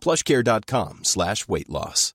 Plushcare.com slash weight loss.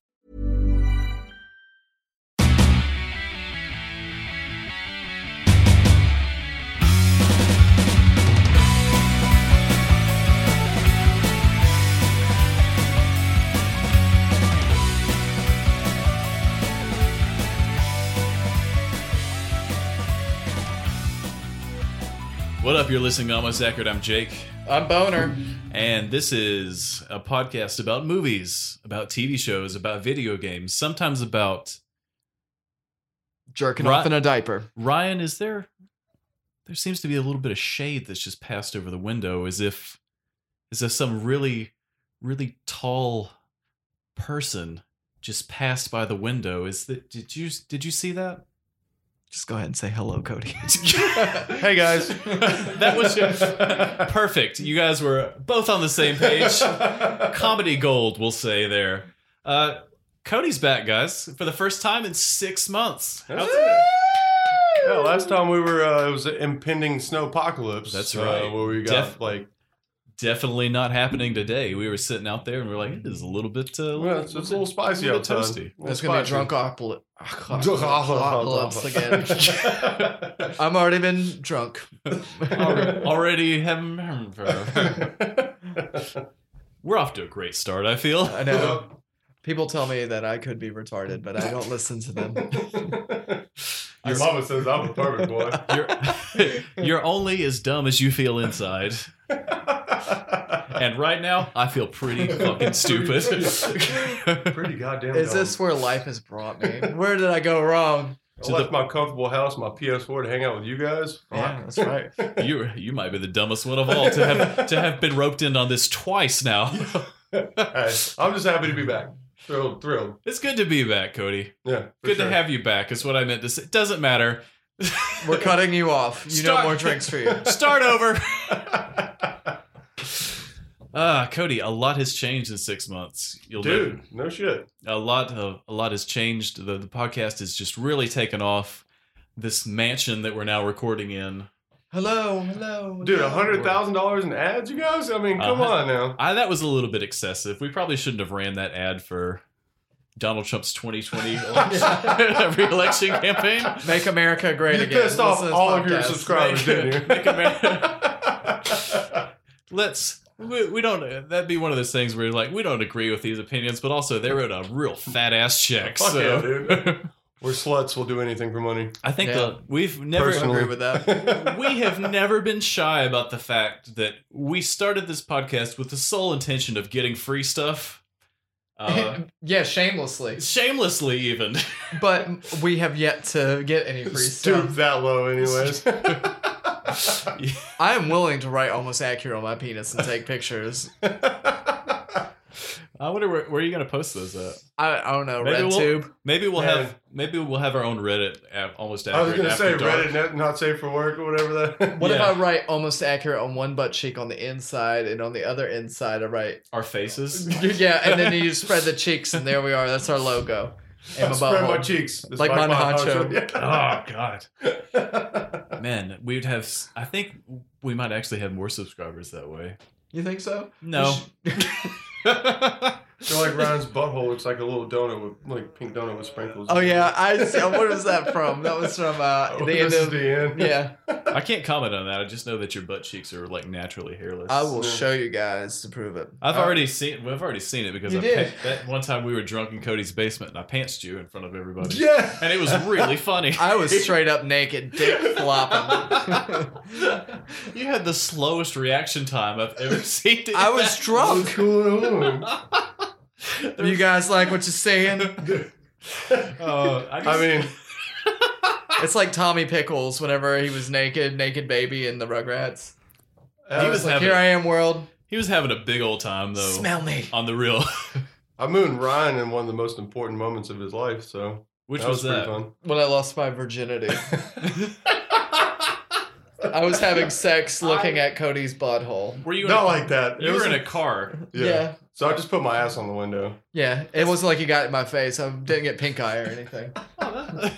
What up? You're listening to Almost Accurate. I'm Jake, I'm Boner. and this is a podcast about movies, about TV shows, about video games, sometimes about Jerking Right. off in a diaper. Ryan. Is there? There seems to be a little bit of shade that's just passed over the window, as if, as if some really, really tall person just passed by the window. Is that? Did you? Did you see that? Just go ahead and say hello, Cody. hey guys. that was perfect. You guys were both on the same page. Comedy gold, we'll say there. Uh, Cody's back, guys, for the first time in six months. That's it. Yeah, last time we were uh, it was an impending snowpocalypse. That's uh, right. where we got Def- like Definitely not happening today. We were sitting out there and we are like, it is a little bit, uh, well, it's, it's a little spicy little outside. toasty. A little That's gonna be spicy. drunk apocalypse again. I'm already been drunk. already, already having. We're off to a great start, I feel. I know. People tell me that I could be retarded, but I don't listen to them. Your mama says I'm a perfect boy. You're, you're only as dumb as you feel inside. And right now, I feel pretty fucking stupid. Pretty goddamn. Is dumb. this where life has brought me? Where did I go wrong? I left my comfortable house, my PS4 to hang out with you guys. Yeah, that's right. you you might be the dumbest one of all to have to have been roped in on this twice now. Hey, I'm just happy to be back. Thrilled, thrilled. It's good to be back, Cody. Yeah. for Good sure. to have you back. Is what I meant to say. Doesn't matter. We're cutting you off. You know Start- more drinks for you. Start over. Ah, Cody, a lot has changed in six months. You'll know- Dude, no shit. a lot of a lot has changed. The the podcast has just really taken off. This mansion that we're now recording in. Hello, hello. Dude, hello. hundred thousand dollars in ads, you guys? I mean, come Uh-huh. on now. I that was a little bit excessive. We probably shouldn't have ran that ad for Donald Trump's 2020 election- re-election campaign. Make America great You again. pissed off Listen to this all of your podcast. subscribers, didn't you? Make America- Let's we, we don't that'd be one of those things where you're like we don't agree with these opinions, but also they wrote a real fat ass check. Fuck yeah, so dude. We're sluts. We'll do anything for money. I think Yeah. the, we've never I agree with that. Uh, we have never been shy about the fact that we started this podcast with the sole intention of getting free stuff. Uh, yeah, shamelessly. shamelessly even. But we have yet to get any Um, free Stoop stuff. that low, anyways. I am willing to write almost accurate on my penis and take pictures. I wonder where, where are you going to post those at? I, I don't know, Maybe we'll- RedTube. Maybe we'll Yeah. have maybe we'll have our own Reddit app almost I was accurate. gonna say after dark. Reddit not, not safe for work or whatever that. What Yeah. if I write almost accurate on one butt cheek on the inside and on the other inside I write Our faces. yeah, and then you spread the cheeks and there we are. That's our logo. And my Spread my butthole. cheeks, It's Like Mon Honcho. Yeah. god. Oh, Man, we'd have s- I think we might actually have more subscribers that way. You think so? No. So like Ryan's butthole looks like a little donut with like pink donut with sprinkles. Oh yeah, I see. what was that from? That was from uh, Oh, the end this is of the end. yeah. I can't comment on that. I just know that your butt cheeks are like naturally hairless. I will Yeah. show you guys to prove it. I've Uh, already seen. We've already seen it because You I did. pa- that one time we were drunk in Cody's basement and I pantsed you in front of everybody. Yeah. and it was really funny. I was straight up naked, dick flopping. you had the slowest reaction time I've ever seen. to I was What's drunk. going on? You guys like what you're saying? Oh, I, just- I mean, It's like Tommy Pickles whenever he was naked, naked baby in the Rugrats. he that was Like, uh, having Here I am, world. he was having a big old time though Smell me. on the real. I mooned Ryan in one of the most important moments of his life, so Which that was, pretty that? fun. When I lost my virginity, I was having sex looking at Cody's butthole. Were you in Not a, like that. you It were was in a car? yeah. Yeah. So I just put my ass on the window. Yeah, it wasn't like you got it in my face. I didn't get pink eye or anything. Oh,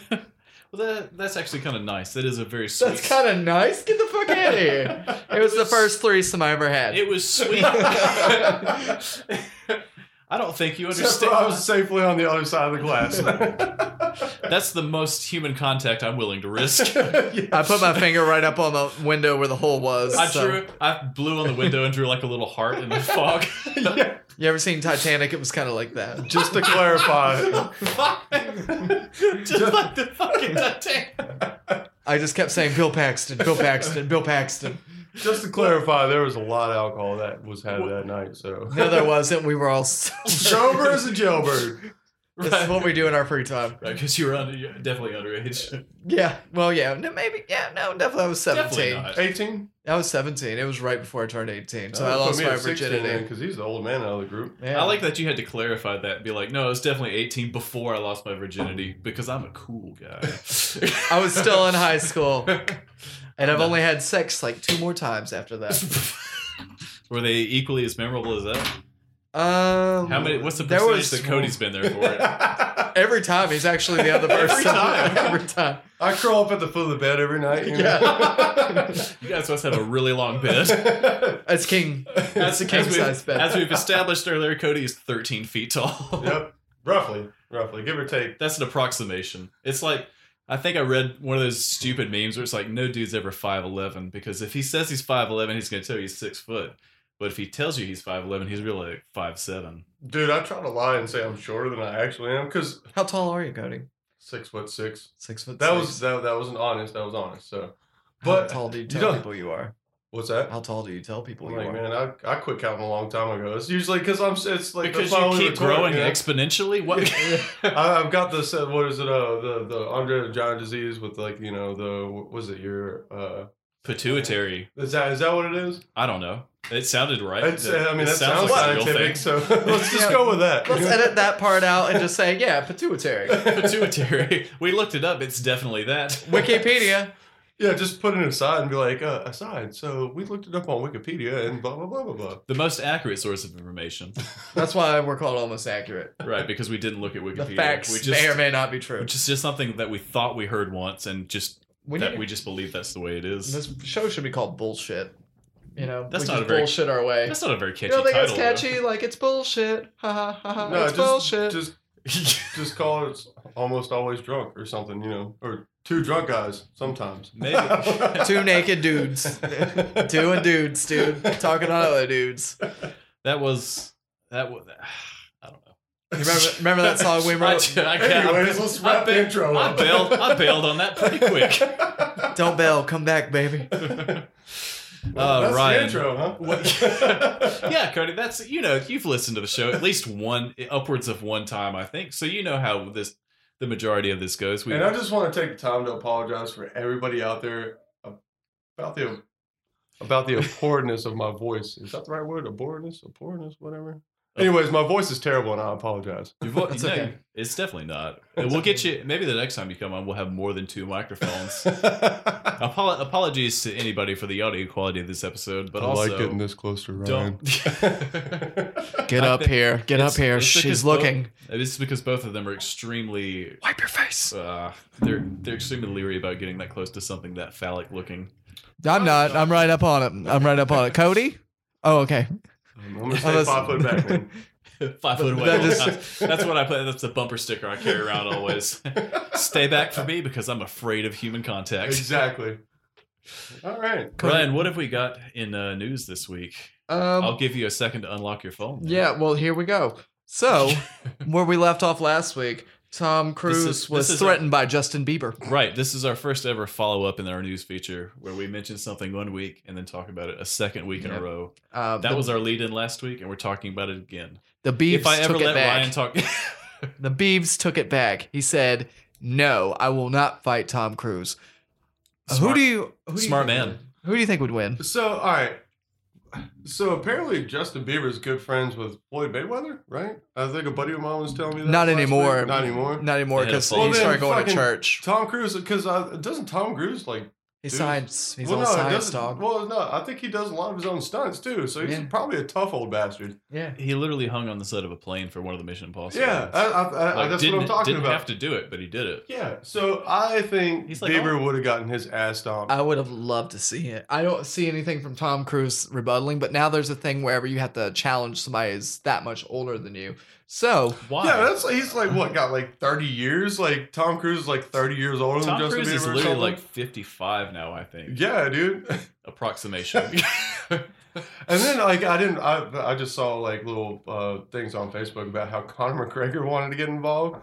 well, that, that's actually kind of nice. That is a very sweet. That's kind of nice. Get the fuck out of here. It was the first threesome I ever had. It was sweet. I don't think you Except for I understand. was safely on the other side of the glass. That's the most human contact I'm willing to risk. Yeah. I put my finger right up on the window where the hole was. I so- drew, I blew on the window and drew like a little heart in the fog. Yeah. You ever seen Titanic? It was kind of like that. Just to clarify, Just like the fucking Titanic. I just kept saying Bill Paxton, Bill Paxton, Bill Paxton. just to clarify, there was a lot of alcohol that was had that night. So No, there wasn't. We were all. s- sober as a jailbird. This is what we do in our free time. Because you were under, you're definitely underage. Yeah. Well, yeah. No, maybe. Yeah. No, definitely. I was Definitely seventeen. not. Eighteen. I was seventeen. It was right before I turned eighteen, so Uh, I put lost me my at 16 then, virginity. 'cause he's the old man out of the group. Yeah. I like that you had to clarify that and be like, no, I was definitely 18 before I lost my virginity because I'm a cool guy. I was still in high school, and I've only had sex like two more times after that. Were they equally as memorable as that? Um, How many? What's the there percentage was- that Cody's been there for? it? I Every time he's actually the other Every person. time. Every time. crawl up at the foot of the bed every night. you know? You guys must have a really long bed. It's king. That's a king as we've- size bed. As we've established earlier, Cody is 13 feet tall. yep. Roughly, roughly, give or take. That's an approximation. It's like I think I read one of those stupid memes where it's like no dude's ever 5'11 because if he says he's 5'11, he's going to tell you he's 6 foot. But if he tells you he's 5'11, he's really like 5'7. Dude, I try to lie and say I'm shorter than I actually am because How tall are you, Cody? six foot six. Six foot. That six. was that, that wasn't honest. That was honest. So, How but tall do you you tell don't- people you are? what's that? How tall do you tell people I'm you like, are? man, I, I quit counting a long time ago. It's usually because I'm it's like because that's why you we keep record, growing you know? exponentially? What? I, I've got this. Uh, what is it? Uh, the the Andre the Giant disease with like you know the what was it your uh Pituitary. is that is that what it is? I don't know. It sounded right. It's, uh, I mean It that sounds, like a real thing. scientific. So let's just Yeah. go with that. Let's edit that part out and just say, yeah, pituitary. Pituitary. We looked it up. It's definitely that. Wikipedia. yeah, just put it aside and be like uh, aside. So we looked it up on Wikipedia and blah blah blah blah blah. The most accurate source of information, That's why we're called almost accurate. right? Because we didn't look at The Wikipedia. facts we just, may or may not be true. which is just something that we thought we heard once and just We that need- we just believe that's the way it is. this show should be called bullshit. You know, That's we not just a very- bullshit our way. that's not a very catchy you don't think title. it's catchy? Like it's bullshit. Ha ha ha ha. No, Uh, it's just, bullshit. Just though. just call it almost always drunk or something, you know, or two drunk guys sometimes. Maybe. Two naked dudes doing dudes, dude, talking on other dudes. that was that was. I don't know. You remember, remember that song we I, wrote? ju- I can't. Anyways, let's I wrap the bailed- intro I up. bailed. I bailed on that pretty quick. Don't bail, come back, baby. Uh, that's Ryan. the intro, huh? yeah, Cody, that's you know you've listened to the show at least one upwards of one time, I think. So you know how this the majority of this goes. We and I just want to take the time to apologize for everybody out there about the about the abhorredness of my voice. Is that the right word? Abhorredness, abhorredness, whatever. Uh, Anyways, my voice is terrible, and I apologize. Your vo- That's no, okay. It's definitely not. We'll get you. Maybe the next time you come on, we'll have more than two microphones. I Apolo- apologies to anybody for the audio quality of this episode, but also like getting this close to Ryan. don't. Get I up think here, get it's- up here. it's because She's both- looking. this is because both of them are extremely. Wipe your face. Uh, they're they're extremely leery about getting that close to something that phallic looking. I'm not. I'm right up on it. I'm right up on it. Cody? Oh, okay. I'm gonna stay Unless- five foot back. Man. Five foot away. That all the just- time. That's what I put. That's the bumper sticker I carry around always. Stay back for me because I'm afraid of human contact. Exactly. All right. Ryan, what have we got in uh, news this week? I'll Um, give you a second to unlock your phone. yeah, well, here we go. So, where we left off last week, Tom Cruise is- was this is a- threatened by Justin Bieber. Right. This is our first ever follow up in our news feature where we mention something one week and then talk about it a second week in a Yep. row. Uh, That the, was our lead in last week, and we're talking about it again. the Beebs if I ever took it let back. Ryan talk, the Beebs took it back. He said, "No, I will not fight Tom Cruise." Smart- who do you? Who do you smart think man. would win? Who do you think would win? So, all right. So apparently, Justin Bieber is good friends with Floyd Mayweather, right? I think a buddy of mine was telling me that. Not last anymore. week. Not anymore. Not anymore They had a because fall. Well, he then started going to fucking- church. Tom Cruise, because doesn't Tom Cruise like? He dude. signs. He's well, all no, it science doesn't- dog. Well, no, I think he does a lot of his own stunts too. So he's Yeah. probably a tough old bastard. yeah. He literally hung on the side of a plane for one of the Mission Impossible. Yeah, ones. I, I, I, Like, that's didn't, what I'm talking didn't about. have to do it, but he did it. Yeah, so I think He's like, Bieber oh. would have gotten his ass stomped. I would have loved to see it. I don't see anything from Tom Cruise rebuttaling, but now there's a thing wherever you have to challenge somebody who's that much older than you. So Why? Yeah, that's like, he's like what got like 30 years. Like Tom Cruise is like 30 years older Tom than Justin Cruise Bieber. is or literally something. like 55 now, I think. yeah, dude. Approximation. And then like I didn't I I just saw like little uh things on Facebook about how Conor McGregor wanted to get involved.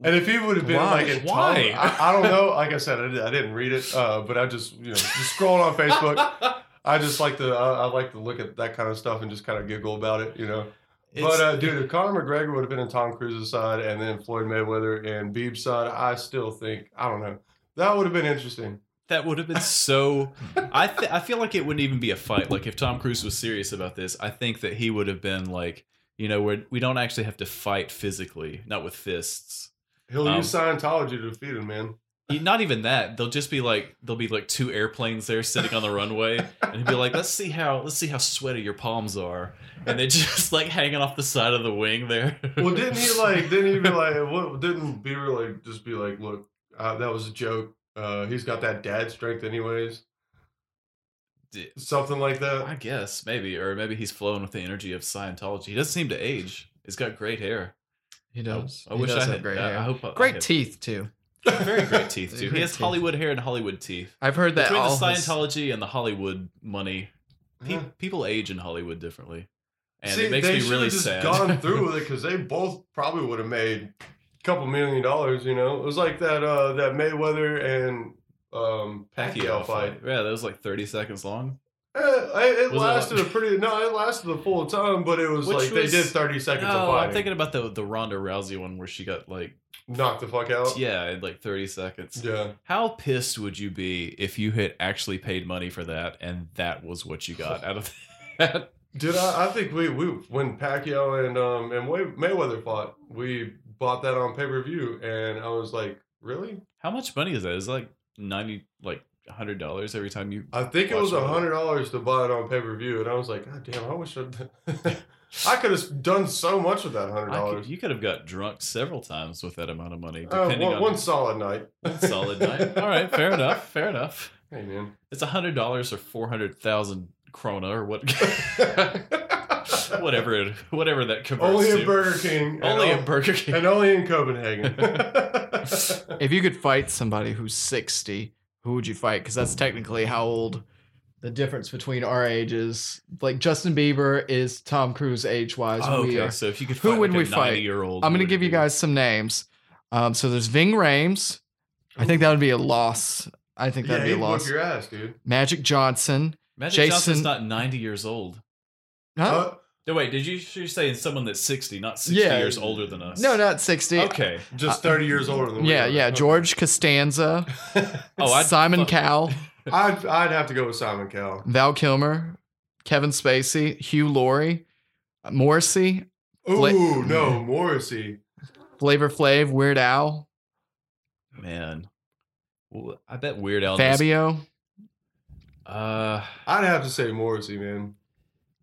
And if he would have been Why? like in Why? Tom- I, I don't know. Like I said, I, did, I didn't read it, uh, but I just you know just scrolling on Facebook. I just like to I, I like to look at that kind of stuff and just kind of giggle about it, you know. but uh, dude, if Conor McGregor would have been on Tom Cruise's side and then Floyd Mayweather and Beeb's side, I still think I don't know that would have been interesting. That would have been so. I th- I feel like it wouldn't even be a fight. Like if Tom Cruise was serious about this, I think that he would have been like, you know, we're, we don't actually have to fight physically, not with fists. He'll Um, use Scientology to defeat him, man. Not even that. They'll just be like, there'll be like two airplanes there sitting on the runway, and he'd be like, let's see how let's see how sweaty your palms are, and they're just like hanging off the side of the wing there. Well, didn't he like? Didn't he be like? What, didn't Bieber like? Just be like, look, uh, that was a joke. Uh, he's got that dad strength, anyways. D- Something like that. I guess maybe, or maybe he's flowing with the energy of Scientology. He doesn't seem to age. He's got great hair. he I- does. I, he wish does I have had. great I- hair. I hope I- I great had- teeth too. Very great teeth too. Great He has teeth. Hollywood hair and Hollywood teeth. I've heard that Between the all his- Scientology and the Hollywood money, pe- Yeah. people age in Hollywood differently, and See, it makes they me should've really just sad. Gone through with it because they both probably would have made a couple million dollars. You know, it was like that. Uh, that Mayweather and um, Pacquiao fight. Yeah, that was like thirty seconds long. Eh, it, it Was it lasted like- a pretty no. It lasted the full time, but it was Which like was- they did thirty seconds of No, fighting. I'm thinking about the the Ronda Rousey one where she got like Knocked the fuck out. yeah, in like thirty seconds. Oh. yeah. How pissed would you be if you had actually paid money for that and that was what you got out of that? Dude, I, I think we, we when Pacquiao and um and Way, Mayweather fought, we bought that on pay per view, and I was like, really? How much money is that? Is it like ninety, like hundred dollars every time you? I think it was Watch a it. hundred dollars to buy it on pay per view, and I was like, God damn, I wish I'd, I could have done so much with that hundred I could, dollars. you could have got drunk several times with that amount of money, Uh, depending one, on one solid night. solid night. All right, fair enough. Fair enough. Hey man. It's a hundred dollars or four hundred thousand krona or what, whatever it, whatever that converts only to. at Burger King. and only al- at Burger King. and only in Copenhagen. If you could fight somebody who's 60, who would you fight? Because that's technically how old the difference between our ages. Like Justin Bieber is Tom Cruise age wise. Oh, we okay, are. so if you could, Who fight would like we a fight? Year old. I'm going to give you guys some names. Um, so there's Ving Rames. I think that would be a loss. I think that'd yeah, be he'd a whoop loss. your ass, dude. Magic Johnson. Magic Jason- Johnson's not ninety years old. Huh? Uh, No, wait. Did you you're saying someone that's sixty, not sixty Yeah. years older than us? no, not 60. Oh, Okay. just thirty years older than we Uh, Yeah, are. yeah. Okay. George Costanza, Oh, I'd Simon fuck- Cowell, I'd, I'd have to go with Simon Cowell. Val Kilmer, Kevin Spacey, Hugh Laurie, Morrissey, Ooh, Fla- no, Morrissey. Flavor Flav, Weird Al, Man, Well, I bet Weird Al. just- Fabio. Uh, I'd have to say Morrissey, man.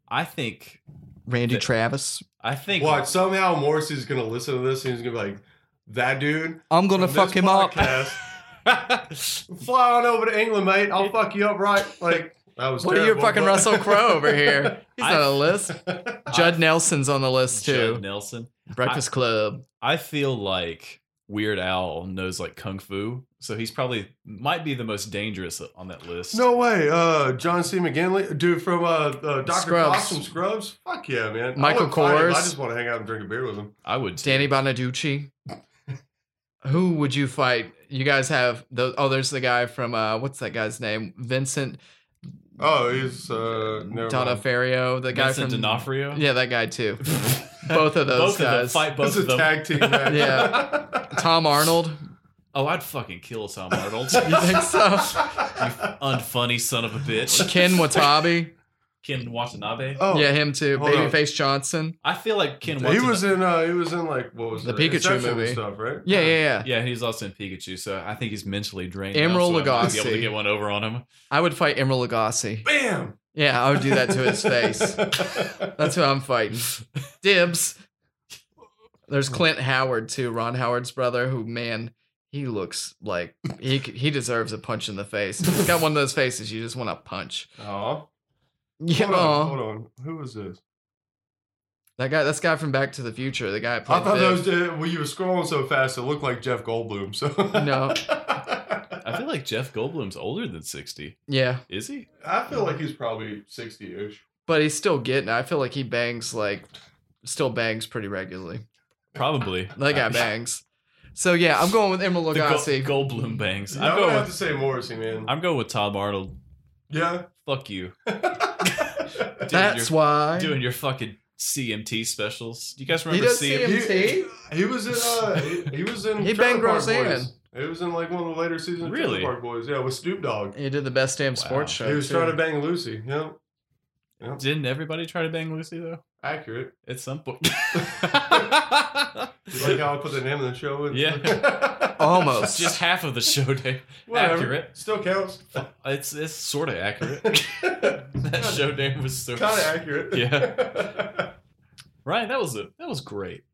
I think. Randy Th- Travis. I think. Watch, somehow Morrissey's going to listen to this and he's going to be like, that dude. I'm gonna fuck from this him up. podcast, Fly on over to England, mate. I'll fuck you up right. Like, that was What are you terrible, fucking but- Russell Crowe over here? He's I- on a list. Judd Nelson's on the list too. Judd Nelson. Breakfast Club. I feel like Weird Al knows like kung fu, so he's probably might be the most dangerous on that list. No way. Uh, John C. McGinley, dude from uh, uh, Dr. Scrubs. Fox from Scrubs. Fuck yeah, man. I Michael wouldn't fight him. Kors. I just want to hang out and drink a beer with him. I would. too. Danny Bonaducci. Who would you fight? You guys have the oh, there's the guy from uh, what's that guy's name? Vincent Oh, he's uh, never mind. Donafario, the guy Vincent from D'Onofrio. Yeah, that guy too. Both of those both of them. guys. Fight both It's of a them. tag team match. Yeah. Tom Arnold. Oh, I'd fucking kill Tom Arnold. You think so? Unfunny son of a bitch. Ken Watabi. Ken Watanabe. Oh, yeah, him too. hold on. Babyface Johnson. I feel like Ken he Watanabe. was in. uh He was in like what was The it? Pikachu Inception and movie. stuff, right? Yeah, yeah, yeah. yeah, he's also in Pikachu, so I think he's mentally drained. now, Emeril so I might be able to Lagasse. get one over on him. I would fight Emeril Lagasse. Bam. Yeah, I would do that to his face. That's who I'm fighting. Dibs. There's Clint Howard too, Ron Howard's brother. Who man, he looks like he c- he deserves a punch in the face. He's got one of those faces you just want to punch. Aw. Yeah, Hold on, aw. hold on. Who was this? that guy. That's the guy from Back to the Future. The guy. That I played thought Biff. that was uh, well. You were scrolling so fast, it looked like Jeff Goldblum. So No. I feel like Jeff Goldblum's older than sixty. Yeah, Is he? I feel like he's probably sixty-ish. but he's still getting. it. I feel like he bangs like still bangs pretty regularly. Probably. That guy bangs. So yeah, I'm going with Emeril The Go- Lagasse. Goldblum bangs. I'm I'm gonna going have to with, say Morrissey, man. I'm going with Tom Arnold. yeah. Fuck you. Dude, That's you're why. doing your fucking CMT specials. Do you guys He remember does CMT? CMT. He was in. Uh, he, he was in. He Trailer banged Park Roseanne. Boys. He was in like one of the later seasons. of Really? Trailer Park Boys. Yeah, with Snoop Dogg. He did the best damn sports Wow. show. He was too. trying to bang Lucy. Yeah. Yeah. Didn't everybody try to bang Lucy though? Accurate. At some point. You like how I put the name of the show in? Oh, Almost. Just half of the show day. Whatever. Accurate. Still counts. It's it's sort of accurate. kind that show name was so. of accurate. Yeah. Ryan, that was a that was great.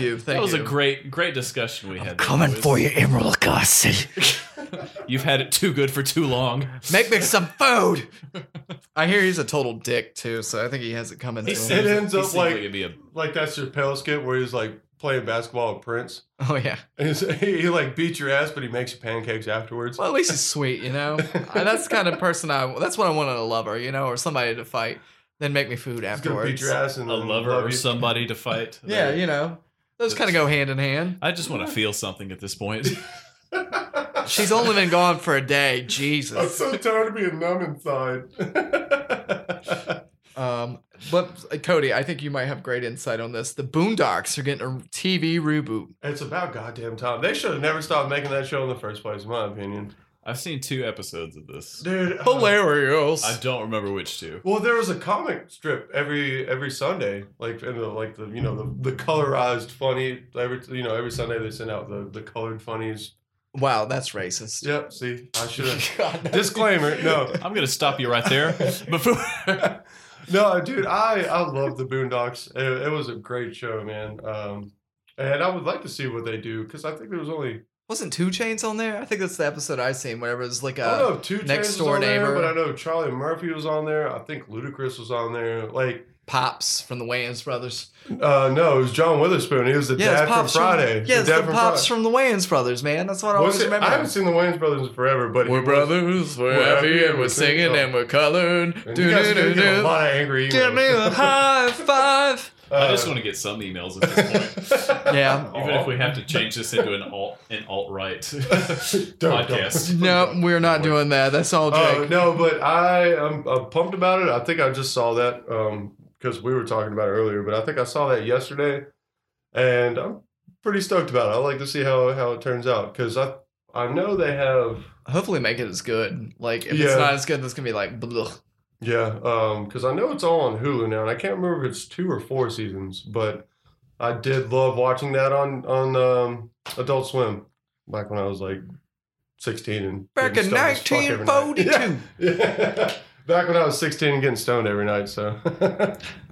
you. Thank that was you. a great great discussion we had. there, Coming boys. for you, Emerald Gussie. You've had it too good for too long. Make me some food. I hear he's a total dick too, so I think he has it coming. He to him. seems- It ends he up seems like- it'd be a like that Chappelle skit where he's like playing basketball with Prince. Oh yeah. And he's, he, he like beats your ass, but he makes you pancakes afterwards. Well, at least he's sweet, you know. And that's the kind of person I. That's what I wanted a lover, you know, or somebody to fight. Then make me food He's gonna afterwards. beat your ass and a then lover love or you. somebody to fight. Yeah, you know, those kind of go hand in hand. I just want to feel something at this point. She's only been gone for a day. I'm Jesus. so tired of being numb inside. Um, but uh, Cody, I think you might have great insight on this. The Boondocks are getting a TV reboot. it's about goddamn time. They should have never stopped making that show in the first place, in my opinion. I've seen two episodes of this. Dude, uh, Hilarious. I don't remember which two. Well, there was a comic strip every every Sunday, like in the like the you know the, the colorized funny every you know every Sunday they send out the the colored funnies. wow, that's racist. Yep. See, I should have God, that's- disclaimer. No, I'm gonna stop you right there. Before no, dude, I I love the Boondocks. It, it was a great show, man. Um, and I would like to see what they do because I think there was only Wasn't Two Chains on there? I think that's the episode I seen. Whatever it was like I don't a know if two uh, Next Chainz was Door on Neighbor. there, but I know Charlie Murphy was on there. I think Ludacris was on there. Like. pops from the Wayans brothers. Uh, no, it was John Witherspoon. He was the Yeah, it's dad from pops Friday. From, yeah, it's dad the from pops Friday. from the Wayans brothers, man. That's what I Was always it- remember. I haven't seen the Wayans brothers in forever, but he was- brothers, we're happy, and we're singing, and we're colored. And you guys are gonna get a lot of angry. Give emails. me a high five. I just want to get some emails Uh, at this point. Yeah. Even if we have to change this into an alt an alt right podcast. No, we're not doing that. That's all Oh Jake. no, but I am I'm pumped about it. I think I just saw that because we were talking about it earlier, but I think I saw that yesterday, and I'm pretty stoked about it. I like to see how how it turns out because I I know they have Hopefully, make it as good. Like, if Yeah. it's not as good, that's gonna be like, blech. Yeah, because I know it's all on Hulu now, and I can't remember if it's two or four seasons, but I did love watching that on on um, Adult Swim back when I was like sixteen and Back getting in stoned as fuck every night. 1942. Yeah, yeah. back when I was sixteen and getting stoned every night. So,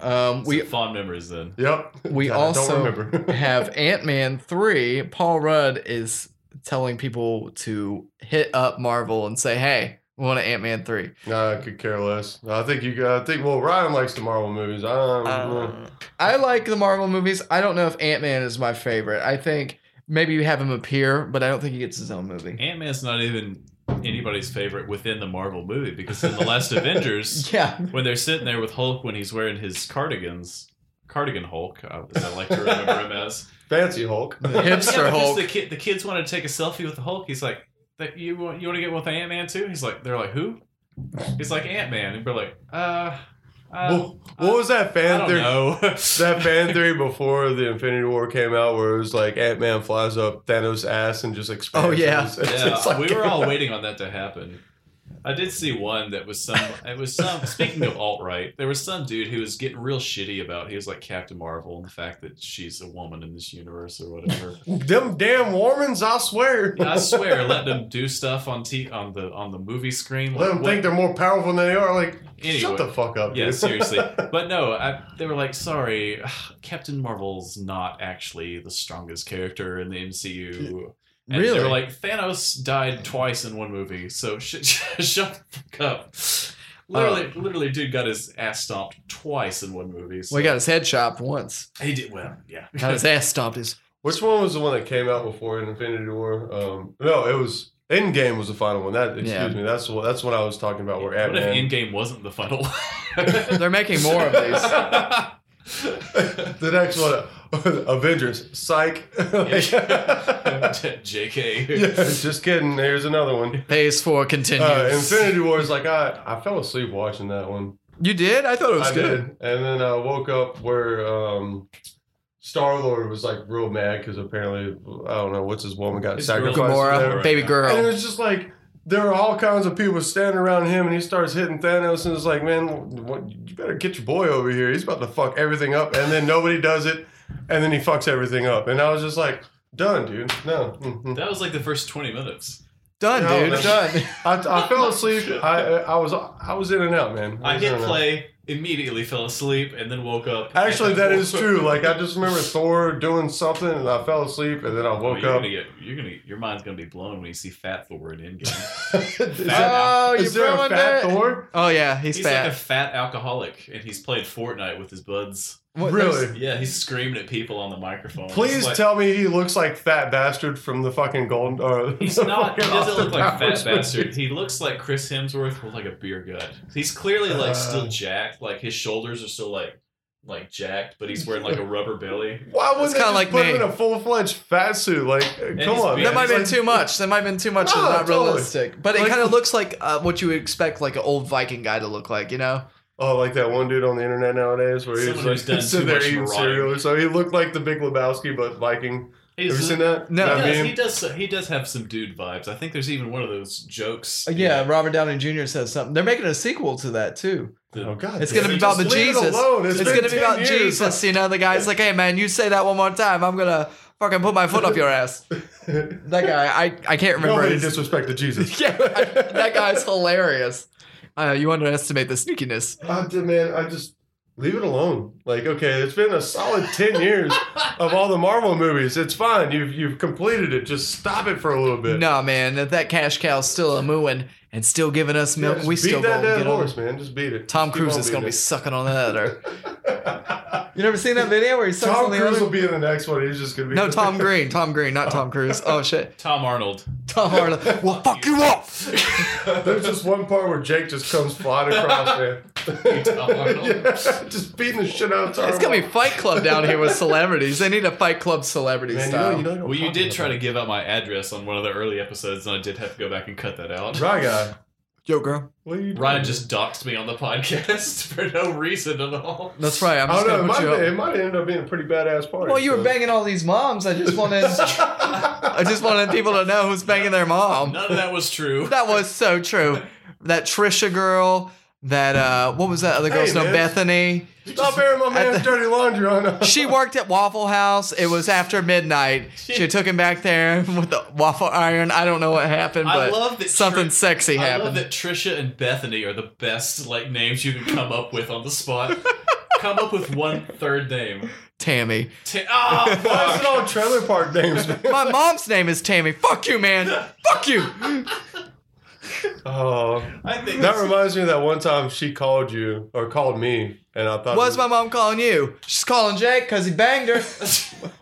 Um, We we fond memories then. yep. We God, also- I don't remember. have Ant Man 3, Paul Rudd is telling people to hit up Marvel and say, hey, we want an Ant Man 3. Nah, I could care less. I think you. got- I think well, Ryan likes the Marvel movies. I don't. Uh, Uh, I like the Marvel movies. I don't know if Ant Man is my favorite. I think maybe you have him appear, but I don't think he gets his own movie. Ant Man's not even anybody's favorite within the Marvel movie because in the last Avengers, Yeah. when they're sitting there with Hulk when he's wearing his cardigans, cardigan Hulk, uh, as I like to remember him as. Fancy Hulk. The hipster yeah, because Hulk. the kid, the kids want to take a selfie with the Hulk. He's like, "That you want? You want to get one with Ant Man too?" He's like, "They're like who?" He's like Ant Man, and we're like, "Uh, uh Wha- what was that I fan don't theory? know." that fan theory before the Infinity War came out, where it was like Ant Man flies up Thanos' ass and just expands. Oh, yeah. It's- yeah, it's like- we were all waiting on that to happen. I did see one that was some. It was some. speaking of alt right, there was some dude who was getting real shitty about. He was like Captain Marvel and the fact that she's a woman in this universe or whatever. Them damn Mormons, I swear. I swear, let them do stuff on t on the on the movie screen. Let them what- think they're more powerful than they are. Like, Anyway. shut the fuck up. Yeah, dude. seriously. But no, I, they were like, sorry, Captain Marvel's not actually the strongest character in the MCU. And Really? They were like, Thanos died twice in one movie, so sh- sh- shut the fuck up. Literally, Uh, literally, dude got his ass stomped twice in one movie. So Well, he got his head chopped once. he did well. Yeah, Got his ass stomped. His Which one was the one that came out before Infinity War? Um, no, it was Endgame was the final one. That excuse Yeah. me, that's what that's what I was talking about. Where Ant what if Man. Endgame wasn't the funnel? They're making more of these. the next one, Avengers. Psych. yeah, Jk. just kidding. Here's another one. Phase four continues. Uh, Infinity War is like I I fell asleep watching that one. you did? I thought it was I good. did, and then I woke up where um, Star Lord was like real mad because apparently I don't know what's his woman got It's sacrificed. Girl. Gamora, Gamora. baby And it girl. was just like there were all kinds of people standing around him, and he starts hitting Thanos, and it's like, man, what, you better get your boy over here. He's about to fuck everything up, and then nobody does it, and then he fucks everything up, and I was just like, done, dude. No, Mm-hmm. mm-mm. That was like the first twenty minutes. No, Done, dude. that's- Done. I, I fell asleep. I I was I was in and out, man. I was in hit and out. play, immediately fell asleep, and then woke up. Actually, that is true. Like I just remember Thor doing something, and I fell asleep, and then I Oh, woke you're up. gonna get, you're gonna, your mind's gonna be blown when you see Fat Thor in Endgame. is Oh, you is there a ruined fat it. Thor? Oh yeah, he's, he's fat. like a fat alcoholic, and he's played Fortnite with his buds. What- Really? Yeah, he's screaming at people on the microphone. It's Please like- tell me he looks like Fat Bastard from the fucking Golden. Or He's the not. He fucking doesn't Austin look like Powers Fat movie. Bastard. He looks like Chris Hemsworth with like a beer gut. He's clearly like still Uh. jacked. Like his shoulders are still like like jacked, but he's wearing like a rubber belly. Why wouldn't It's they kinda like just put him me. in a full fledged fat suit? Like, come he's on. big. man. That might have It's been like- too much. That might have been too much. No, and not totally. realistic. But it Like- kind of looks like uh, what you would expect, like an old Viking guy to look like. You know? Oh, like that one dude on the internet nowadays where he Someone who's was done like too sitting there much eating marauding. cereal. So he looked like the Big Lebowski, but Viking. He's Ever seen that? No. he, That does, meme? he does. He does have some dude vibes. I think there's even one of those jokes. Uh, in Yeah, Robert Downey Jr. says something. They're making a sequel to that too. the- Oh God! It's Yeah, gonna be they about just the leave it Jesus. alone. It's It's, been gonna be 10 about years. Jesus. You know, the guy's like, "Hey man, you say that one more time, I'm gonna fucking put my foot up your ass." That guy, I I can't remember. Nobody His, disrespect to Jesus. yeah, I- that guy's hilarious. Uh, you underestimate the sneakiness. I did, man, I just leave it alone. Like, okay, it's been a solid ten years of all the Marvel movies. It's fine. You've you've completed it. Just stop it for a little bit. Nah, man, that, that cash cow's still a mooing and still giving us Yeah, milk. just we beat still that gonna dead get on. horse, man. Just beat it. Tom Just keep Cruise on is gonna be beating sucking on that udder. it. You never seen that video where he sucks Tom on the Cruise udder? will be in the next one. He's just gonna be No, Tom Green, Tom Green, not Tom Cruise. Oh shit, Tom Arnold. Tom Arnold. We'll fuck you up. There's just one part where Jake just comes flying across, man. Tom Arnold. Yeah, just beating the shit out of Tom. It's gonna be Arnold. Fight Club down here with celebrities. They need a Fight Club celebrity Man, you style. know, you know, I don't Well, you talk did about try that. to give out my address on one of the early episodes, and I did have to go back and cut that out. Right guy. Yo, girl. What are you doing? Ryan just doxed me on the podcast for no reason at all. That's right. I'm I just don't gonna know. It might, put you have, it up. might end up being a pretty badass party. Well, you were so- banging all these moms. I just wanted, I just wanted people to know who's banging their mom. None of that was true. That was so true. That Trisha girl. That uh, what was that other girl's Hey, name? man. Bethany. Stop airing my man's dirty laundry on us. She worked at Waffle House. It was after midnight. She took him back there with the waffle iron. I don't know what happened, I but love that something Tri- sexy I happened. love that Trisha and Bethany are the best like names you can come up with on the spot. come up with one third name. Tammy. Ta- Ah, Why is fuck. it all trailer park names, man? My mom's name is Tammy. Fuck you, man. Fuck you. Oh, I think that reminds me of that one time she called you or called me, and I thought Why's my mom calling you? She's calling Jake because he banged her.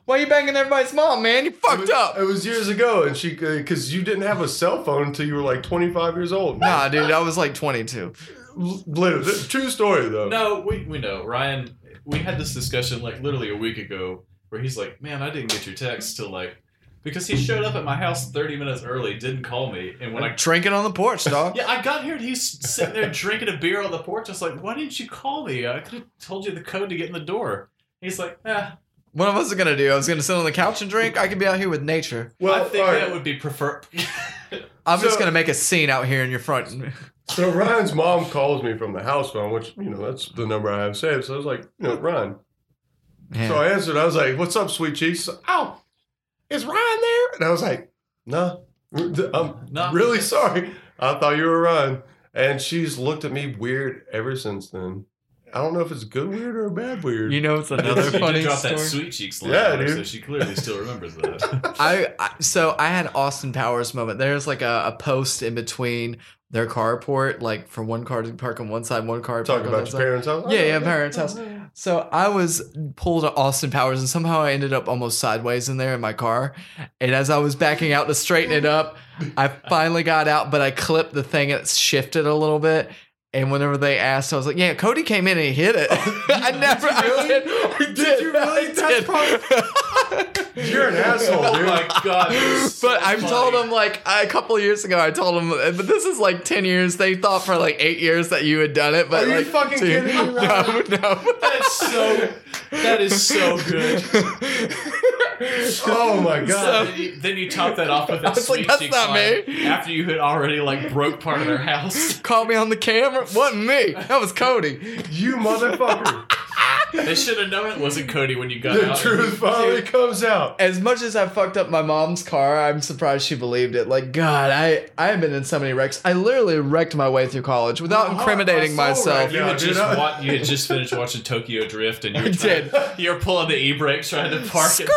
Why you banging everybody's mom, man? You fucked It up. was years ago, and she because you didn't have a cell phone until you were like 25 years old. Nah, dude, I was like 22. L- literally, th- true story though. No, we, we know. Ryan, we had this discussion like literally a week ago where he's like, man, I didn't get your text till like, because he showed up at my house 30 minutes early, didn't call me. And when I, Drinking on the porch, dog. yeah, I got here and he's sitting there drinking a beer on the porch. I was like, why didn't you call me? I could have told you the code to get in the door. He's like, eh, What I was gonna do? I was gonna sit on the couch and drink. I could be out here with nature. well, I think all right. that would be prefer. I'm just So- gonna make a scene out here in your front. So Ryan's mom calls me from the house phone, which you know that's the number I have saved. So I was like, you know, Ryan. Yeah. So I answered. I was like, "What's up, sweet cheeks?" She's like, oh, is Ryan there? And I was like, "No, I'm No. really sorry. I thought you were Ryan." And she's looked at me weird ever since then. I don't know if it's good weird or bad weird. you know, it's she another did funny drop story. that sweet cheeks line, Yeah, on her, dude. so she clearly still remembers that. I, I so I had Austin Powers moment. There's like a, a post in between their carport, like for one car to park on one side, one car to Talk park on about that your side. parents' house. Yeah, yeah, parents' house. It So I was pulled at Austin Powers, and somehow I ended up almost sideways in there in my car. And as I was backing out to straighten it up, I finally got out, but I clipped the thing and it shifted a little bit. And whenever they asked, I was like, "Yeah, Cody came in and he hit it." I never. I did. I did. you really? I That's did. You're an asshole, oh dude. my god! that's so But I've funny. told them like a couple years ago. I told them, but this is like ten years. They thought for like eight years that you had done it. But Are you like, fucking dude, kidding me, Ryan? No, no. That's so. That is so good. Oh my So- god. Then you- then you top that off with that I was like, sweet "That's cheeks not line me." after you had already like broke part of their house. Caught me on the camera. Wasn't me. That was Cody. you motherfucker. They should have known it wasn't Cody when you got the out. truth finally comes out. As much as I fucked up my mom's car, I'm surprised she believed it. Like God, I I have been in so many wrecks. I literally wrecked my way through college without Well, I- I incriminating saw myself. wreck You had Yeah, dude, just I- wa- you had just finished watching Tokyo Drift, and you I were trying- did. you were pulling the e brakes trying to park at the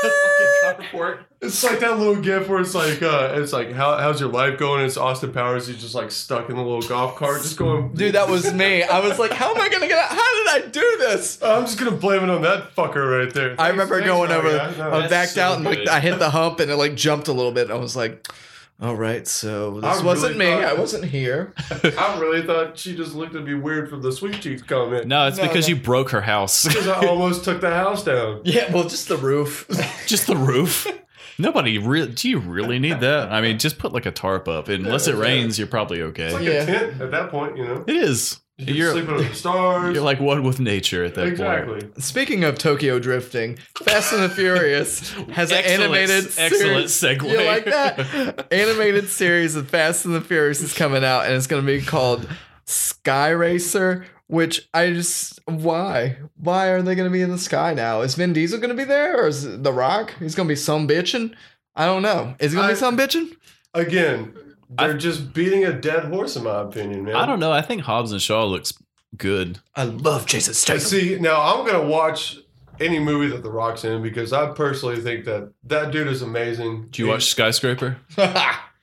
fucking carport. It's like that little gif where it's like, uh, it's like, how, how's your life going? It's Austin Powers. He's just like stuck in the little golf cart, just going. Dude, that was me. I was like, how am I gonna get out? How did I do this? Oh, I'm just gonna blame it on that fucker right there. I remember Thanks, going Bobby. over, I- no, I that's backed so out, and good. like, I hit the hump, and it like jumped a little bit. And I was like, "All right, so I this wasn't really me. thought- I wasn't here." I really thought she just looked at me weird from the sweet cheeks comment No, it's No, because no. you broke her house. because I almost took the house down. Yeah, well, just the roof. just the roof. Nobody really. Do you really need that? I mean, just put like a tarp up. Unless it rains, you're probably okay. It's like Yeah. a tent at that point, you know. it is. You can You're- sleep under the stars. You're like one with nature at that exactly. point. Speaking of Tokyo drifting, Fast and the Furious has an Excellent- animated excellent series. segue. You like that? animated series of Fast and the Furious is coming out, and it's going to be called Sky Racer. Which I just why why are they going to be in the sky now? Is Vin Diesel going to be there, or is it The Rock? He's going to be some bitching. I don't know. Is it going to I- be some bitching? Again, I- they're just beating a dead horse, in my opinion, man. I don't know. I think Hobbs and Shaw looks good. I love Jason I See, now I'm gonna watch any movie that The Rock's in because I personally think that that dude is amazing. Do you watch Skyscraper?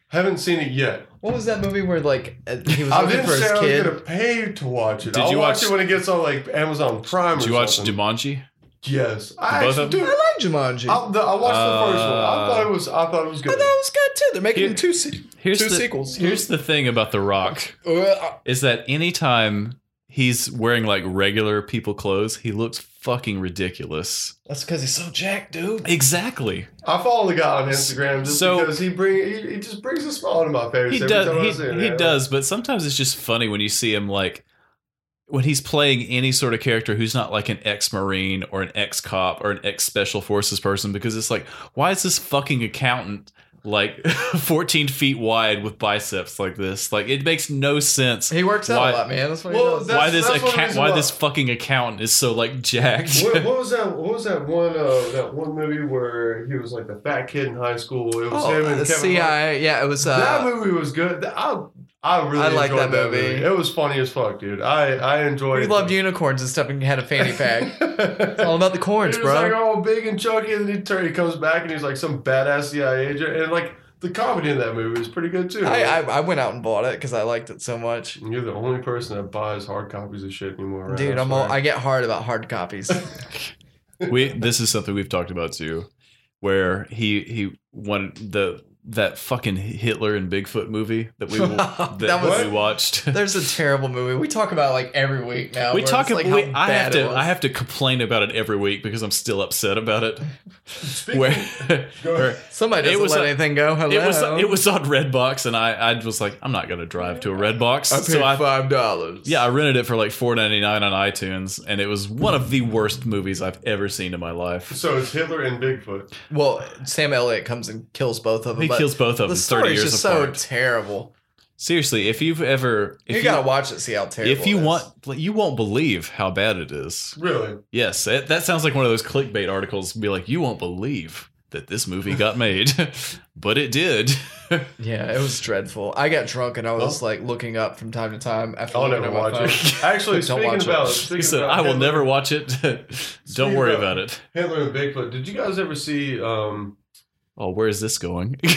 Haven't seen it yet. what was that movie where like uh, he was I looking didn't for his say I was kid? gonna pay to watch it. Did I'll you watch, watch- it when it gets on like Amazon Prime. Do or you watch something. Jumanji? Yes, I Both actually, of them? dude. I, I like Jumanji. the, I watched the first one. I Uh, thought it was. I thought it was I good. thought it was good too. They're making Here- two se- Here's two the sequels. here's the thing about The Rock Uh, is that anytime he's wearing like regular people clothes, he looks fucking ridiculous. that's because he's so jacked, dude. Exactly. I follow the guy on Instagram just So- because he bring he, he just brings a smile to my face. He every time I does. see him, He, he man. does. But sometimes it's just funny when you see him like when he's playing any sort of character who's not like an ex-marine or an ex-cop or an ex-special forces person because it's like why is this fucking accountant like 14 feet wide with biceps like this like it makes no sense He works out Why- a lot, man. That's what Well, he does. that- why That's- this that's one account reason why why- this fucking accountant is so like jacked what, what was that? What was that one? Uh, that one movie where he was like the fat kid in high school. It was him Oh, and uh, the Kevin. CIA. Hart. Yeah, it was. that Uh, movie was good. Th- I I really I like enjoyed that movie. It was funny as fuck, dude. I I enjoyed. he it. loved unicorns and stuff, and he had a fanny pack. it's All about the corns, He was like bro. all big and chunky, and then he, turn, he comes back and he's like some badass CIA agent, and like the comedy in that movie is pretty good too. I, I I went out and bought it because I liked it so much. You're the only person that buys hard copies of shit anymore, right? Dude, I I'm all, swear. I get hard about hard copies. we this is something we've talked about too, where he he wanted the that fucking Hitler and Bigfoot movie that we that, That was- we watched. There's a terrible movie we talk about it, like every week now. We where talk. it's, like, ab- we- how I have bad it to. was. I have to complain about it every week because I'm still upset about it. Speaking- Where, Go where Somebody it doesn't was let a- anything go. Hello. it was it was on Redbox, and I I was like, I'm not gonna drive to a Redbox. I paid So I five dollars. yeah, I rented it for like 4.99 on iTunes, and it was one of the worst movies I've ever seen in my life. so it's Hitler and Bigfoot. Well, Sam Elliott comes and kills both of them. He but kills both of the them 30 story is years just apart. so terrible. Seriously, if you've ever if you, gotta watch it, see how terrible. if you it is. want like, you won't believe how bad it is. Really? Yes, that, that sounds like one of those clickbait articles. Be like, you won't believe that this movie got made, but it did. Yeah, it was dreadful. I got drunk and I was like looking up from time to time after I'll looking Oh. never at my watch it. phone. Actually, Don't speaking watch it. about, he speaking said, about "I will Hitler- never watch it. Don't Speaking worry about about- it." Hitler and Bigfoot. Did you guys ever see? Um, Oh, where is this going?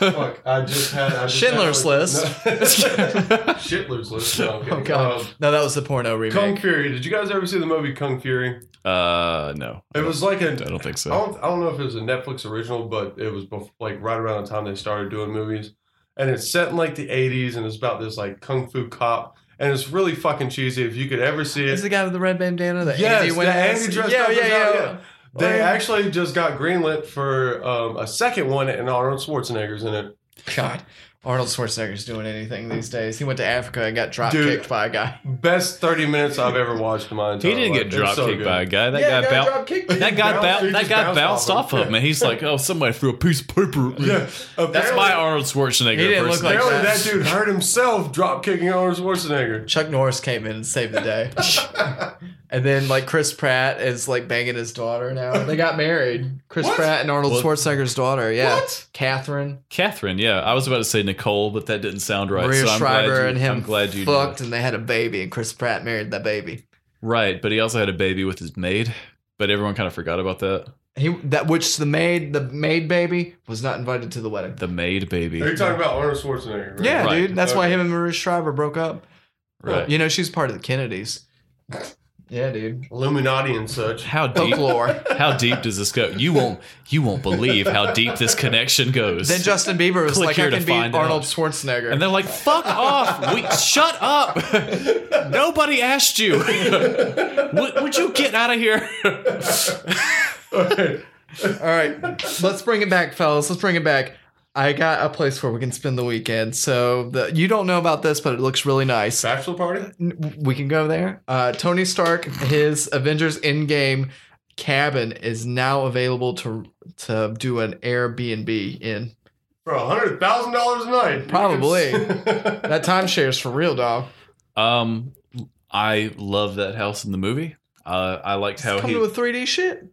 fuck, I just had I just Schindler's had, List. No. Schindler's List. No, okay. Oh, God. Um, No, that was the porno remake. Kung Fury. Did you guys ever see the movie Kung Fury? uh, no, It was Oh, like a. I don't think I so. don't, I don't know if it was a Netflix original, but it was bef- like right around the time they started doing movies. And it's set in like the 80s and it's about this like kung fu cop. And it's really fucking cheesy. If you could ever see it. Is the guy with the red bandana that yes, Andy went the as? Andy dressed yeah, up as yeah, Al- yeah, yeah. They Oh, yeah. actually just got greenlit for um, a second one and Arnold Schwarzenegger's in it. God, Arnold Schwarzenegger's doing anything these days. He went to Africa and got drop Dude. kicked by a guy. Best 30 minutes I've ever watched in my entire He didn't life. get It's drop so kicked good. by a guy. That yeah, guy got bounced. drop kicked. That guy bounced- he bounced. That just guy bounced bounced off off him. of him, and he's like, "Oh, somebody threw a piece of paper." at me." Yeah. That's apparently- my Arnold Schwarzenegger. He didn't look like impersonation. Apparently, that. that dude hurt himself drop kicking Arnold Schwarzenegger. Chuck Norris came in and saved the day. and then like Chris Pratt is like banging his daughter now. They got married. Chris What? Pratt and Arnold What? Schwarzenegger's daughter. Yeah. What? Catherine, Catherine. Yeah, I was about to say Nicole, but that didn't sound right. Maria so I'm Shriver, glad you, and him I'm glad you fucked, Did. and they had a baby. And Chris Pratt married that baby. Right, but he also had a baby with his maid. But everyone kind of forgot about that. He that which the maid, the maid baby, was not invited to the wedding. The maid baby. Are you talking about Arnold Schwarzenegger? right? Yeah, Right. dude. That's why Okay. him and Maria Shriver broke up. Right. You know, she's part of the Kennedys. Yeah, dude. Illuminati and such. How deep? Folklore. How deep does this go? You won't. You won't believe how deep this connection goes. then Justin Bieber was Click like, here I to can be find Arnold out. Schwarzenegger. and they're like, "Fuck off! We shut up! Nobody asked you. would, would you get out of here?" All right, let's bring it back, fellas. Let's bring it back. I got a place where we can spend the weekend. So the, you don't know about this, but it looks really nice. Bachelor party? N- We can go there. Uh, Tony Stark, his Avengers Endgame cabin is now available to to do an Airbnb in. For $100,000 a night. Probably. That timeshare's for real, dog. Um, I love that house in the movie. Uh, I liked how Come he to a 3D shit.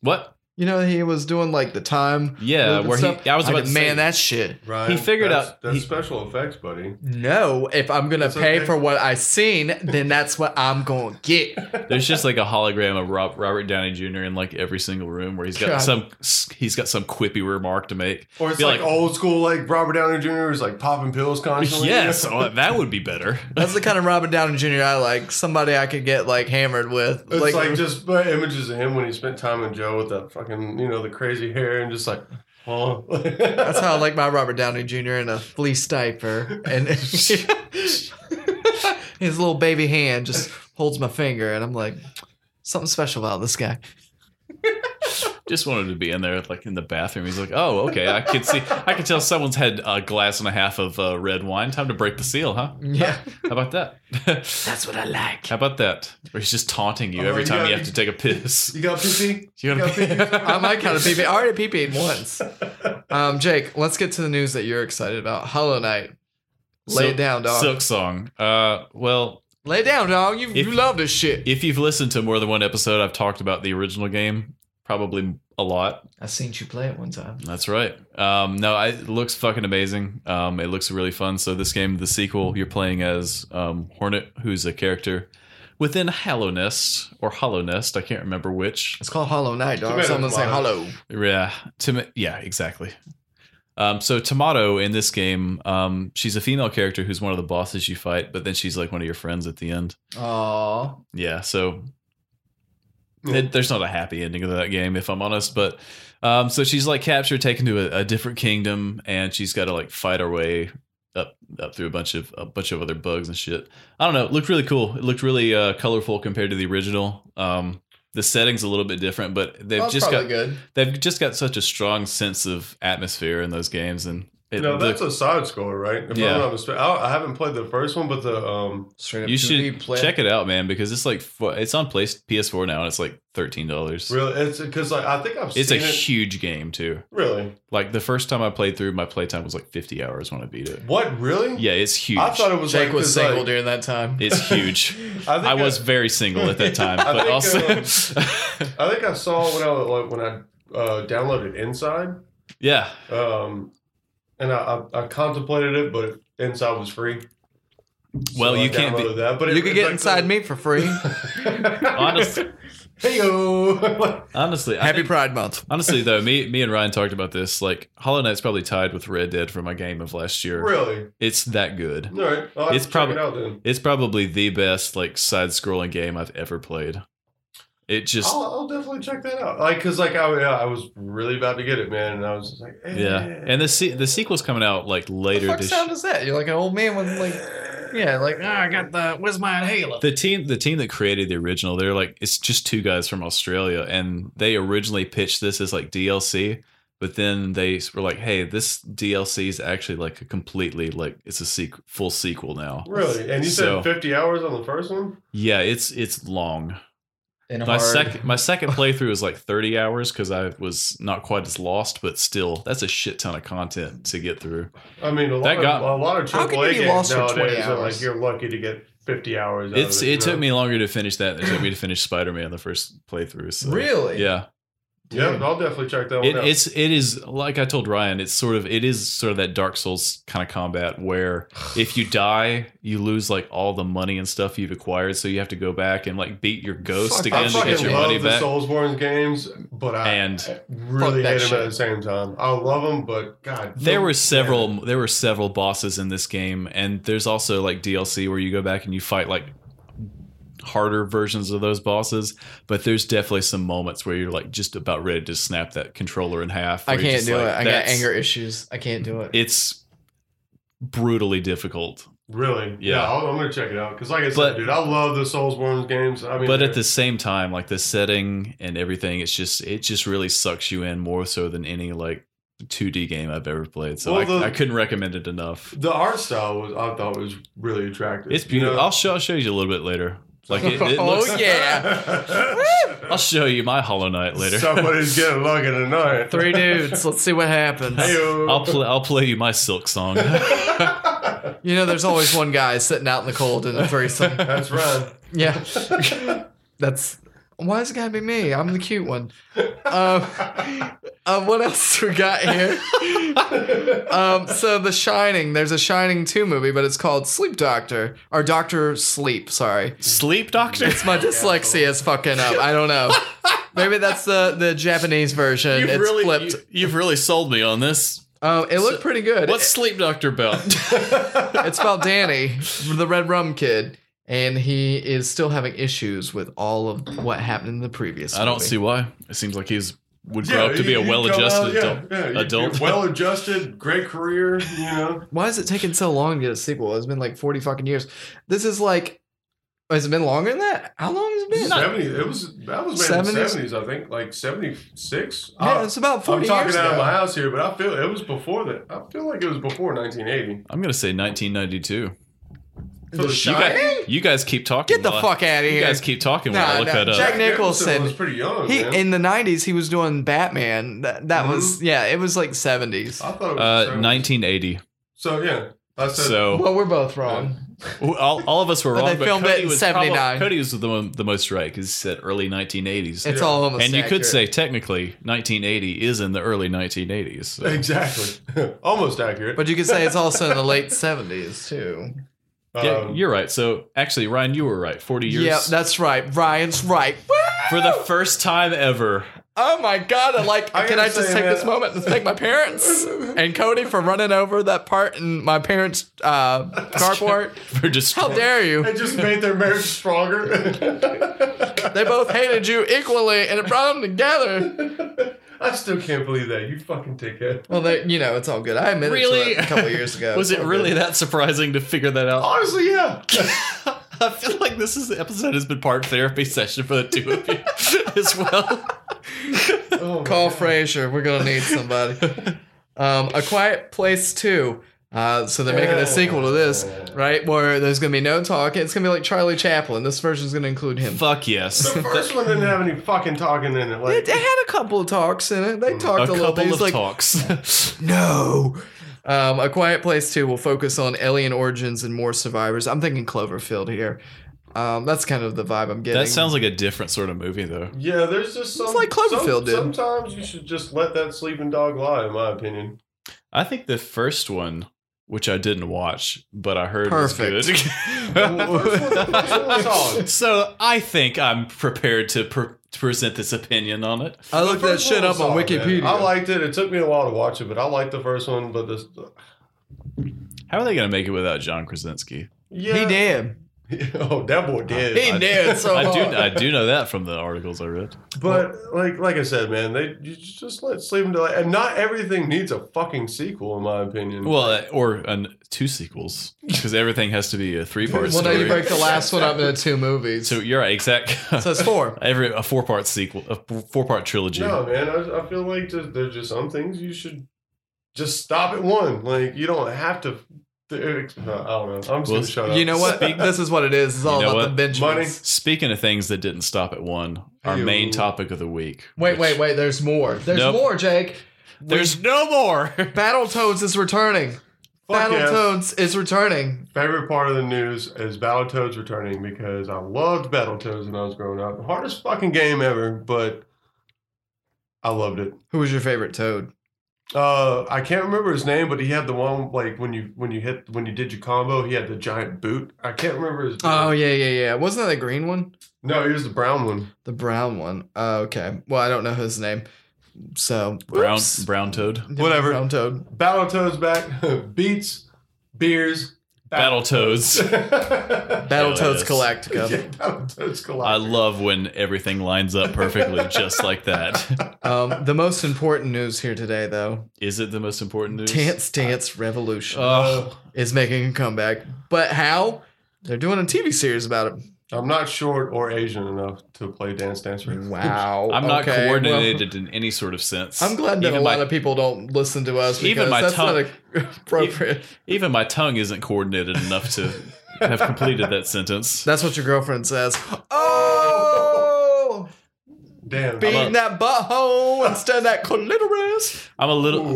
what? You know, he was doing like the time. Yeah, loop and where stuff. he. I was about could to man say, that shit. Ryan, He figured that's, out- That's he- special effects, buddy. No, if I'm gonna It's pay okay. for what I seen, then that's what I'm gonna get. There's just like a hologram of Rob, Robert Downey Jr. in like every single room where he's got God. some he's got some quippy remark to make. Or it's Be like, like- old school, like Robert Downey Jr. is like popping pills constantly. Yes, oh, that would be better. That's the kind of Robert Downey Jr. I like. Somebody I could get like hammered with. It's like, just uh, images of him when he spent time in jail with that fucking, you know, the crazy hair and just like, huh? that's how I like my Robert Downey Jr. in a fleece diaper, and his little baby hand just holds my finger, and I'm like, something special about this guy. Just wanted to be in there, like in the bathroom. He's like, "Oh, okay, I can see. I can tell someone's had a glass and a half of uh, red wine. Time to break the seal, huh? Yeah, How about that? that's what I like. How about that? Or he's just taunting you Oh, every you time gotta you have be- to take a piss. You got PC? You know what I mean? I might kind of pee. I already pee peed once. Um, Jake, let's get to the news that you're excited about. Hollow Knight. Lay Silk- it down, dog. Silk song. Uh, well, Lay down, dog. You, If- you love this shit. if you've listened to more than one episode, I've talked about the original game probably a lot. I seen you play it one time. That's right. Um, no, I, it looks fucking amazing. Um, it looks really fun. So this game, the sequel, you're playing as um, Hornet, who's a character within Hollow Nest or Hollow Nest. I can't remember which. It's called Hollow Knight, dog. Tomato, Someone say tomato. hollow. Yeah, Tom- yeah, exactly. Um, so Tomato in this game, um, she's a female character who's one of the bosses you fight, but then she's like one of your friends at the end. Aw. Yeah, so Yeah. it- there's not a happy ending of that game, if I'm honest. But um, so she's like captured, taken to a, a different kingdom, and she's got to like fight her way up up through a bunch of a bunch of other bugs and shit. I don't know. It looked really cool. It looked really uh, colorful compared to the original. Um, the setting's a little bit different, but they've That's just probably got good. they've just got such a strong sense of atmosphere in those games, and It- no, the- that's a side score, right? If Yeah. I'm not mistaken, I, I haven't played the first one, but the um, Straight up you 2D should play. check it out, man, because it's like fu- it's on place PS4 now, and it's like thirteen dollars. real it's because like, I think I've It's a seen it. huge game too. really, Like the first time I played through, my playtime was like fifty hours when I beat it. what really? Yeah, it's huge. I thought it was Jake like, was 'cause, single like, during that time. it's huge. I, think I was very single at that time, I but think, uh, also, I think I saw when I like, when I uh, downloaded Inside, yeah, um, and I, I, I contemplated it, but Inside was free. So Well, I you can't be- downloaded that, but you could get inside me for free. Honestly. Hey yo. honestly, I Happy think- Pride Month. honestly though, me me and Ryan talked about this. Like Hollow Knight's probably tied with Red Dead for my game of last year. Really? It's that good. All right. I'll have It's to check prob- it out then. It's probably the best like side-scrolling game I've ever played. It just I'll, I'll definitely check that out. Like, cause like I, yeah, I was really about to get it, man, and I was just like, eh. yeah, and the se- the sequel's coming out like What the later fuck this. sound is that? You're like an old man with like, yeah, like ah, I got the where's my inhaler? the team the team that created the original they're like it's just two guys from australia and they originally pitched this as like dlc but then they were like hey this dlc is actually like a completely like it's a sequ- full sequel now really. And you So- said fifty hours on the first one. yeah it's it's long And my hard. second my second playthrough was like 30 hours because i was not quite as lost but still that's a shit ton of content to get through I mean, a lot, That of, got- a lot of How AAA can you be games lost for 20 nowadays are like hours? you're lucky to get fifty hours. Out it's of it, it you took know? me longer to finish that than it took me to finish spider-man the first playthrough so Really? yeah Yeah, I'll definitely check Oh, that one it, out. it's it is like I told Ryan. It's sort of it is sort of that Dark Souls kind of combat where if you die, you lose like all the money and stuff you've acquired, so you have to go back and like beat your ghost Fuck, I again to fucking get your love money the back. Soulsborne games, but I And- really Fuck hate that them shit. at the same time. I love them, but God, There no- were several there were several bosses in this game, and there's also like DLC where you go back and you fight like harder versions of those bosses. But there's definitely some moments where you're like just about ready to snap that controller in half. I where you're can't just do like, it. I got "That's- anger issues. I can't do it. It's brutally difficult. Really? Yeah. I'll, I'm gonna check it out because, like I said, But- dude, I love the Soulsborne games. I mean, but at they're- the same time like the setting and everything it's just it just really sucks you in more so than any like 2d game i've ever played so Well, I, the- I couldn't recommend it enough the art style was, I thought was really attractive. it's beautiful You know? i'll show i'll show you a little bit later like it, it Oh, looks yeah. i'll show you my hollow knight later Somebody's getting lucky tonight. Three dudes. Let's see what happens. Hey-o. i'll play i'll play you my silk song uh, You know, there's always one guy sitting out in the cold in a threesome. That's right. Yeah, that's why does it gotta be me? I'm the cute one. Um, um, what else we got here? Um, so The Shining. There's a Shining Two movie, but it's called Sleep Doctor or Doctor Sleep. Sorry, sleep doctor it's my dyslexia is fucking up. I don't know. Maybe that's the the Japanese version. you've it's really flipped. You, have really sold me on this um, it looked pretty good. what's sleep doctor about it's about Danny, the Red Rum Kid, and he is still having issues with all of what happened in the previous. i don't movie. see why it seems like he's would grow up to be you- a you come well-adjusted out- adult yeah, yeah, you- adult. you're well-adjusted, great career. You know, Why is it taking so long to get a sequel? It's been like forty fucking years. This is like, has it been longer than that? How long has it been? seventy. It was that was made in the 70s? seventies, I think, like seventy-six. Yeah, it's about I'm forty talking years out of ago. my house here, but I feel it was before that. I feel like it was before 1980. I'm gonna say 1992. The You You Shining? guys, you guys keep talking. Get the while I- fuck out of You here! guys keep talking while I Nah, look nah, that up. Jack Nicholson. was pretty young. he man. in the nineties he was doing Batman. That, that Mm-hmm. was yeah, it was like seventies. I thought it was uh, so- 1980. So yeah, I said So Well, we're both wrong. all, all of us were But wrong. they filmed it Cody in was 79. Probably, Cody was the one, the most right because he said early 1980s. It's yeah. all almost. and you could accurate. say technically 1980 is in the early 1980s. so- exactly, almost accurate. but you could say it's also in the late seventies too. Yeah, Um, you're right. So actually, Ryan, you were right. 40 years. Yep, that's right. Ryan's right. Woo! for the first time ever. Oh my god! I like, I can gotta I just say, take man- this moment to thank my parents and Cody for running over that part in my parents' uh, carport? For just How dare you? it just made their marriage stronger. They both hated you equally, and it brought them together. I still can't believe that you fucking dickhead. Well, they, you know, it's all good. I admitted Really? to that a couple years ago. was It's it all really good. that surprising to figure that out? Honestly, yeah. I feel like this is the episode has been part therapy session for the two of you as well. Oh, my Call God. Frazier. We're gonna need somebody. Um, a Quiet Place 2. Uh, so they're making a sequel to this, right? Where there's gonna be no talking. It's gonna be like Charlie Chaplin. This version's gonna include him. Fuck yes. The first one didn't have any fucking talking in it. It, Like, it had a couple of talks in it. They talked Mm. a, a little bit. couple He's of like, talks. No. Um, a Quiet Place 2 will focus on alien origins and more survivors. I'm thinking Cloverfield here. Um, that's kind of the vibe I'm getting. that sounds like a different sort of movie, though. yeah, there's just some. like Cloverfield some, did. Sometimes you should just let that sleeping dog lie, in my opinion. I think the first one, which I didn't watch, but I heard was Perfect. good. so I think I'm prepared to, pre- to present this opinion on it. I looked The that first shit one up was on solid, man. Wikipedia. I liked it. It took me a while to watch it, but I liked the first one. But this, How are they going to make it without John Krasinski? yeah, He did. Oh, that boy did. He I- did so I do, hard. I do know that from the articles I read. But like, like I said, man, they you just let Sleeping Dog, and not everything needs a fucking sequel, in my opinion. Well, uh, or an, two sequels because everything has to be a three-part Well, now you story. break the last one up into two movies. so So, you're right, exact. it's four. Every a four-part sequel, a four-part trilogy. no, man, I, I feel like just, there's just some things you should just stop at one. Like you don't have to. there- uh, I don't know. I'm just Well, gonna shut up. You know what? Speak- this is what it is. It's all You know about what? the Benjamins. Money. Speaking of things that didn't stop at one, our Ew. main topic of the week. Wait, which- wait, wait. There's more. There's Nope. more, Jake. There's no more. Battletoads is returning. Fuck yes. Battletoads is returning. Favorite part of the news is Battletoads returning because I loved Battletoads when I was growing up. Hardest fucking game ever, but I loved it. Who was your favorite toad? Uh, I can't remember his name, but he had the one like when you when you hit when you did your combo, he had the giant boot. I can't remember his. Name. Oh yeah, yeah, yeah. Wasn't that the green one? no, he was the brown one. The brown one. Oh, okay. Well, I don't know his name. So Brown whoops. brown toad. Whatever. Brown toad. Battletoads back beats beers Battletoads. Battletoads. is. Battletoads yeah, Galactica. Battletoads I collide. love when everything lines up perfectly, just like that. Um, the most important news here today, though, Is it the most important news? Dance Dance Revolution Ugh. is making a comeback. But how? They're doing a TV series about it. I'm not short or Asian enough to play Dance Dance Revolution. Wow. I'm not Okay, well, coordinated in any sort of sense. I'm glad that even a lot my, of people don't listen to us because Even my that's tongue- not appropriate. even my tongue isn't coordinated enough to have completed that sentence. That's what your girlfriend says. Oh, Damn. beating that butthole instead of that clitoris. I'm a little.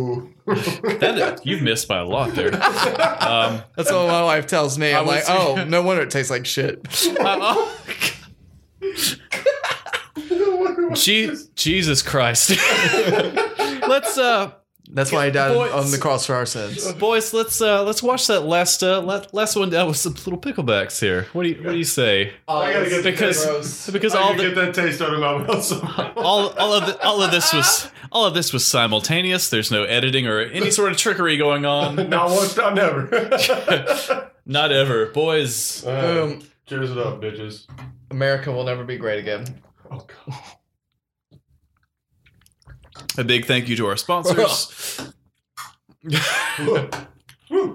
Ooh. That you've missed by a lot there. Um, That's what my wife tells me. I'm like, was- oh, no wonder it tastes like shit. I- oh, Je- Jesus Christ. Let's uh That's why he died Boys. on the cross for our sins. boys, let's uh let's watch that last uh la- last one down with some little picklebacks here. What do you what do you say? I gotta get Because because I all can the get that taste out of my mouth. somehow. all, all of the, all of this was all of this was simultaneous. There's no editing or any sort of trickery going on. Not once, not never. Not ever, boys. Uh, Um, cheers it up, bitches. America will never be great again. Oh, God. A big thank you to our sponsors.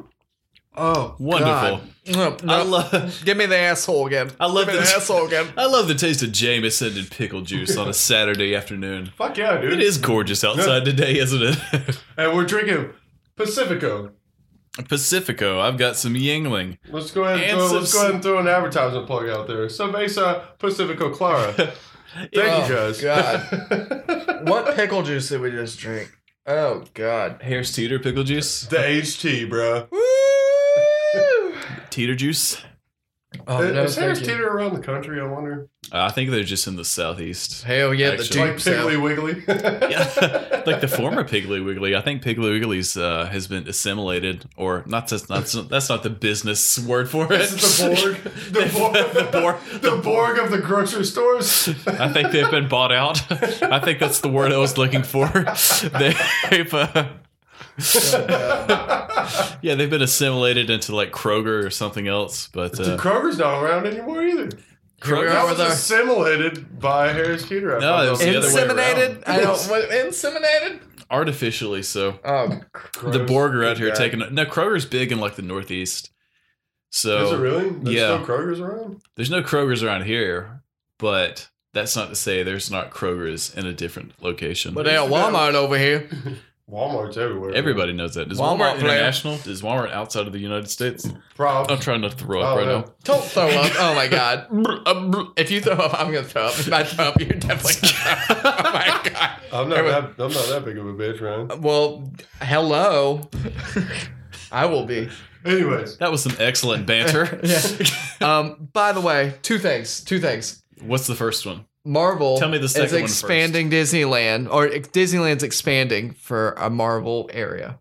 Oh, Wonderful. God. No, I no. love Give me the asshole again. I love Give me the that- asshole again. I love the taste of Jameson and pickle juice on a Saturday afternoon. Fuck yeah, dude. It is gorgeous outside today, isn't it? And we're drinking Pacifico. Pacifico. I've got some Yingling. Let's go ahead and, And throw, some let's go ahead and throw an advertisement plug out there. Cerveza Pacifico Clara. Thank you Oh, guys. God. What pickle juice did we just drink? Oh God. Harris Teeter pickle juice. the HT, bro. Woo! Teeter juice. Oh, is no, is Harris thank you. Teeter around the country? I wonder. Uh, I think they're just in the southeast. Hell yeah, Actually. the Like deep south. Piggly Wiggly. Yeah, like the former Piggly Wiggly. I think Piggly Wiggly's uh, has been assimilated, or not. That's not. That's not the business word for it. This is the Borg. The Borg. the Borg. The Borg of the grocery stores. I think they've been bought out. I think that's the word I was looking for. They've, uh, Oh, yeah, they've been assimilated into like Kroger or something else. But Dude, uh, Kroger's not around anymore either. Here we Kroger are That with was our- assimilated by Harris Teeter. I No, thought it that was was- the other way around. Inseminated? I don't. What, inseminated? artificially, so Oh, the Borg are out Good here guy. taking. No, Kroger's big in like the Northeast. So Is it really? There's Yeah. still Kroger's around? There's no Kroger's around here, but that's not to say there's not Kroger's in a different location. but they got Walmart over here. Walmart's everywhere. man. Everybody knows that. Is Walmart Walmart, player. international? Is Walmart outside of the United States? Prob. I'm trying not to throw Oh, up right no. now. Don't throw up. Oh my god. uh, If you throw up, I'm gonna throw up. If I throw up, you're definitely gonna throw up. Oh my god. I'm not that. I'm not that big of a bitch, man. Well, hello. I will be. Anyways, That was some excellent banter. Um, by the way, two things. Two things. What's the first one? Marvel Tell me the is second one first. expanding Disneyland, or Disneyland's expanding for a Marvel area.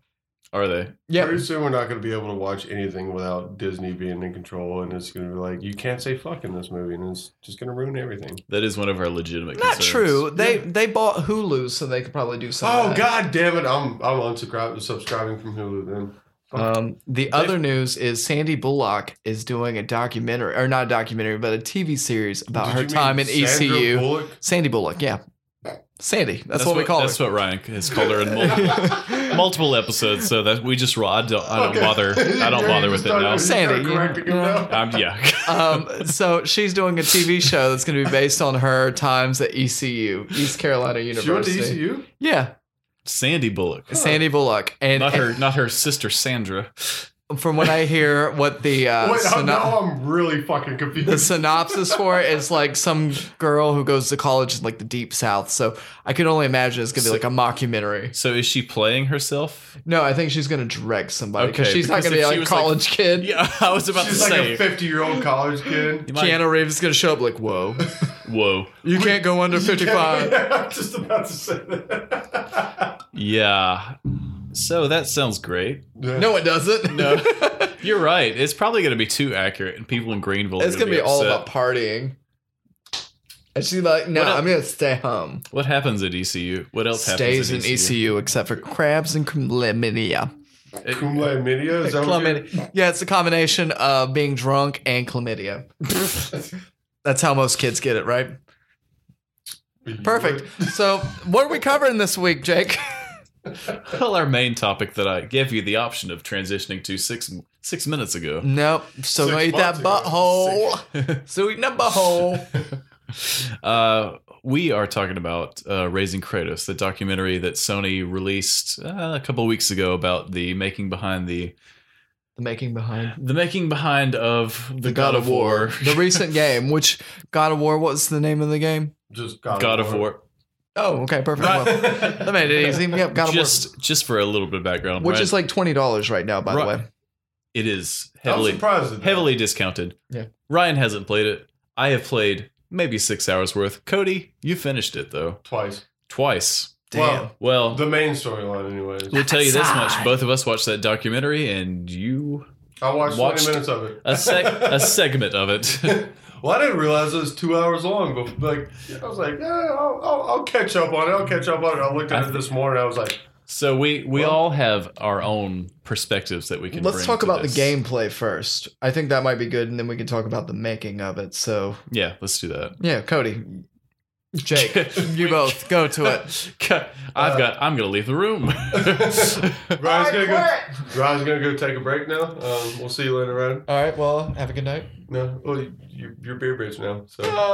Are they? Yeah, pretty soon we're not going to be able to watch anything without Disney being in control, and it's going to be like you can't say fuck in this movie, and it's just going to ruin everything. That is one of our legitimate not concerns. true. They they bought Hulu, so they could probably do Oh something. god damn it! I'm I'm unsubscribing subscribing from Hulu then. Um, the other news is Sandy Bullock is doing a documentary, or not a documentary, but a TV series about Did her you mean time E in Sandra ECU. Bullock? Sandy Bullock, yeah, Sandy. That's, what, we call That's her. what Ryan has called her in multiple, multiple episodes. So that we just I don't, I don't Okay. bother. I don't You bother just with it started- now. you started Sandy, you- correcting him now. I'm, yeah. um, so she's doing a TV show that's going to be based on her times at ECU, East Carolina She went to E University. ECU. Yeah, Sandy Bullock. Sandy Bullock, and, Not her, not her sister Sandra. and from what I hear, what the uh, Oh, Wait, syno- I'm, now I'm really fucking the confused. synopsis for it is like some girl who goes to college in like the deep south. So I can only imagine it's going to be like a mockumentary. So is she playing herself? No, I think she's gonna direct somebody. 'cause Okay, she's not because gonna if be she like was, like- college kid. Yeah, I was about She's to like say. a 50 year old college kid. You might- Keanu Reeves is gonna show up like, whoa, Whoa. you can't go under fifty five. Yeah, I'm just about to say that. Yeah. So that sounds great. No, it doesn't. No. You're right. It's probably going to be too accurate, and people in Greenville. Are it's gonna be, all upset. about partying. And she's like, no, What el- I'm gonna stay home. What happens at ECU? What else Stays in E happens E at ECU except for crabs and chlamydia. Cum laude media? Is that what you're- Chlamydia. Yeah, it's a combination of being drunk and chlamydia. That's how most kids get it, right? Perfect. So, what are we covering this week, Jake? Well, our main topic that I gave you the option of transitioning to six six minutes ago. Nope. So Six gonna eat that months ago. butthole. So eat that butthole. Uh, we are talking about uh, Raising Kratos, the documentary that Sony released uh, a couple weeks ago about the making behind the The making behind the making behind of the, God, of War, the recent game, which God of War. What's the name of the game? Just God, God of War. Oh, okay, perfect. Well, that made it easy. Yep, God of Just just for a little bit of background, War, which Ryan, is like twenty dollars right now, by Right. the way. it is heavily Heavily, I'm surprised. at that. heavily discounted. Yeah. Ryan hasn't played it. I have played maybe six hours worth. Cody, you finished it though Twice. twice. Well, Well, the main storyline, anyways. we'll tell you this much: Outside. both of us watched that documentary, and you I watched, watched 20 minutes of it. a sec a segment of it. well, I didn't realize it was two hours long, but like, I was like, yeah, I'll, I'll, I'll catch up on it. I'll catch up on it. I looked I at it this morning. I was like, so we we Well- all have our own perspectives that we can. Let's bring talk to about this. the gameplay first. I think that might be good, and then we can talk about the making of it. So, Yeah, let's do that. yeah, Cody, Jake, you both go to it. Uh, I've got. I'm gonna leave the room. Ryan's gonna go. Ryan's gonna go take a break now. Um, we'll see you later, Ryan. All right. Well, have a good night. No, well, you, you- you're beer bitch now. So no,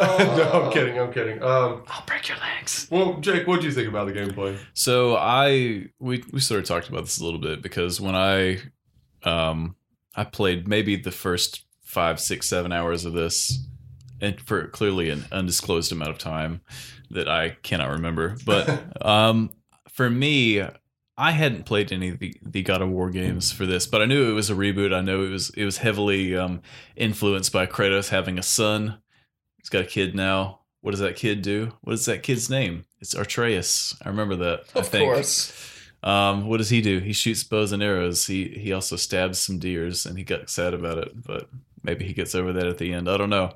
I'm kidding. I'm kidding. Um, I'll break your legs. well, Jake, what do you think about the gameplay? So I we we sort of talked about this a little bit because when I um I played maybe the first five, six, seven hours of this and for clearly an undisclosed amount of time that I cannot remember. But um for me I hadn't played any of the, the God of War games for this, but I knew it was a reboot. I know it was it was heavily um, influenced by Kratos having a son. He's got a kid now. What does that kid do? What is that kid's name? It's Artreus. I remember that. I think. Um, what does he do? He shoots bows and arrows. He he also stabs some deers, and he got sad about it. But maybe he gets over that at the end. I don't know.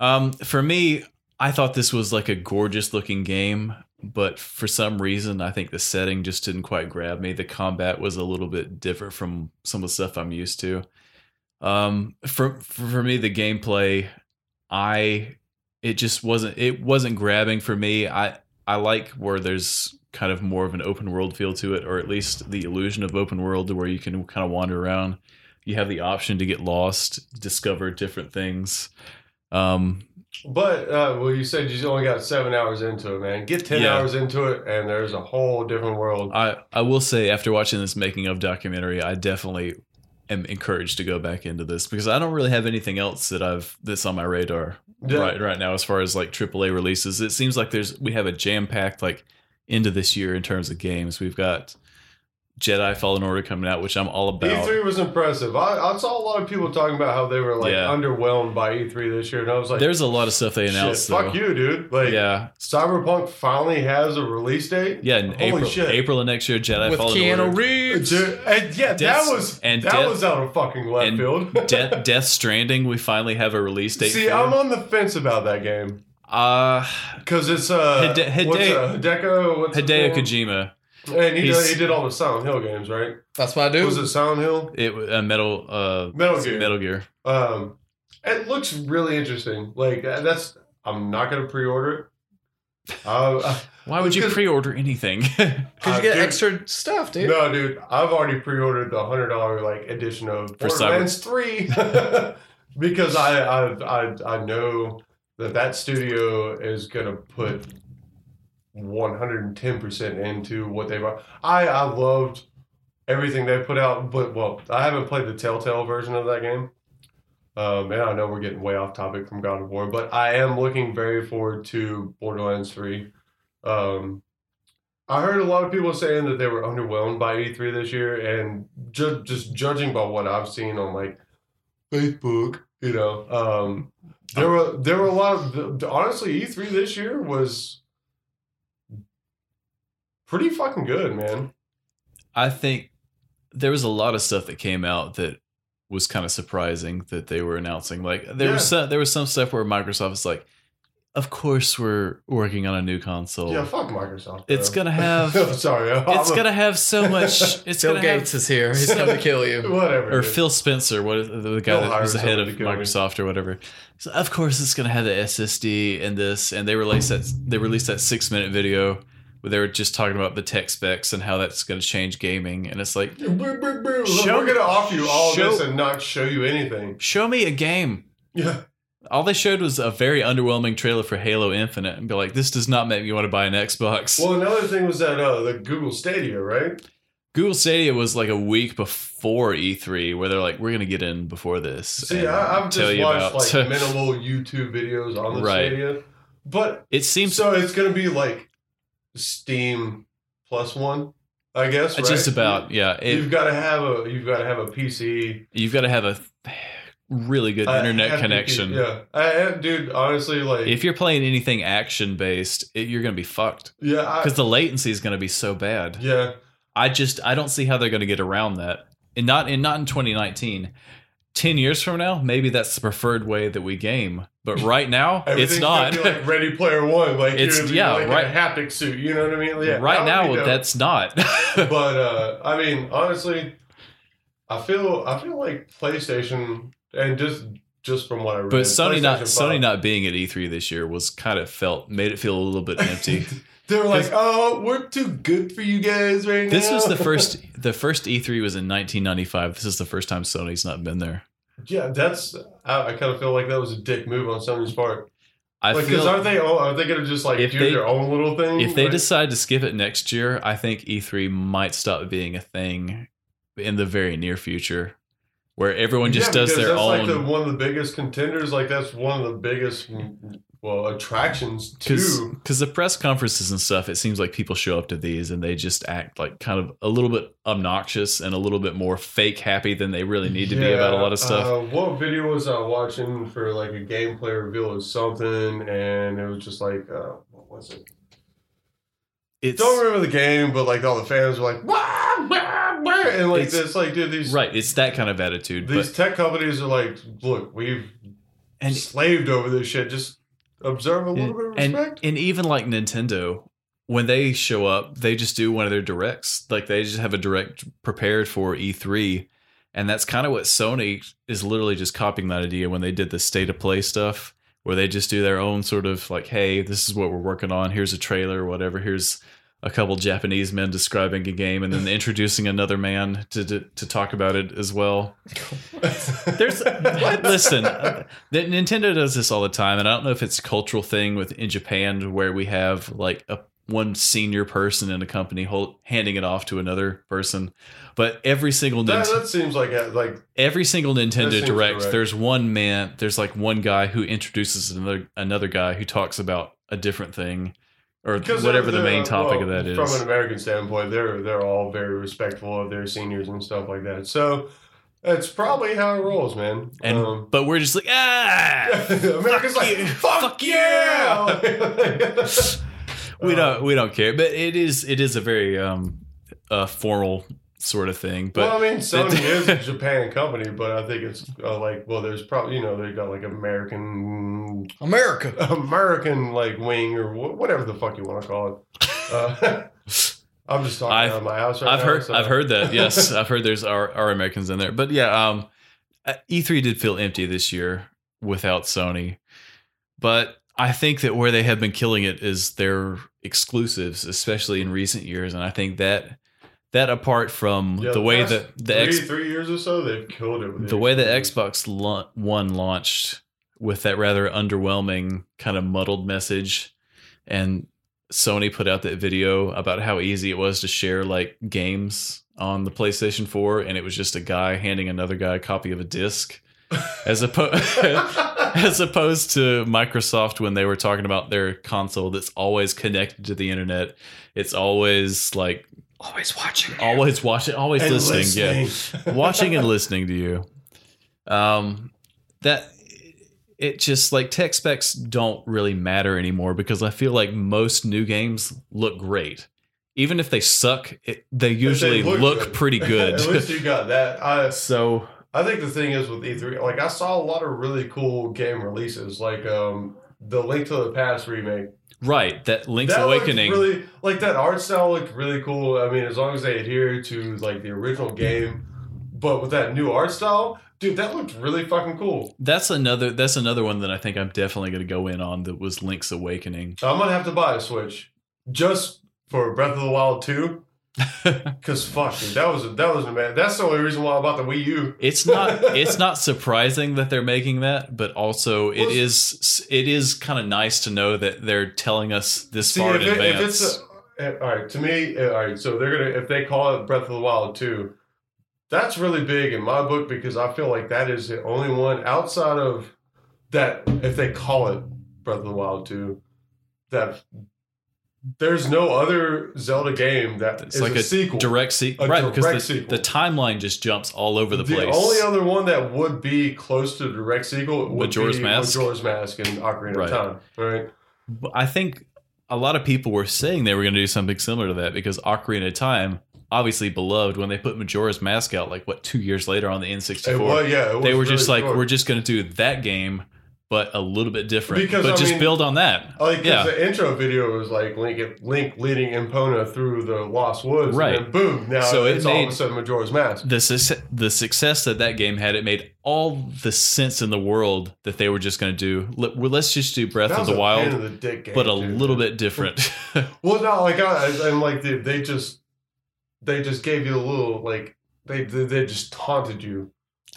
Um, for me, I thought this was like a gorgeous looking game, but for some reason, I think the setting just didn't quite grab me. The combat was a little bit different from some of the stuff I'm used to. Um, for for me, the gameplay, I it just wasn't it wasn't grabbing for me. I I like where there's kind of more of an open world feel to it, or at least the illusion of open world, where you can kind of wander around. You have the option to get lost, discover different things. Um, But uh, well, you said you only got seven hours into it, man. Get ten Yeah. Uh, hours into it, and there's a whole different world. I I will say after watching this making of documentary, I definitely am encouraged to go back into this because I don't really have anything else that I've that's on my radar Yeah. right right now as far as like AAA releases. It seems like there's we have a jam packed like end of this year in terms of games. We've got Jedi Fallen Order coming out, which I'm all about. E3 E was impressive. I, I saw a lot of people talking about how they were like Yeah. underwhelmed by E3 this year, and I was like, There's a lot of stuff they shit, announced. fuck though. you, dude. Like, Yeah, Cyberpunk finally has a release date. yeah. In Holy April, shit. April of next year, Jedi with Fallen Keanu Order. Reeves. Dude, and yeah, Death- that was and that Death- was out of fucking left and field. Death, Death Stranding. We finally have a release date. See, for. I'm on the fence about that game uh, because it's uh, Hide- Hide- what's, uh Hideko, what's his Hideo name? Kojima. and he He's- did, he did all the Silent Hill games, right? That's what I Was it do. Silent Hill? It w- uh, metal uh Metal Gear. Metal Gear. Um, it looks really interesting. Like uh, that's I'm not gonna pre-order it. Uh, Why would you Because- pre-order anything? Because Uh, you get dude. extra stuff, dude. no, dude, I've already pre-ordered the hundred dollar like edition of For Borderlands Three because I, I I I know that that studio is gonna put 110 percent into what they've. I I loved everything they put out, but well, I haven't played the Telltale version of that game. Um, and I know we're getting way off topic from God of War, but I am looking very forward to Borderlands 3. Um, I heard a lot of people saying that they were underwhelmed by E3 this year, and ju- just judging by what I've seen on like Facebook, you know, um, there were there were a lot of th- th- honestly E3 this year was pretty fucking good, man. I think there was a lot of stuff that came out that was kind of surprising that they were announcing. Like there was some, there was some stuff where Microsoft was like, "Of course we're working on a new console. Yeah, fuck Microsoft. Oh. It's bro. gonna have- Sorry, it's gonna have so much. It's Bill gonna Gates have." is here. He's going to kill you. whatever. Or dude. Phil Spencer, what is- the guy Phil that was the Hires head of somebody to go in. Microsoft or whatever. So of course it's gonna have the SSD and this, and they released that they released that six minute video where they were just talking about the tech specs and how that's gonna change gaming. And it's like, Boo, boo, boo. Look, Show- we're gonna offer you all show- this and not show you anything. show me a game. Yeah, All they showed was a very underwhelming trailer for Halo Infinite and be like, this does not make me want to buy an Xbox. Well, another thing was that uh, the Google Stadia, right? Google Stadia was like a week before E3 where they're like, we're going to get in before this. See, and I, I've tell just you watched about- like minimal YouTube videos on the Right. Stadia, but It seems so it's gonna be like Steam plus one, I guess. Right? Uh, just about, yeah. It, you've you've, got to have a you've got to have a PC got to have a really good uh, internet FTP, connection. Yeah, I, I- dude. Honestly, like If you're playing anything action based, you're going to be fucked yeah, I, because the latency is going to be so bad. yeah. I just I don't see how they're going to get around that, and not and not in 2019. Ten years from now, maybe that's the preferred way that we game. But right now, it's Everything's gonna not. be like Ready Player One. Like It's- you're, yeah, yeah, like right- a haptic suit. You know what I mean? Yeah, right now, that would be dope. that's not. But uh, I mean, honestly, I feel I feel like PlayStation and just just from what I read, but Sony not PlayStation Sony five, not being at E3 this year was kind of felt made it feel a little bit empty. They were like, 'Cause- "Oh, we're too good for you guys right now." this was the first the first E3 was in 1995. This is the first time Sony's not been there. Yeah, that's. I, I kind of feel like that was a dick move on Sony's part. I Like, because feel aren't they? All, are they going to just like If do they- their own little thing? if they Like, decide to skip it next year, I think E3 might stop being a thing in the very near future, where everyone just Yeah, does because their that's own. Like the, one of the biggest contenders. Like that's one of the biggest, well, attractions to. because the press conferences and stuff, it seems like people show up to these and they just act like kind of a little bit obnoxious and a little bit more fake happy than they really need to be about a lot of stuff. Uh, what video was I watching for like a gameplay reveal of something, and it was just like, uh, what was it? it's Don't remember the game, but like all the fans were like, wah, wah, wah, and like It's- this, like dude, these right. It's that kind of attitude. these But, tech companies are like, look, we've and slaved over this shit. Just observe a little bit of and, respect. and even like Nintendo, when they show up, they just do one of their directs. Like they just have a direct prepared for E3. And that's kind of what Sony is literally just copying that idea when they did the state of play stuff, where they just do their own sort of like, hey, this is what we're working on. Here's a trailer, whatever. Here's a couple Japanese men describing a game and then introducing another man to to, to talk about it as well. There's listen, uh, that Nintendo does this all the time, and I don't know if it's a cultural thing with in Japan where we have like a one senior person in a company hold, handing it off to another person, but every single that, Nintendo that seems like a, like every single Nintendo seems Direct, correct. there's one man, there's like one guy who introduces another another guy who talks about a different thing or because whatever the they're- main topic of well, that is. From an American standpoint, they're they're all very respectful of their seniors and stuff like that. So it's probably how it rolls, man. and Um, but we're just like ah America's fuck like you. fuck, Fuck yeah. we Uh, don't we don't care. But it is it is a very um uh formal sort of thing. But well, I mean, Sony is a Japan company, but I think it's uh, like, well, there's probably you know they got like American America. American like wing or wh- whatever the fuck you want to call it. Uh, I'm just talking I've- out of my house right I've now. heard so- I've heard that. Yes, I've heard there's our, our Americans in there. But yeah, um, uh, E3 did feel empty this year without Sony. But I think that where they have been killing it is their exclusives, especially in recent years, and I think that that apart from Yeah, the way past that the three, X, three years or so they've killed it. With the way the exclusives. Xbox lau- One launched with that rather underwhelming kind of muddled message, and Sony put out that video about how easy it was to share like games on the PlayStation 4, and it was just a guy handing another guy a copy of a disc, as opposed as opposed to Microsoft when they were talking about their console that's always connected to the internet, it's always like Always watching. always watching, always And listening, yeah watching and listening to you um that it just like tech specs don't really matter anymore because i feel like most new games look great even if they suck it, they usually They look, good. pretty good At least you got that. I so I think the thing is with E3, like I saw a lot of really cool game releases, like um the Link to the Past remake. right that link's That looked awakening really like that art style looked really cool. I mean, as long as they adhere to like the original game, but with that new art style, dude, that looked really fucking cool. that's another that's another one that i think i'm definitely going to go in on that was link's awakening I'm gonna have to buy a Switch just for Breath of the Wild 2. Cause fuck, dude, that was a, that was a man. That's the only reason why I bought the Wii U. it's not it's not surprising that they're making that but also it Well, is it is kind of nice to know that they're telling us this See, far if, in it, advance if it's a, all right to me, all right. So they're gonna if they call it Breath of the Wild two, that's really big in my book because I feel like that is the only one outside of that. If they call it Breath of the Wild two, that there's no other Zelda game that It's is like a, a, sequel. direct sequel, A right? Because direct the, sequel. the timeline just jumps all over the, the place. only other one that would be close to the direct sequel would Majora's be Mask? Majora's Mask and Ocarina Right. of Time, right? But I think a lot of people were saying they were going to do something similar to that because Ocarina of Time, obviously beloved, when they put Majora's Mask out, like what two years later on the N64, It was- yeah, it they was were just really like, short. we're just going to do that game, but a little bit different, Because, but I just mean, build on that. I Like 'cause Yeah. the intro video was like Link, Link leading Impona through the Lost Woods, Right. And then boom, now So it it's all of made- a sudden Majora's Mask. The, success, the success that that game had, it made all the sense in the world that they were just going to do. Let, well, let's just do Breath That of was the a Wild, pain in the dick game, but a dude. little bit different. Well, no, like I, I- I'm like dude, they just they just gave you a little like they they they just taunted you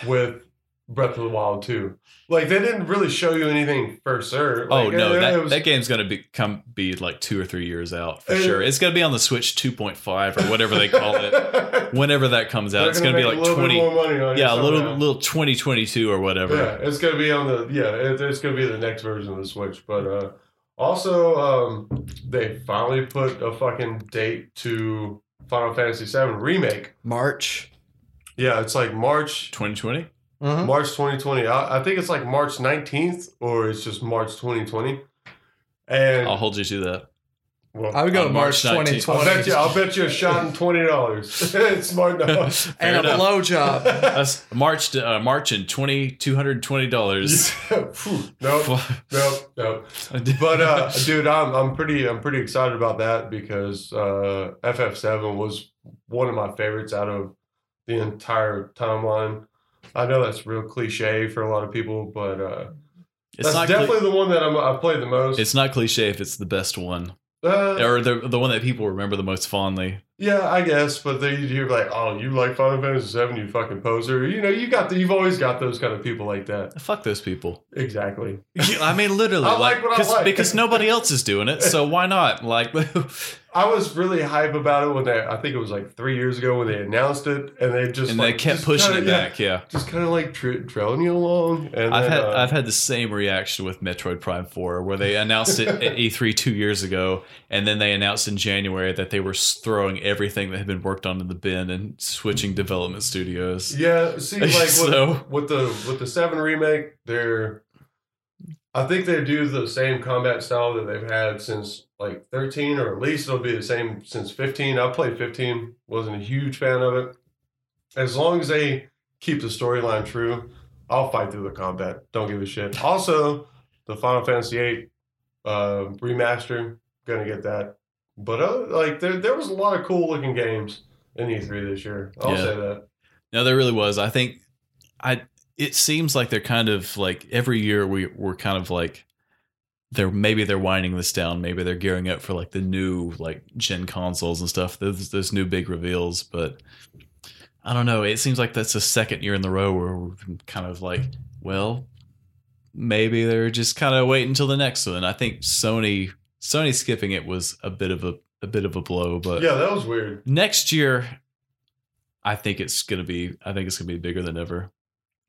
with Breath of the Wild too. Like they didn't really show you anything first, sir. Like, oh no, it- that, it was- that game's gonna be come be like two or three years out for Uh, sure. It's gonna be on the Switch 2.5 or whatever they call it. Whenever that comes out, They're it's gonna be like make a little bit 20. more money on it yeah, a little somehow. little 2022 or whatever. Yeah, it's gonna be on the yeah, it, it's gonna be the next version of the Switch. But uh also, um they finally put a fucking date to Final Fantasy VII remake. March. Yeah, it's like March 2020. Mhm. March 2020. I, I think it's like March 19th, or it's just March 2020. And I'll hold you to that. well, I would go On to March, March 19th. I'll 2020. bet you, I'll bet you a shot in twenty dollars. it's smart enough. Fair and a enough. blowjob. Us March to- uh, March and 20 220 dollars. Phew, nope, nope, nope. but uh, dude, I'm I'm pretty I'm pretty excited about that because uh, FF7 was one of my favorites out of the entire timeline. I know that's real cliche for a lot of people, but uh, it's that's not cli- definitely the one that I'm, I played the most. it's not cliche if it's the best one. Uh, or the the one that people remember the most fondly. yeah, I guess. But then you'd hear like, "Oh, you like Final Fantasy VII? You fucking poser." You know, you got the, you've always got those kind of people like that. Fuck those people. Exactly. I mean, literally, I like what I 'cause- like. because nobody else is doing it, so why not? Like, and I was really hype about it when they, I think it was like three years ago when they announced it, and they just they like, kept just pushing kinda- it yeah, back. Yeah, just kind of like tra- trailing you along. And I've then, had uh, I've had the same reaction with Metroid Prime Four, where they announced it at E3 two years ago, and then they announced in January that they were s- throwing everything that had been worked on in the bin and switching development studios. yeah. See, like with, So- with the with the seven remake, they're I think they do the same combat style that they've had since like thirteen, or at least it'll be the same since fifteen. I played fifteen, wasn't a huge fan of it. As long as they keep the storyline true, I'll fight through the combat. Don't give a shit. Also, the Final Fantasy VIII uh, remaster, gonna get that. But uh, like there, there was a lot of cool looking games in E3 this year. I'll Yeah. say that. No, there really was. I think I it seems like they're kind of like every year we we're kind of like they're maybe they're winding this down, maybe they're gearing up for like the new like gen consoles and stuff. Those those new big reveals, but I don't know. It seems like that's the second year in the row where we're kind of like, well, maybe they're just kind of waiting until the next one. I think Sony Sony skipping it was a bit of a a bit of a blow, but Yeah, that was weird. next year i think it's gonna be i think it's gonna be bigger than ever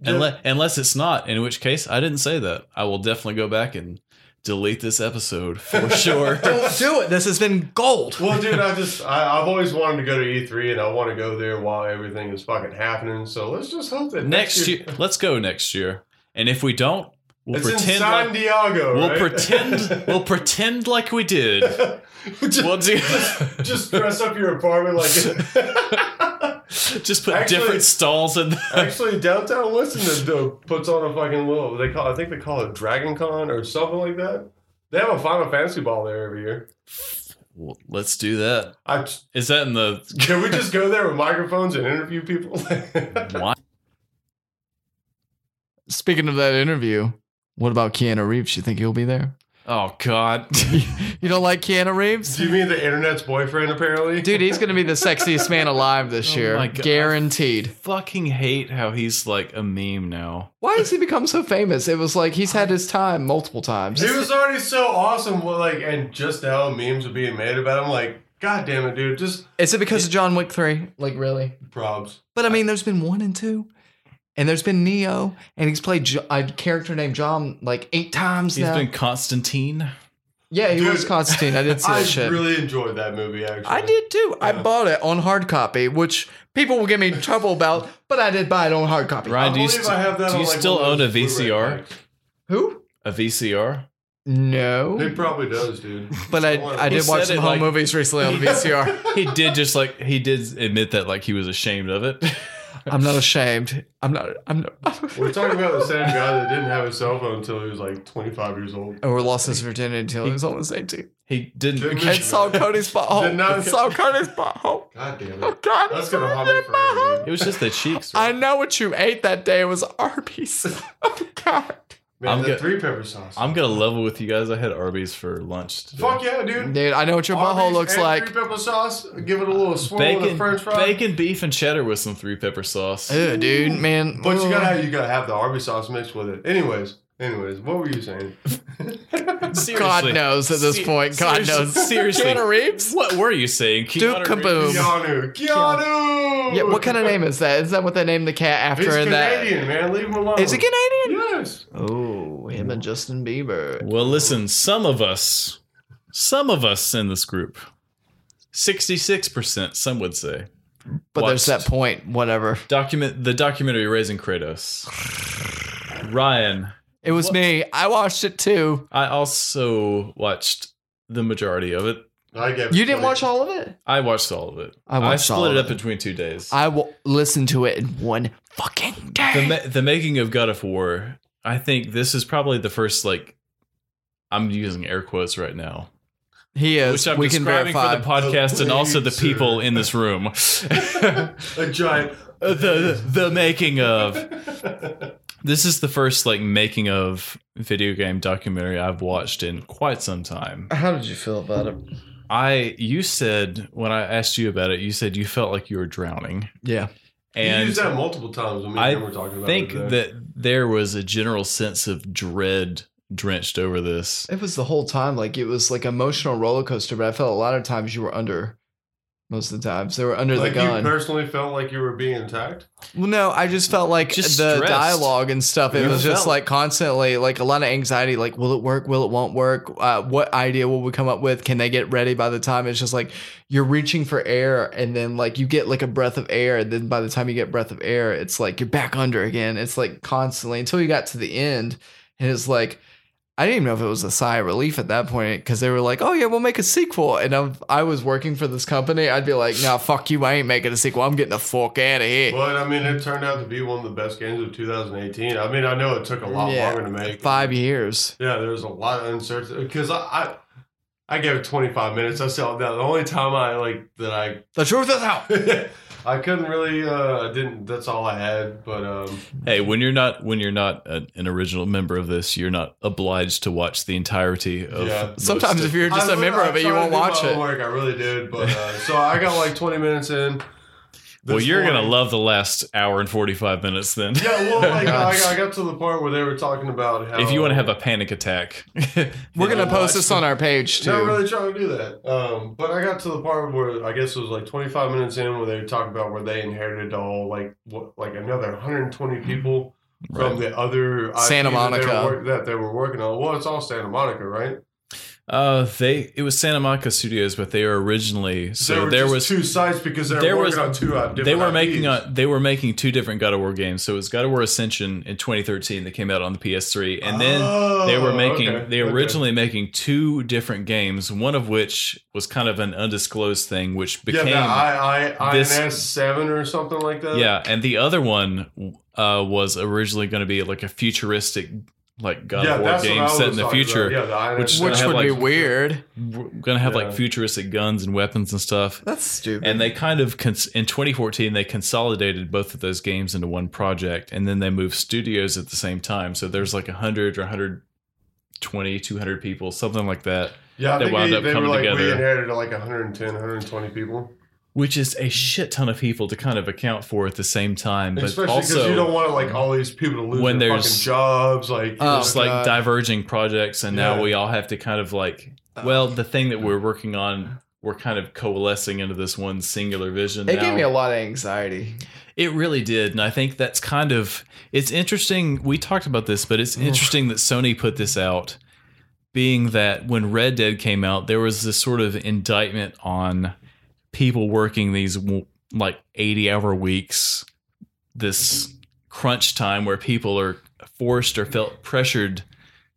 Yeah. unless, unless it's not in which case i didn't say that i will definitely go back and delete this episode for sure Don't do it. This has been gold. well, dude, I just I, I've always wanted to go to E3, and I want to go there while everything is fucking happening. So let's just hope that next, next year let's go next year and if we don't we'll it's in pretend San like, Diego. we'll right? pretend we'll pretend like we did just, we'll do just dress up your apartment like. just put Actually- different stalls in the, Actually, downtown Winston though, puts on a fucking little. They call I think they call it Dragon Con or something like that. They have a Final Fantasy ball there every year. Well, let's do that I, is that in the can we just go there with microphones and interview people? why Speaking of that interview, what about Keanu Reeves? You think he'll be there? oh god you don't like Keanu Reeves? Do you mean the internet's boyfriend? Apparently, Dude, he's going to be the sexiest man alive this Oh year. my God. Guaranteed. fucking hate how he's like a meme now Why has he become so famous? It was like he's had his time multiple times. He was already so awesome, well, like, and just how memes were being made about him. Like, god damn it, dude, just Is it because of John Wick 3? Like, really? probs. But I mean, there's been one and two, and there's been Neo, and he's played Jo- a character named John like eight times He's now. been Constantine. yeah, he Dude, was Constantine. I did see I that shit. really enjoyed that movie. Actually, I did too. I Yeah. bought it on hard copy, which people will give me trouble about, but I did buy it on hard copy. Ryan, I do you, believe st- I have that do on, you like, still one of own a those Blu-ray VCR? packs. Who? A VCR? He No. probably does, dude. But I, I He did watch said some it home like- movies recently on the VCR. He did just like he did admit that like he was ashamed of it. I'm not ashamed. I'm not. I'm. Not, We're talking about the same guy that didn't have a cell phone until he was like 25 years old. and we're lost his virginity until he was on the same team. he didn't. Didn't And saw Cody's butthole. Did not- And saw Cody's butthole. God damn Oh it, God. that's it's gonna right haunt there, me butthole. forever. It Dude. was just the cheeks. I know what you ate that day was Arby's. oh God. Man, I'm that go- three pepper sauce. I'm gonna level with you guys. I had Arby's for lunch today. Fuck yeah, dude. Dude, I know what your butthole Arby's looks and like. Three pepper sauce. Give it a little swirl of Bacon, French fries. bacon, beef, and cheddar with some three pepper sauce. Ew, dude, man. But you gotta you gotta have the Arby sauce mixed with it. Anyways, anyways, what were you saying? Seriously. God knows at this Se- point. God seriously- knows. Seriously. Keanu Reeves? What were you saying? Duke Keanu Reeves? Kaboom. Keanu, Keanu. Yeah, what kind of name is that? Is that what they named the cat after He's in Canadian, man. Leave him alone. that? Is it Canadian? Yes. Oh, him and Justin Bieber. Well, listen, some of us, some of us in this group, 66%, some would say, But there's Watched. that point, whatever. document the documentary Raising Kratos. Ryan, It was What? me. I watched it too. I also watched the majority of it. I gave it You didn't 20. watch all of it? I watched all of it. I watched split all of it up it. between two days. I w- listened to it in one fucking the, day. ma- the making of God of War. I think this is probably the first like I'm using air quotes right now, he is. which I'm We can describing verify. for the podcast and also the Please, sir. people in this room. a giant. the the making of This is the first like making of video game documentary I've watched in quite some time. How did you feel about it? I you said when I asked you about it, you said you felt like you were drowning. Yeah. you And used that multiple times when me I and him were talking about I think it. today. that there was a general sense of dread drenched over this. It was the whole time. Like it was like emotional roller coaster, but I felt a lot of times you were under. Most of the times they were under the like gun. you personally felt like you were being attacked. well, no, I just felt like Just the stressed. dialogue and stuff. It You was just felt- like constantly like a lot of anxiety. Like, will it work? Will it won't work? Uh, what idea will we come up with? Can they get ready by the time? It's just like you're reaching for air, and then like you get like a breath of air, and then by the time you get breath of air, it's like you're back under again. It's like constantly until you got to the end, and it's like I didn't even know if it was a sigh of relief at that point because they were like, "Oh yeah, we'll make a sequel." And I'm, I was working for this company. I'd be like, "Nah, fuck you. I ain't making a sequel. I'm getting the fuck out of here." But I mean, it turned out to be one of the best games of 2018. I mean, I know it took a lot Yeah. longer to make. Five years. Yeah, there was a lot of uncertainty because I, I I gave it 25 minutes. I saw that the only time I like that I The truth is out. I couldn't really uh I didn't that's all I had, but um Hey, when you're not when you're not a, an original member of this, you're not obliged to watch the entirety of. Yeah. most Sometimes of- if you're just I a member really- of it, I you won't tried to do watch my it. Homework, I really did, but uh, so I got like 20 minutes in. well, This you're gonna morning- love the last hour and forty five minutes then. Yeah, well, like I, I got to the part where they were talking about how if you want to have a panic attack, We're gonna Yeah, post watch this the- on our page too. Not really trying to do that. Um, but I got to the part where I guess it was like 25 minutes in where they were talking about where they inherited all like what like another 120 people from Mm-hmm. Right. the other IP Santa that they, Monica. were work- that they were working on. Well, it's all Santa Monica, right? uh, they it was Santa Monica Studios, but they were originally so there just was two sites because they were there was- working on two uh, different they were making IPs. a, they were making two different God of War games. So it was God of War Ascension in 2013 that came out on the PS3, and then they were Oh, making okay, they okay. originally making two different games. One of which was kind of an undisclosed thing, which became yeah, I, I, this- INS seven or something like that. yeah, and the other one uh, was originally going to be like a futuristic like God yeah, of War that's what I game was set in the talking about. future. Yeah, the INS which- Which have, would be like- weird. We're gonna have Yeah. like futuristic guns and weapons and stuff. That's stupid. And they kind of cons- in 2014 they consolidated both of those games into one project, and then they moved studios at the same time. So there's like 100 or 120, 200 people, something like that, yeah, I they think wound they, up they were coming like we together. inherited like 110, 120 people. which is a shit ton of people to kind of account for at the same time. But Especially because also you don't want like all these people to lose when their there's- fucking jobs. Like, Oh, it's it's like God. diverging projects, and now Yeah. we all have to kind of like, well, the thing that we're working on, we're kind of coalescing into this one singular vision. it now. gave me a lot of anxiety. It really did, and I think that's kind of it's interesting. We talked about this, but it's interesting that Sony put this out, being that when Red Dead came out, there was this sort of indictment on people working these w- like eighty-hour weeks, this crunch time where people are forced or felt pressured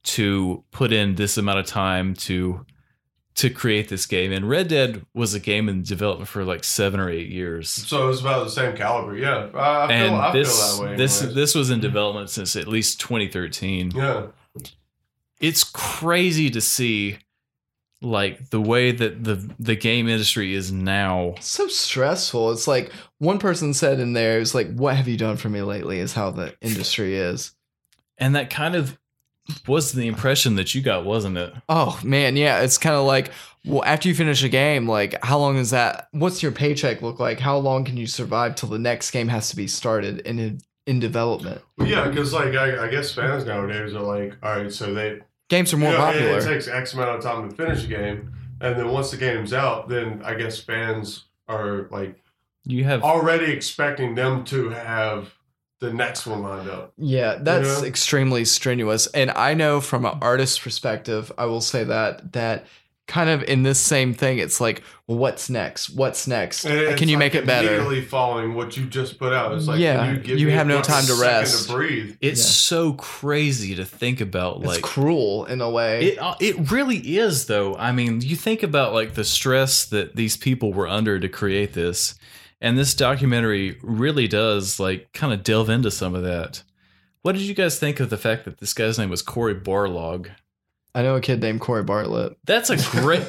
to put in this amount of time to to create this game. And Red Dead was a game in development for like seven or eight years so it's about the same caliber. Yeah, I, I feel, and I this feel that way. this anyways. this was in development since at least 2013. yeah, It's crazy to see like the way that the the game industry is now. so stressful. It's like one person said in there, it's like, what have you done for me lately? Is how the industry is. And that kind of was the impression that you got, wasn't it? Oh man, yeah. It's kind of like, well, after you finish a game, like, how long is that? What's your paycheck look like? How long can you survive till the next game has to be started and in, in development? Well, yeah, because like I, I guess fans nowadays are like, all right, so they Games are more Yeah, it- popular. It takes X amount of time to finish a game, and then once the game's out, then I guess fans are like You have already expecting them to have the next one lined up. Yeah, that's know? Mm-hmm. extremely strenuous. And I know from an artist's perspective, I will say that that kind of in this same thing, it's like, well, what's next? What's next? And it's Can you like make it better? Immediately following what you just put out, it's like Yeah, can you, give you me have no just a time to second rest. to breathe. it's yeah. so crazy to think about It's like cruel in a way. It uh, it really is though. I mean, you think about like the stress that these people were under to create this, and this documentary really does like kind of delve into some of that. What did you guys think of the fact that this guy's name was Corey Barlog? I know a kid named Corey Bartlett. That's a great.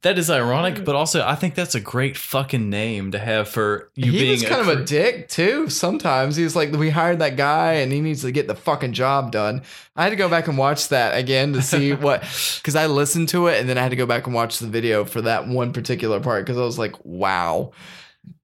That is ironic, but also I think that's a great fucking name to have for you he being was kind cr- of a dick too. Sometimes he was like, "We hired that guy, and he needs to get the fucking job done." I had to go back and watch that again to see what, because I listened to it and then I had to go back and watch the video for that one particular part because I was like, "Wow!"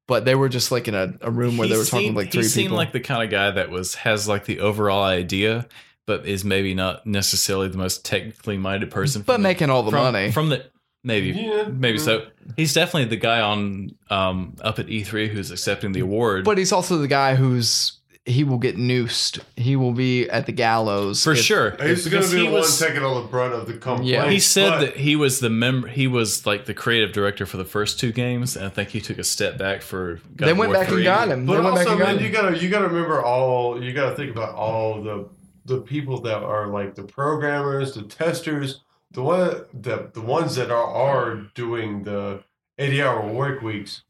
But they were just like in a, a room where He they were talking seemed- to, like three He seemed people. like the kind of guy that was has like the overall idea, but is maybe not necessarily the most technically minded person. but from the- making all the from, money. from the maybe Yeah. maybe so. He's definitely the guy on um up at E3 who's accepting the award. but he's also the guy who's he will get noosed. He will be at the gallows for if- sure, He's going because to be he the was- one taking all the brunt of the complaints. Yeah. He said but- that he was the member. He was like the creative director for the first two games, and I think he took a step back for. God They of went War back 3. and got him. They But went back also, and got man, him. you gotta you gotta remember all you gotta think about all the the people that are like the programmers, the testers, the one the the ones that are are doing the eighty hour work weeks,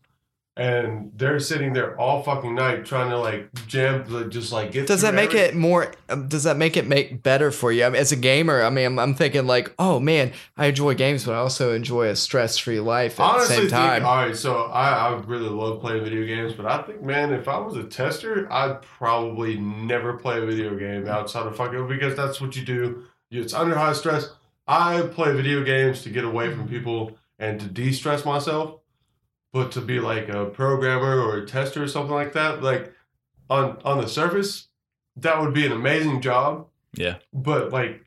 and they're sitting there all fucking night trying to like jam the just like get. Does through that make every- it more? um, Does that make it make better for you? I mean, as a gamer, I mean, I'm, I'm thinking like, oh man, I enjoy games, but I also enjoy a stress-free life at Honestly, the same think, time. all right. So I, I really love playing video games, but I think, man, if I was a tester, I'd probably never play a video game outside of fucking because that's what you do. You- It's under high stress. I play video games to get away from people and to de-stress myself. But to be like a programmer or a tester or something like that, like on on the surface, that would be an amazing job. Yeah. But like,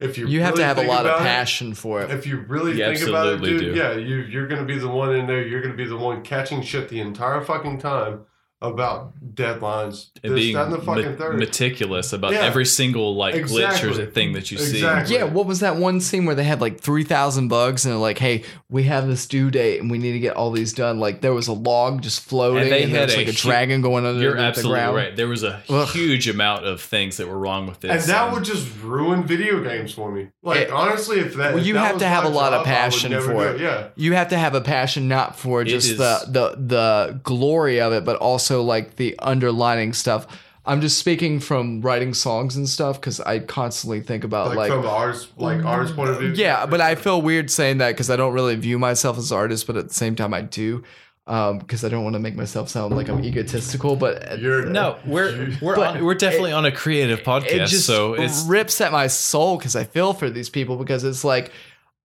if you you have really to have a think lot of about it- passion for it. if you really You think about it, absolutely dude, do. yeah, you, you're going to be the one in there. You're going to be the one catching shit the entire fucking time about deadlines. And this, being that, and the fucking me- third. meticulous about Yeah. every single like glitch Exactly. or thing that you Exactly. Yeah, what was that one scene where they had like 3,000 bugs and they're like, hey, we have this due date and we need to get all these done? Like there was a log just floating and, they there had was a like a hu- dragon going see. under You're the absolutely ground. right. There was a Ugh. huge amount of things that were wrong with this, and that would just ruin video games for me. Like, It- honestly, if that. Eh, Well, if you that have was to have my a lot of job, I would passion never for do it. Yeah. You have to have a passion not for It just is- the, the the glory of it, but also like the underlining stuff. I'm just speaking from writing songs and stuff because I constantly think about Like, Uh, like from the artist, like, artist point of view. yeah, but I feel weird saying that because I don't really view myself as an artist, but at the same time I do, because I don't want to make myself sound like I'm egotistical. But You're- no, we're we're But on, we're definitely on a creative podcast, it just so it's rips at my soul because I feel for these people because it's like.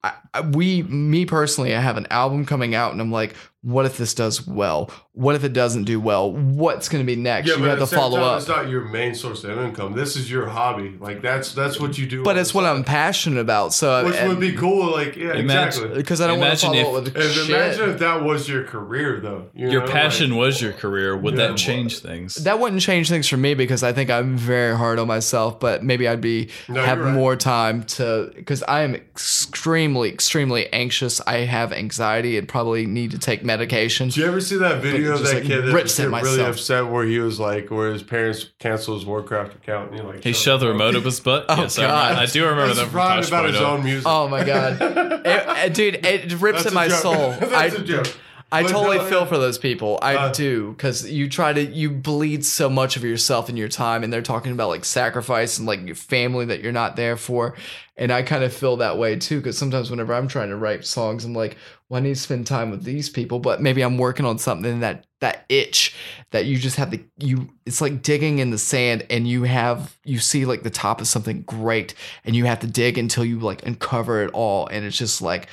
I, I- we, me personally, I have an album coming out, and I'm like, what if this does well? What if it doesn't do well? What's going to be next? Yeah, you but have at the to same follow time, up. It's not your main source of income. This is your hobby. Like that's that's what you do. but on it's the what side. I'm passionate about. So Which would be cool. Like yeah, Imagine- exactly. because I don't want to Imagine follow if- up with And shit. imagine if that was your career, though. You your know, like- passion was your career. Would Yeah. that change things? that wouldn't change things for me because I think I'm very hard on myself, but maybe I'd be No, have you're right. more time to because I am extremely, extremely anxious. I have anxiety and probably need to take medication. Did you ever see that video of just, that like, kid that rips was at really myself. upset where he was like, where his parents canceled his Warcraft account, and he like He shoved the remote up his butt. Oh, yes, God. I, I do remember He's that from right Tosh about his Point O. own music. Oh my god, It- it- dude, it rips That's at a my joke. soul. That's I- a joke. I But totally no, feel yeah. for those people. I Uh, do because you try to you bleed so much of yourself and your time, and they're talking about like sacrifice and like your family that you're not there for. And I kind of feel that way too because sometimes whenever I'm trying to write songs, I'm like, well, I need to spend time with these people, but maybe I'm working on something that that itch that you just have to you. It's like digging in the sand, and you have you see like the top of something great, and you have to dig until you like uncover it all, and it's just like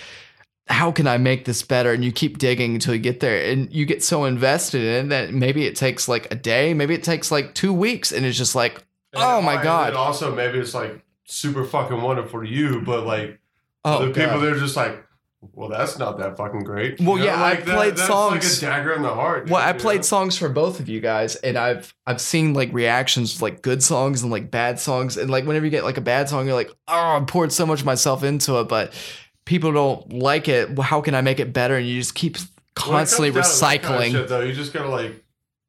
how can I make this better? And you keep digging until you get there. And you get so invested in it that maybe it takes like a day, maybe it takes like two weeks. And it's just like, And- Oh my and God. then also, maybe it's like super fucking wonderful to you, but like oh, the people, God. they're just like, well, that's not that fucking great. Well, yeah, I played that's songs- like a dagger in the heart. well, dude, I you know? played songs for both of you guys, and I've I've seen like reactions, like good songs and like bad songs, and like whenever you get like a bad song, you're like, oh, I poured so much of myself into it, but people don't like it. Well, how can I make it better? And you just keep When it comes constantly down to that kind of recycling. shit, though, you just gotta like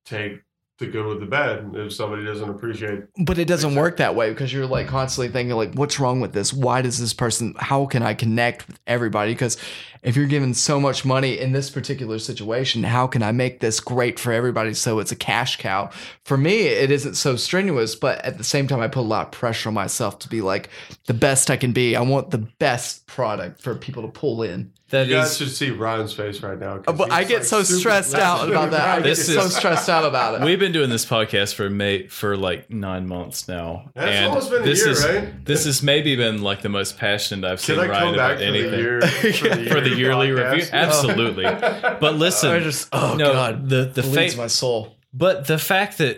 take the good with the bad. If somebody doesn't appreciate but it doesn't work that way because you're like constantly thinking like what's wrong with this why does this person how can i connect with everybody because if you're given so much money in this particular situation how can i make this great for everybody so it's a cash cow for me it isn't so strenuous but at the same time i put a lot of pressure on myself to be like the best i can be i want the best product for people to pull in That You guys is- should see Ryan's face right now. Uh, 'cause But I he's, get like, so super- stressed out about that. I get This so is- stressed out about it. We've been doing this podcast for May for like nine months now. That's and almost been a this year, is, right? This has maybe been like the most passionate I've Can seen I Ryan come about back for anything. the year the For the yearly review? podcast? Absolutely. But I listen, just, oh no, god, the the the fa- my soul. but the fact that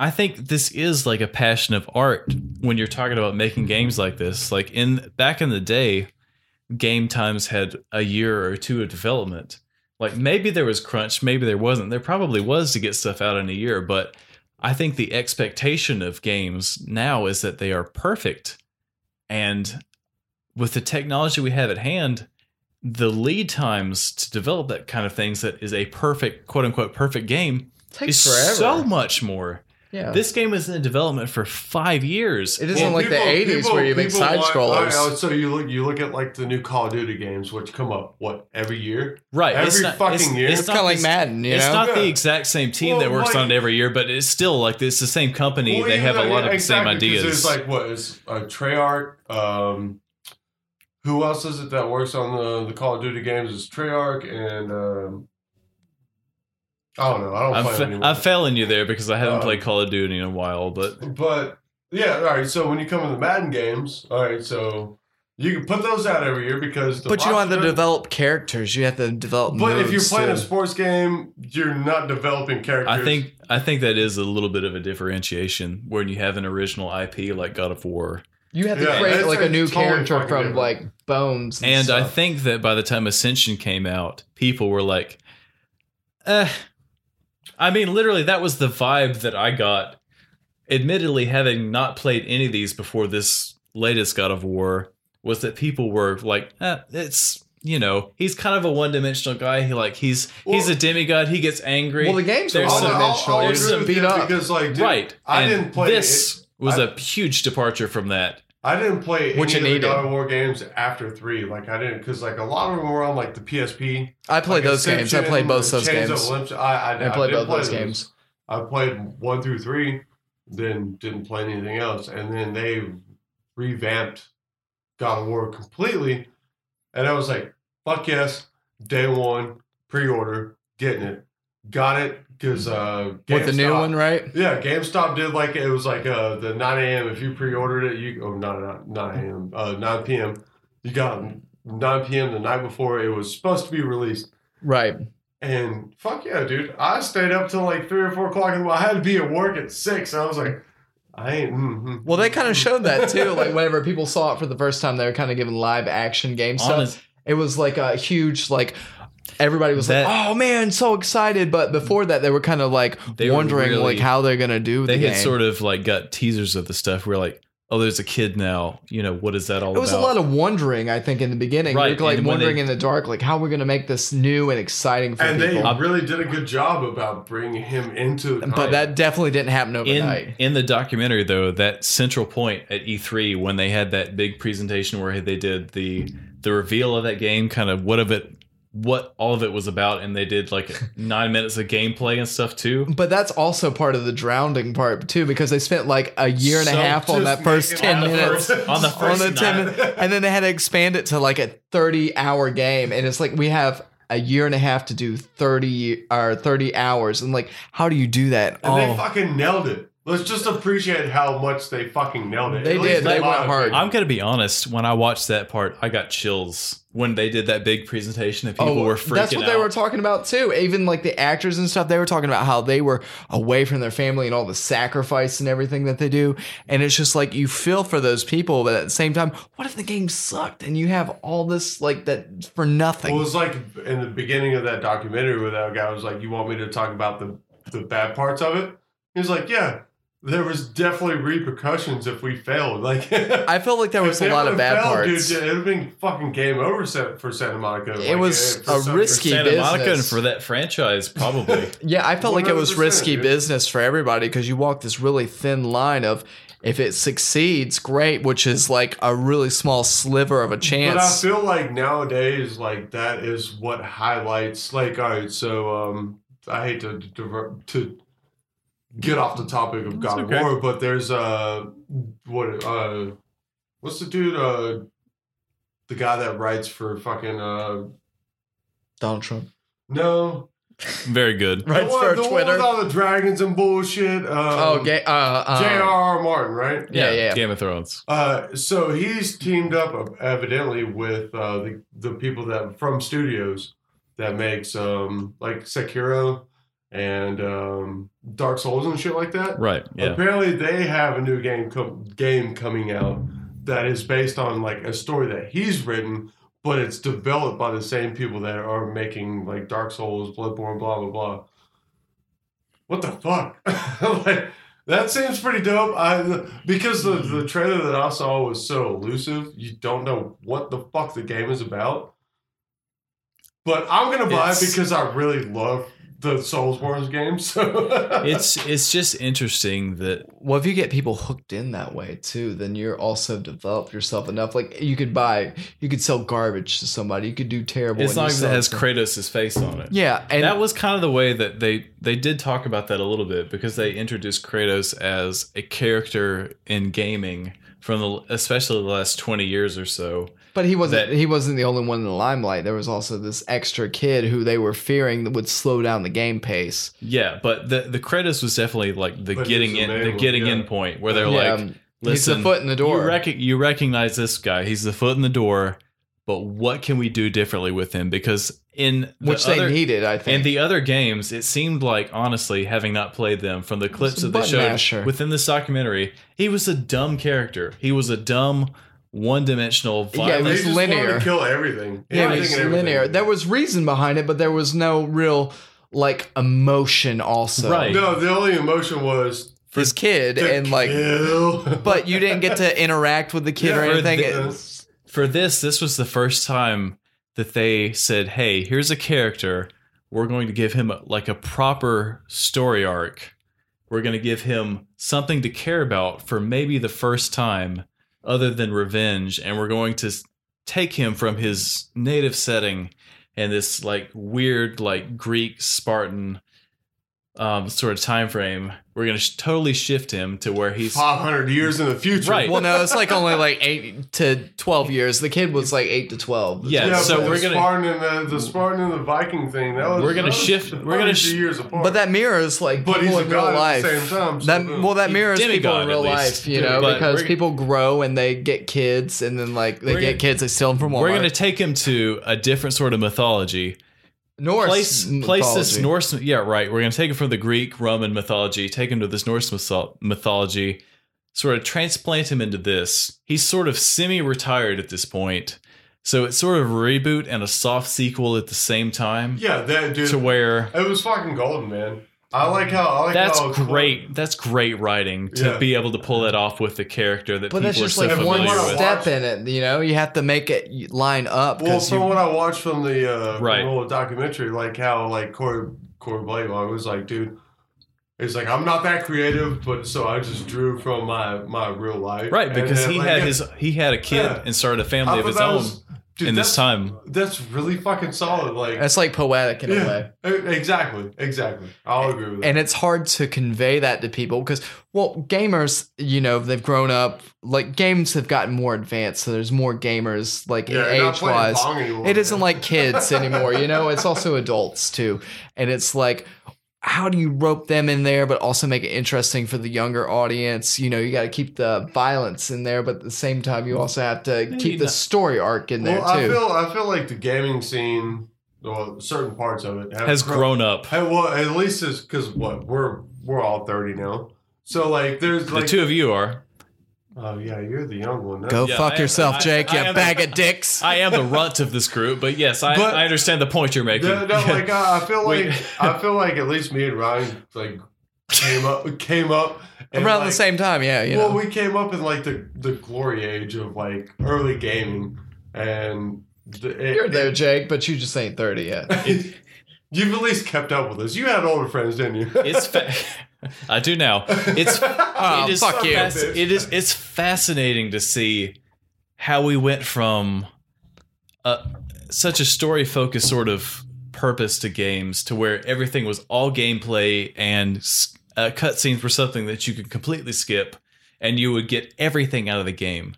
I think this is like a passion of art when you're talking about making games like this. Like in back in the day, game times had a year or two of development. Like maybe there was crunch, maybe there wasn't. There probably was to get stuff out in a year, but I think the expectation of games now is that they are perfect. And with the technology we have at hand, the lead times to develop that kind of things that is a perfect, quote unquote, perfect game takes is forever. so much more. yeah. This game is in development for five years. it isn't like the people- 80s where people- you make people side want- scrollers. I know, so you look, you look at like the new Call of Duty games, which come up what every year. right. Every it's not, fucking it's- year. It's, It's it's kind not of like this- Madden, you It's know. not the Yeah. exact same team Well, that works like- on it every year, but it's still like it's the same company. Well, they even have a though- lot of exactly, 'cause the same ideas. There's like what is uh, Treyarch? Um, who else is it that works on the, the Call of Duty games? Is Treyarch and um, I don't know. I don't I'm, play fa- them anymore. I'm failing you there because I haven't Uh, played Call of Duty in a while, but But yeah, all right. So when you come to the Madden games, all right, so you can put those out every year because the but you don't have to roster- develop characters. You have to develop. But if you're moves, playing a too. sports game, you're not developing characters. I think I think that is a little bit of a differentiation when you have an original IP like God of War. you have to Yeah, create it's like a a new totally character fucking from different. like bones. And, And I stuff. think that by the time Ascension came out, people were like, eh. I mean, literally, that was the vibe that I got. Admittedly, having not played any of these before this latest God of War, was that people were like, eh, it's. You know, he's kind of a one-dimensional guy. He like he's he's Well- a demigod. He gets angry. well, the game's There's I'll, some- I'll, I'll there's agree some with beat you up. because like dude, right. I And didn't play This was I- a huge departure from that. I didn't play What any you of the needed. God of War games after three. Like I didn't because like a lot of them were on like the PSP. I played like, those games. I Ascension, played both those Chains of games. Olympus. I, I, I played did both play those those. games. I played one through three, then didn't play anything else, and then they revamped God of War completely, and I was like, "Fuck yes!" Day one, pre-order, getting it, got it because uh, With the new GameStop- one, right? yeah, GameStop did like it was like uh the 9 a.m. If you pre-ordered it, you oh not not 9 a.m. uh 9 p.m. You got 9 p.m. the night before it was supposed to be released. Right. And fuck yeah, dude! I stayed up till like three or four o'clock. And I had to be at work at six. And I was like, I ain't. Mm-hmm. Well, they kind of showed that too. Like whenever people saw it for the first time, they were kind of giving live action game stuff. Honest- It was like a huge like. Everybody was That- like, "Oh man, so excited!" But before that, they were kind of like They were wondering really- like how they're gonna do. they the had game. sort of like got teasers of the stuff where like oh there's a kid now you know what is that all It was about a lot of wondering, I think, in the beginning. Right, You're like and when wondering they- in the dark, like how we're gonna make this new and exciting for and they people. really did a good job about bringing him into. the but that definitely didn't happen overnight. in in the documentary though that central point at E3 when they had that big presentation where they did the the reveal of that game kind of what of it what all of it was about and they did like 9 minutes of gameplay and stuff too but that's also part of the drowning part too, because they spent like a year and a So half on just that first make it ten on the minutes. first, on the on first the 10 nine- minutes. And then they had to expand it to like a 30 hour game. And it's like, we have a year and a half to do 30 or 30 hours. And like, how do you do that? and they Oh, fucking nailed it. Let's just appreciate how much they fucking nailed it. They At least did. They in my went opinion. hard. I'm gonna be honest. When I watched that part, I got chills when they did that big presentation and people oh, were freaking that's what they out. were talking about too. Even like the actors and stuff, they were talking about how they were away from their family and all the sacrifice and everything that they do. And it's just like you feel for those people, but at the same time, what if the game sucked and you have all this like that for nothing? Well, it was like in the beginning of that documentary where that guy was like, "You want me to talk about the the bad parts of it?" He was like, "Yeah, there was definitely repercussions if we failed." Like, I felt like there was a lot of bad parts. Dude, it'd have been fucking game over set for Santa Monica. It Like, eh, was for a Santa- risky Santa Monica and business. for that franchise probably. Yeah, I felt like it was 100%, risky dude. business for everybody because you walk this really thin line of if it succeeds, great, which is like a really small sliver of a But I chance. feel like nowadays, like that is what highlights. Like, all right, so um, I hate to divert to get off the topic of God okay. of War, but there's uh, what uh, what's the dude uh, the guy that writes for fucking uh Donald Trump. no Very good. the Writes one- for the one Twitter. with all the dragons and bullshit. Um, oh, ga- uh, um, J.R.R. Martin, right? Yeah, yeah. Game of Thrones. Uh, so he's teamed up uh, evidently with uh, the the people that from studios that makes um like Sekiro and um, Dark Souls and shit like that. Right. Yeah. Apparently, they have a new game com- game coming out that is based on like a story that he's written, but it's developed by the same people that are making like Dark Souls, Bloodborne, blah blah blah. What the fuck? like that seems pretty dope. I because the the trailer that I saw was so elusive, you don't know what the fuck the game is about. But I'm gonna buy it It's- because I really love the Soulsborne game. So It's it's just interesting that Well, if you get people hooked in that way too, then you're also developed yourself enough. Like you could buy, you could sell garbage to somebody. You could do terrible. as and you long as it sell has some- Kratos' face on it. Yeah, and that was kind of the way that they they did talk about that a little bit because they introduced Kratos as a character in gaming from the especially the last 20 years or so. But he wasn't. that- he wasn't the only one in the limelight. There was also this extra kid who they were fearing that would slow down the game pace. Yeah, but the the Kratos was definitely like the But getting he's in the available, getting yeah. in point where they're Yeah, like um, he's listen the foot in the door. You, rec- you recognize this guy. He's the foot in the door, but what can we do differently with him? Because in the which other- they needed, I And think. the other games, it seemed like, honestly, having not played them from the clips He's a that they button showed masher. within this documentary, he was a dumb character. He was a dumb, one dimensional Yeah, it They violent. was just wanted linear. to kill everything. Yeah, Everything it was and everything. linear. There was reason behind it, but there was no real like emotion. Also, Right. no. The only emotion was For his kid to and like, kill. but you didn't get to interact with the kid Yeah, or or anything. the- It's- For this, this was the first time that they said, hey, here's a character. We're going to give him like a proper story arc. We're going to give him something to care about for maybe the first time, other than revenge. And we're going to s- take him from his native setting and this like weird, like Greek Spartan um, sort of time frame. We're going to sh- totally shift him to where he's. five hundred years in the future. Right. well, no, it's like only like eight to twelve years. The kid was like eight to twelve. Yeah, Yeah, so but we're the gonna Spartan and the, the Spartan and the Viking thing. That was We're gonna that was shift- we're gonna 100 sh- years apart. But that mirrors like But he's people a in real god life. at the same time. So That boom. well, that He's mirrors people demigod, in real at least. life, you know, But because we're- people grow and they get kids, and then like they We're get gonna- kids, they steal them from Walmart. We're going to take him to a different sort of mythology. Norse place place this mythology. Norse. Yeah, right. We're going to take him from the Greek Roman mythology, take him to this Norse mytho- mythology, sort of transplant him into this. He's sort of semi-retired at this point, so it's sort of a reboot and a soft sequel at the same time. yeah, that dude. to where it was fucking golden, man. I like how I like that's how great. That's great writing to Yeah. be able to pull that off with the character that But that's people are just so like one familiar Everyone- with. step in it. You know, you have to make it line up. Well, 'cause from you- what I watched from the uh, Right. from the little documentary, like how like Corey Corey Blaylock was like, dude, it's like I'm not that creative, but so I just drew from my my real life, Right, And because then, he like, had yeah, his he had a kid Yeah. and started a family I of thought his that own was- dude, in this that's- time. That's really fucking solid. Like It's like poetic in a way. yeah, e- exactly, exactly. I'll agree with that. and it's hard to convey that to people because well gamers you know they've grown up like games have gotten more advanced so there's more gamers like Yeah, you're not age playing wise Pong anymore, it isn't man. like kids anymore you know it's also adults too and it's like how do you rope them in there but also make it interesting for the younger audience you know you got to keep the violence in there but at the same time you also have to keep the not- story arc in there well, I too feel I feel like the gaming scene, well, certain parts of it have Has grown- grown up. Hey, well, at least it's because what we're we're all thirty now. So like, there's the like, two of you are. oh yeah, you're the young one. go Yeah, fuck I- yourself I- jake I you am- bag of dicks I am the runt of this group, but yes, I, But- I understand the point you're making. No, no, like I, I feel Wait. like I feel like at least me and Ryan like came up came up and, around the like, same time yeah you well, know we came up in like the the glory age of like early gaming, and the, it- You're there, Jake, but you just ain't 30 yet. You've at least kept up with us. You had older friends, didn't you? It's fa- I do now. It's uh, Oh, it is fuck you. fasc- it is it's fascinating to see how we went from uh, such a story focused sort of purpose to games to where everything was all gameplay and s- uh, cutscenes were something that you could completely skip and you would get everything out of the game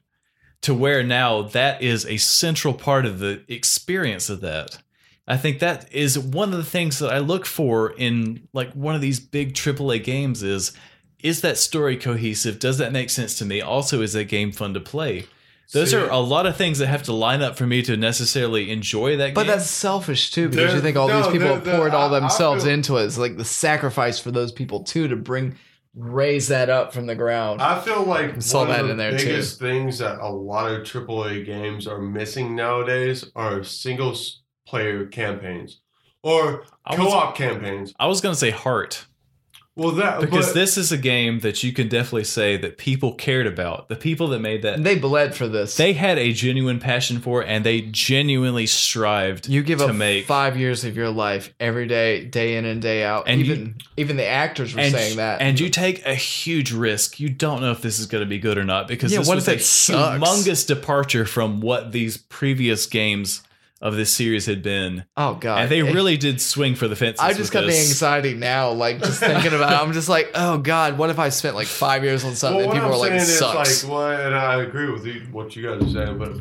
to where now that is a central part of the experience of that. I think that is one of the things that I look for in like one of these big AAA games is is that story cohesive? Does that make sense to me? Also, is that game fun to play? Those See, are a lot of things that have to line up for me to necessarily enjoy that But game. that's selfish too, because There- you think all no, these people there- have there- poured all I- I themselves feel- into it. It's like the sacrifice for those people too to bring raise that up from the ground. I feel like I saw one that of the in there, too. biggest things that a lot of AAA games are missing nowadays are single s- player campaigns or I was- co-op campaigns. I was going to say heart. Well, Uh, that Because but- this is a game that you can definitely say that people cared about. The people that made that, they bled for this. they had a genuine passion for it and they genuinely strived you give to up make. five years of your life every day, day in and day out. And you- even even the actors were and, saying that. and you take a huge risk. You don't know if this is going to be good or not because Yeah, this what was if a it sucks? humongous departure from what these previous games of this series had been, oh god, and they It- really did swing for the fences. I just with got the this. anxiety now, like just thinking about it. I'm just like, oh God, what if I spent like five years on something well, and what people I'm were like, saying is sucks? like, well, and I agree with you, what you guys are saying, but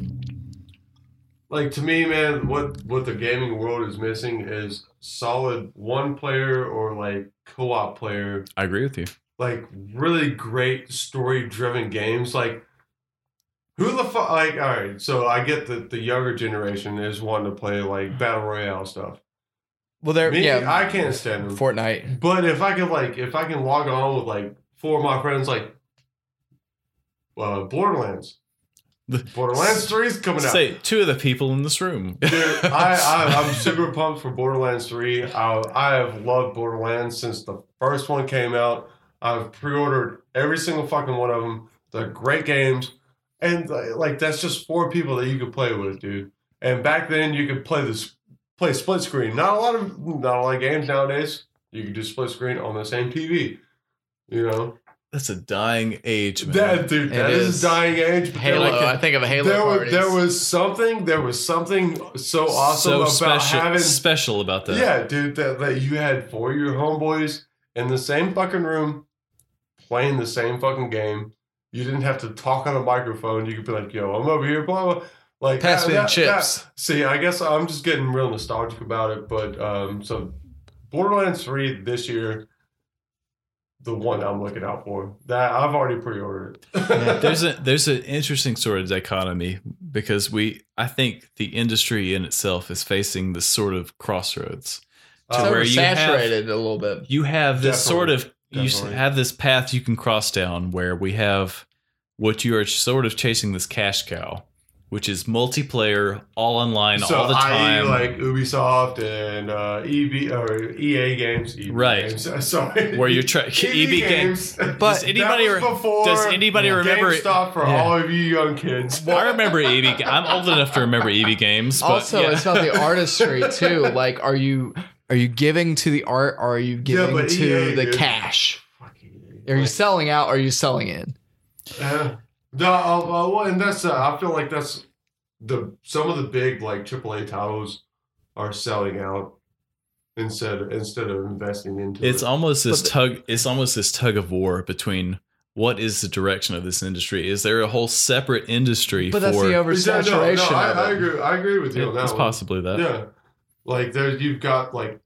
like to me, man, what what the gaming world is missing is solid one player or like co-op player I agree with you. like really great story driven games like who the fuck like all right so i get that the younger generation is wanting to play like battle royale stuff well, there, me yeah, i can't stand them Fortnite. but if i could like if i can log on with like four of my friends like uh borderlands The- borderlands 3 is coming out Say two of the people in this room. Dude, I, I I'm super pumped for Borderlands 3. I, I have loved Borderlands since the first one came out. I've pre-ordered every single fucking one of them. They're great games, and uh, like that's just four people that you could play with, dude. And back then you could play this play split screen. Not a lot of not a lot of games nowadays. You could do split screen on the same TV. You know That's a dying age, man. that dude. It That is, is. a dying age. but Halo. like, I, think of Halo there was parties. there was something there was something so awesome so about special, having special about that. yeah, dude, that, that you had four of your homeboys in the same fucking room playing the same fucking game. You didn't have to talk on a microphone. You could be like, yo, I'm over here, blah, blah. Like, Pass ah, me the that- chips. that- See, I guess I'm just getting real nostalgic about it. But um, so Borderlands 3 this year, the one I'm looking out for. That I've already pre ordered it. there's a there's an interesting sort of dichotomy because we I think the industry in itself is facing this sort of crossroads. Uh, where you have- saturated a little bit. You have this sort of you Definitely. have this path you can cross down where we have what you are sort of chasing this cash cow, which is multiplayer, all online, so all the time. I e, like Ubisoft and uh, EB or EA games. EB Right. Games, sorry. where you're E trying EB, E games. Does But anybody that re- was before does anybody remember? GameStop for Yeah. all of you young kids. I remember EB. I'm old enough to remember EB games. But also, yeah. it's about the artistry too. Like, are you are you giving to the art? Or are you giving but to EA, the dude. cash? Fucking Are you idiot. selling out? Or are you selling in? Uh, no, uh, uh, well, and that's uh, I feel like that's the some of the big like AAA titles are selling out instead instead of investing into it's it. almost this But the- tug it's almost this tug of war between what is the direction of this industry is there a whole separate industry But for that's the Yeah, oversaturation. no, no, I, of I it. agree. I agree with you on that. it's one. possibly that Yeah. Like there you've got like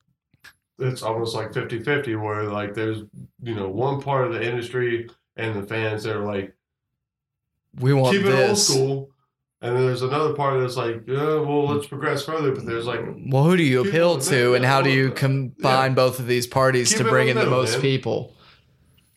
it's almost like 50-50 where like there's you know one part of the industry and the fans that are like We want keep it old this. school and then there's another part that's like yeah, well let's progress further but there's like well, who do you People appeal in the to, middle, and how do you yeah. combine both of these parties Keep to it in bring the in the middle, most man. people?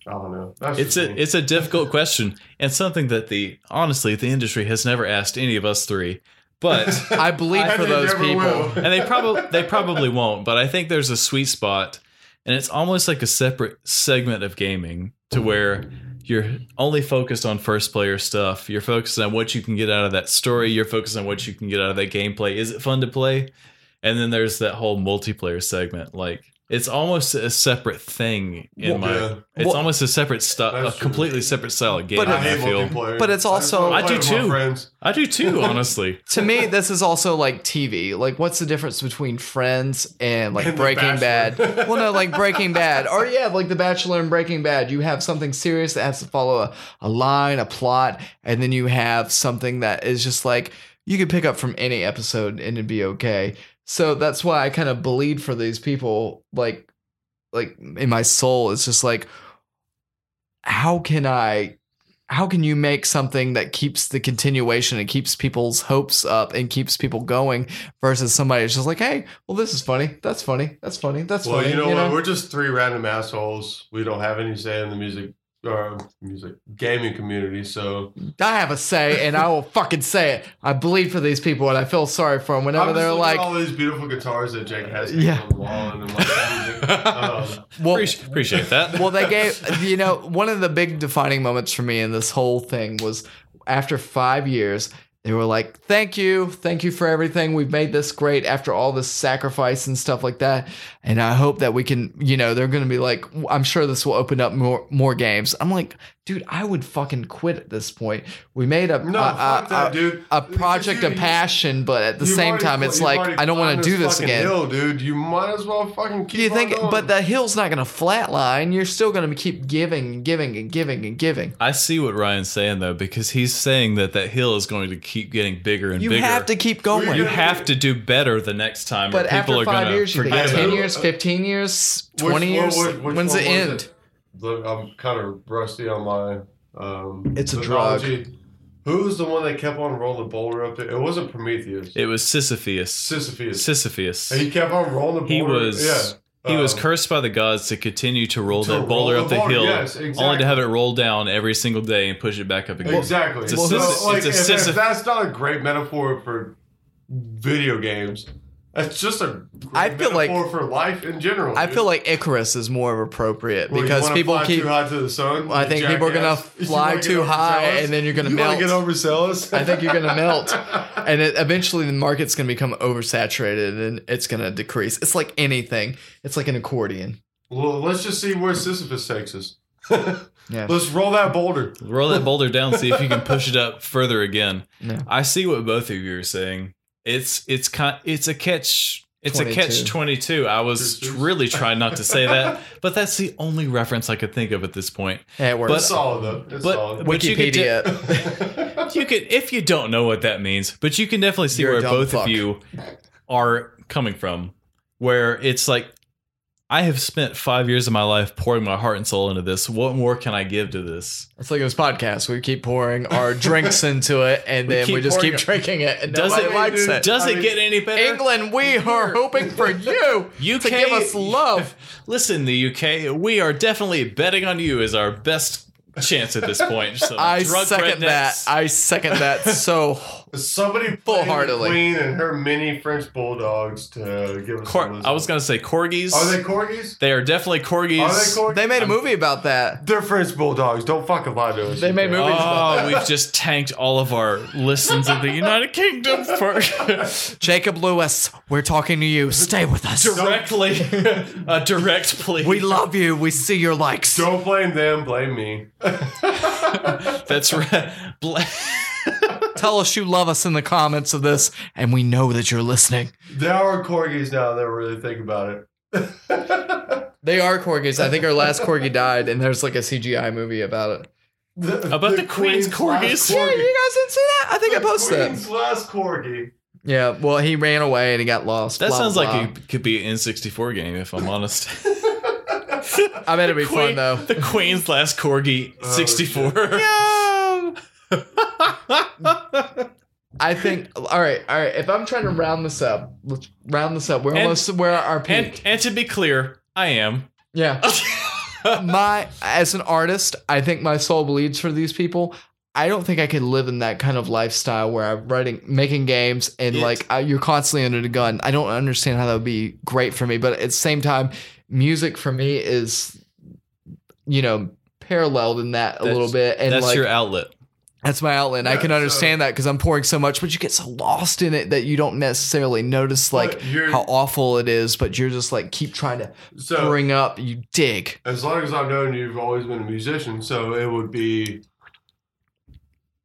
I don't know. That's it's just me. a it's a difficult question and something that the honestly the industry has never asked any of us three but I bleed And for they those never people. will. and they probably they probably won't but i think there's a sweet spot and it's almost like a separate segment of gaming to where you're only focused on first player stuff you're focused on what you can get out of that story you're focused on what you can get out of that gameplay is it fun to play and then there's that whole multiplayer segment like it's almost a separate thing in Well, my. yeah. It's Well- almost a separate style, a That's true. completely separate style of game. But I, I hate feel. multiplayer. but it's I just wanna also- I play do with my too. Friends. I do too, honestly. to me, this is also like TV. Like, what's the difference between Friends and like And The Breaking Bad? Bachelor. Well, no, like Breaking Bad, or yeah, like The Bachelor and Breaking Bad. You have something serious that has to follow a, a line, a plot, and then you have something that is just like you could pick up from any episode and it'd be okay. So that's why I kind of bleed for these people. Like, like in my soul, it's just like, how can I how can you make something that keeps the continuation and keeps people's hopes up and keeps people going versus somebody who's just like, hey, well, this is funny. That's funny. That's funny. That's Well, funny. you know what? We're just three random assholes. We don't have any say in the music or music gaming community. So I have a say and I will fucking say it. I bleed for these people and I feel sorry for them I'm whenever just they're looking at like, all these beautiful guitars that Jake has Yeah. on the wall and I'm like, music. Um, well, Appreci- appreciate that. well, they gave, you know, one of the big defining moments for me in this whole thing was after five years, they were like, thank you. Thank you for everything. We've made this great after all this sacrifice and stuff like that. And I hope that we can, you know, they're going to be like, I'm sure this will open up more, more games. I'm like, dude, I would fucking quit at this point. We made a, no, a, fuck a- that, a- dude. a project of passion, but at the You've same already time, cl- it's you've like, already I don't want climbed to do this fucking again. Hill, dude, you might as well fucking keep. Do you on think, going. but the hill's not going to flatline. You're still going to keep giving and giving and giving and giving. I see what Ryan's saying though, because he's saying that that hill is going to keep getting bigger and You bigger. have to keep going. you have to do better the next time. or but people after are five gonna years, you forget think forget ten it. years, fifteen years, Which twenty one- years. which- which When's one it was end? it? Look, I'm kind of rusty on my. Um, It's a mythology. Who's the one that kept on rolling the boulder up there? It wasn't Prometheus. It was Sisyphus. Sisyphus. Sisyphus. And he kept on rolling the He boulder. was- Yeah. He was Um, cursed by the gods to continue to roll to that roll boulder the up the boulder, hill, yes, only exactly. to have it roll down every single day and push it back up again. Exactly. It's a Well, Sisy- so, like, it's a if- if, Sisyphus. that's not a great metaphor for video games, that's just a great I feel like- metaphor for life in general. I dude. feel like Icarus is more of appropriate Well, you because wanna people fly keep. too high to the sun. I you think people are gonna jackass. You fly wanna get too high overzealous? and then you're gonna You wanna melt. get overzealous. I think you're gonna melt, and it, eventually the market's gonna become oversaturated and it's gonna decrease. It's like anything. It's like an accordion. Well, let's just see where Sisyphus takes us. Yeah. Let's roll that boulder. Roll that boulder down, see if you can push it up further again. Yeah. I see what both of you are saying. It's it's kind it's a catch it's a 22. catch twenty two. I was This is- really trying not to say that, but that's the only reference I could think of at this point. Yeah, it works. But- It's solid though. It's but- solid. what you could do- Wikipedia. You could if you don't know what that means, but you can definitely see You're a where dumb both fuck. of you are coming from. Where it's like I have spent five years of my life pouring my heart and soul into this. What more can I give to this? It's like this podcast. We keep pouring our drinks into it, and We then keep we just pouring keep it. drinking it. And Does nobody it- likes it? Does I it mean, get any better? England, we are hoping for you You to can- give us love. Listen, the UK, we are definitely betting on you as our best chance at this point. So I drug second that. rednecks. I second that. So Somebody Full-heartedly. full-heartedly Queen and her mini French bulldogs to give us. Cor- some I was wisdom. gonna say corgis. Are they corgis? They are definitely corgis. Are they corgis? they made a movie about that. They're French bulldogs. Don't fucking lie to us. They you made guys. movies about Oh, we've just tanked all of our listens in the United Kingdom for Jacob Lewis, we're talking to you. Stay with us. directly a direct plea. We love you. We see your likes. Don't blame them. Blame me. That's right. Bla- Tell us you love us in the comments of this, and we know that you're listening. There are corgis now that really think about it. They are corgis. I think our last corgi died, and there's like a CGI movie about it. About the Queen's last corgis? Yeah, you guys didn't see that? I think I The posted that. Queen's last corgi. Yeah, well, he ran away and he got lost. that blah, sounds blah, like it could be an N64 game, if I'm honest. blah. I bet it'd be fun Queen- though. The Queen's last corgi, Oh, 64. I think. All right, all right. If I'm trying to round this up, let's round this up. We're And- almost we're at our peak. And and to be clear, I am. yeah. my as an artist, I think my soul bleeds for these people. I don't think I could live in that kind of lifestyle where I'm writing, making games, and It- like I, you're constantly under the gun. I don't understand how that would be great for me, but at the same time, music for me is, you know, paralleled in that a That's- little bit. And That's like, your outlet. That's my outlet. and I Yeah, can so- understand that because I'm pouring so much, but you get so lost in it that you don't necessarily notice like But you're- how awful it is. But you're just like keep trying to so bring up. You dig. as long as I've known you, you've always been a musician. So it would be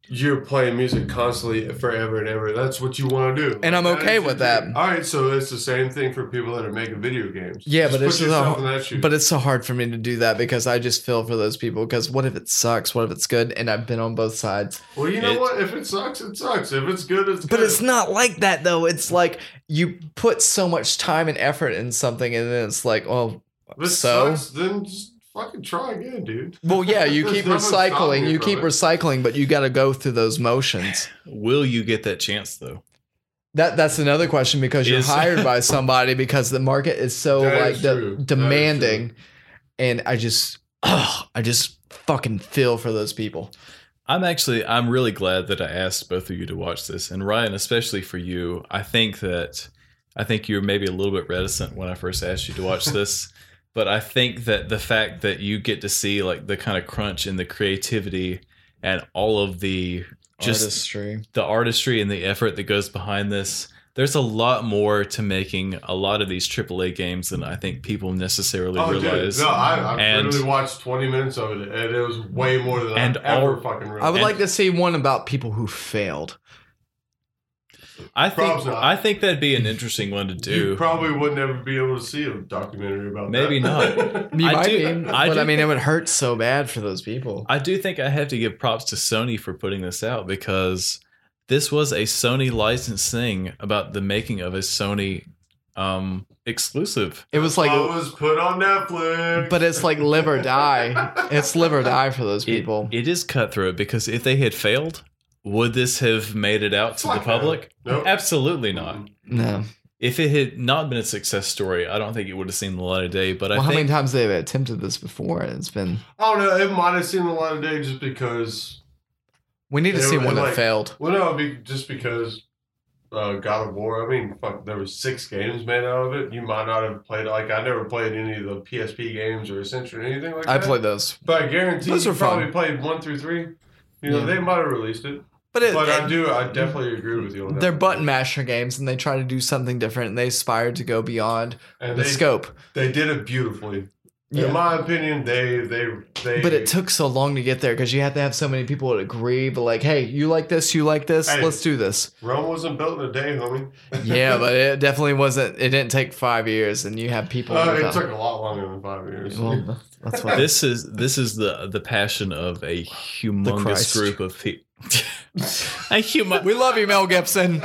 you're playing music constantly forever and ever. That's what you want to do, And I'm That okay is with your- that. All right, so it's the same thing for people that are making video games. Yeah, Just but put it's just a- yourself in that shoe. But it's so hard for me to do that because I just feel for those people. Because what if it sucks? What if it's good? And I've been on both sides. well, you know it- what? If it sucks, it sucks. If it's good, it's But good. it's not like that though. It's like you put so much time and effort in something, and then it's like, oh, If it so? sucks, then just fucking try again, dude. well, yeah, you There's keep no one stopping recycling, you from keep it. recycling, but you got to go through those motions. Will you get that chance though? That that's another question because you're Is- hired by somebody because the market is so That like is de- true. That is demanding, and I just, oh, I just fucking feel for those people. I'm actually I'm really glad that I asked both of you to watch this, and Ryan, especially for you. I think that I think you were maybe a little bit reticent when I first asked you to watch this, but I think that the fact that you get to see like the kind of crunch and the creativity and all of the just Artistry. the artistry and the effort that goes behind this. There's a lot more to making a lot of these AAA games than I think people necessarily Oh, realize. dude, no, I, I And- literally watched 20 minutes of it, and it was way more than And I ever all- fucking realized. I would And- like to see one about people who failed. I think Probably not. I think that'd be an interesting one to You do. probably would never be able to see a documentary about Maybe that. You I might do- be, I but do I mean, it would hurt so bad for those people. I do think I have to give props to Sony for putting this out because this was a Sony licensed thing about the making of a Sony um exclusive. it was like, I was put on Netflix. but it's like live or die. It's live or die for those It- people. it is cutthroat because if they had failed, would this have made it out to the Fuck no. public? Nope. Absolutely not. no. if it had not been a success story, I don't think it would have seen the light of day. But Well, I how many think times they've attempted this before? and It's been. I don't know. It might have seen the light of day just because. We need to They see were one that like- failed. Well, no, be, just because uh, God of War. I mean, fuck, there was six games made out of it. You might not have played. Like, I never played any of the PSP games or Ascension or anything like I that. played those, but I guarantee Those you are fun. probably played one through three. You know, Yeah. they might have released it, but it, but I do. I definitely agree with you on that. they're button masher games, and they try to do something different, and they aspire to go beyond and the they, scope. They did it beautifully. Yeah. In my opinion, they they they. But it took so long to get there because you have to have so many people to agree. But like, hey, you like this, you like this, Hey. let's do this. Rome wasn't built in a day, homie. yeah, but it definitely wasn't. It didn't take five years, and you have people. Uh, it without- took a lot longer than five years. well, that's what this is this is the the passion of a humongous Christ. group of people. a human we love you, Mel Gibson.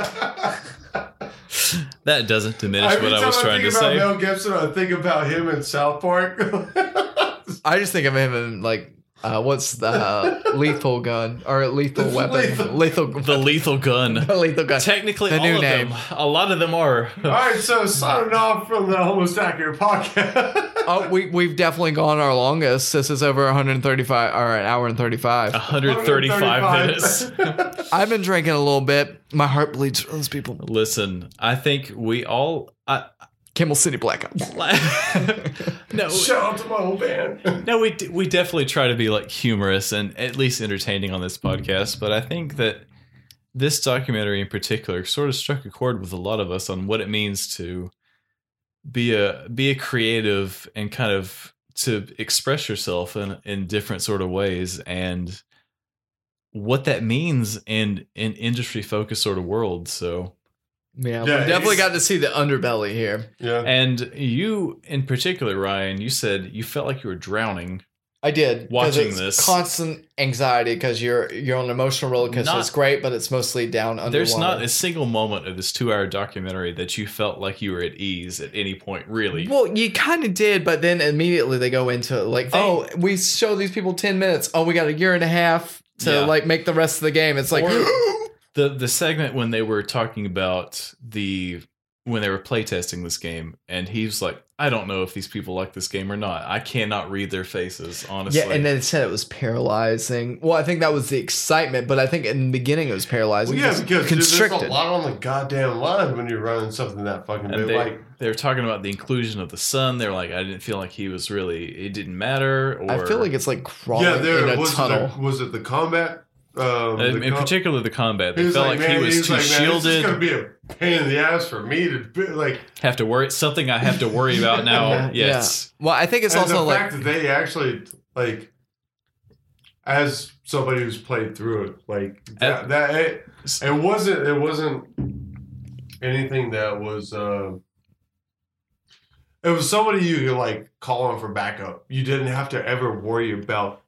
that doesn't diminish Every what I time was I trying think to about say. Mel Gibson, I think about him in South Park. I just think of him in like uh, what's the uh, lethal gun or lethal It's weapon? lethal. Lethal the lethal gun. lethal gun. Technically, The all new of name. them. A lot of them are. All right, so signing off from the Almost Accurate podcast. Oh, we we've definitely gone our longest. This is over 135 or an hour and 35. 135 minutes. I've been drinking a little bit. My heart bleeds for those people. Listen, I think we all. I, Kimmel City Blackout. no, Shout out to my old band. No, we d- we definitely try to be like humorous and at least entertaining on this podcast, but I think that this documentary in particular sort of struck a chord with a lot of us on what it means to be a be a creative and kind of to express yourself in in different sort of ways and what that means in an industry focused sort of world. So Yeah, Yeah, we definitely he's- got to see the underbelly here. Yeah. and you in particular, Ryan, you said you felt like you were drowning. I did 'cause Watching it's this. constant anxiety because you're you're on an emotional roller coaster. Not- it's great, but it's mostly down underwater. There's not a single moment of this two-hour documentary that you felt like you were at ease at any point, really. Well, you kind of did, but then immediately they go into it like, They- oh, we show these people ten minutes. Oh, we got a year and a half to Yeah. like make the rest of the game. It's like, Or- the the segment when they were talking about the when they were playtesting this game, and he's like, "I don't know if these people like this game or not. I cannot read their faces, honestly." yeah, and then it said it was paralyzing. Well, I think that was the excitement, but I think in the beginning it was paralyzing. Well, yeah, 'cause because dude, there's a constricted. lot on the goddamn line when you're running something that fucking And big. they, like, they're talking about the inclusion of the sun. They're like, "I didn't feel like he was really. It didn't matter." Or I feel like it's like crawling yeah, in there a was tunnel. There, was it the combat Um, the in in co- particular, the combat. They felt like, man, he was too like, man, This is shielded. gonna be a pain in the ass for me to be, like. have to worry. Something I have to worry about now. Yeah. Yes. Well, I think it's and also the like fact that they actually like, as somebody who's played through it, like Uh, that. that it, it wasn't. It wasn't anything that was. Uh, it was somebody you could like call on for backup. You didn't have to ever worry about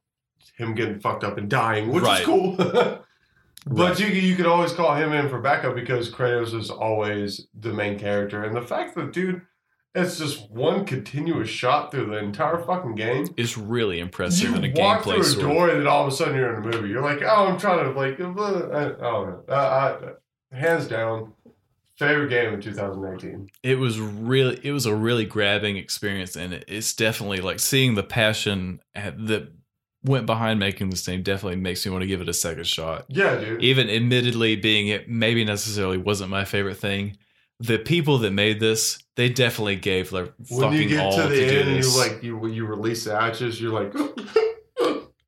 him getting fucked up and dying, which Right. is cool. But you you could always call him in for backup because Kratos is always the main character, and the fact that dude, it's just one continuous shot through the entire fucking game. It's really impressive in a You walk through gameplay a sort. door, and then all of a sudden you're in a movie. You're like, oh, I'm trying to like, uh, uh, oh, uh, uh, hands down, favorite game in 2018. It was really, it was a really grabbing experience, and it, it's definitely like seeing the passion at- that went behind making this game. Definitely makes me want to give it a second shot. Yeah, dude. Even admittedly, being it maybe necessarily wasn't my favorite thing. The people that made this, they definitely gave like when fucking you get all to the do end, and this. you like you when you release the ashes. You're like,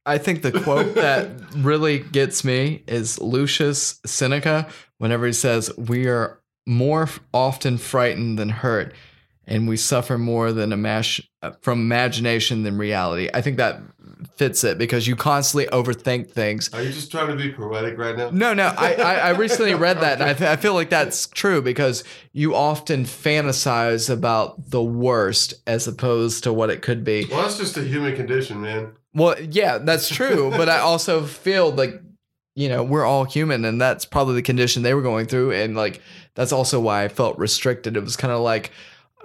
I think the quote that really gets me is Lucius Seneca whenever he says, We are more f- often frightened than hurt, and we suffer more than imas- uh, from imagination than reality. I think that fits it because you constantly overthink things. are you just trying to be poetic right now? No, no, I, I, I recently read that, and I, th- I feel like that's true because you often fantasize about the worst as opposed to what it could be. Well, that's just the human condition, man. Well, yeah, that's true. but I also feel like, you know, we're all human and that's probably the condition they were going through. And like, that's also why I felt restricted. It was kind of like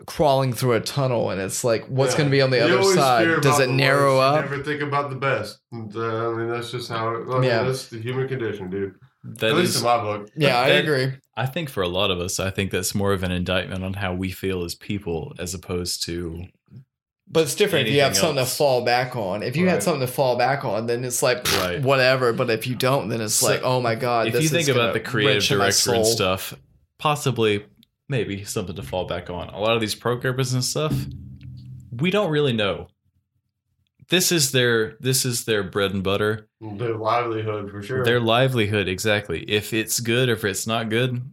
crawling through a tunnel and it's like, what's Yeah. going to be on the You other always fear side? Does about it the narrow worst, up? You never think about the best. And, uh, I mean, that's just how. It, I mean, Yeah. that's the human condition, dude. that At least is- in my book. yeah, I That- agree. I think for a lot of us, I think that's more of an indictment on how we feel as people as opposed to But it's different if you anything have something else. to fall back on. If you had Right. something to fall back on, then it's like pfft, Right. whatever. But if you don't, then it's So, like, oh my god. if this you is think about gonna the creative wrench in my director and soul. stuff, possibly maybe something to fall back on. A lot of these programmers and stuff, we don't really know. This is their this is their bread and butter, Their livelihood, for sure. their livelihood exactly. If it's good or if it's not good,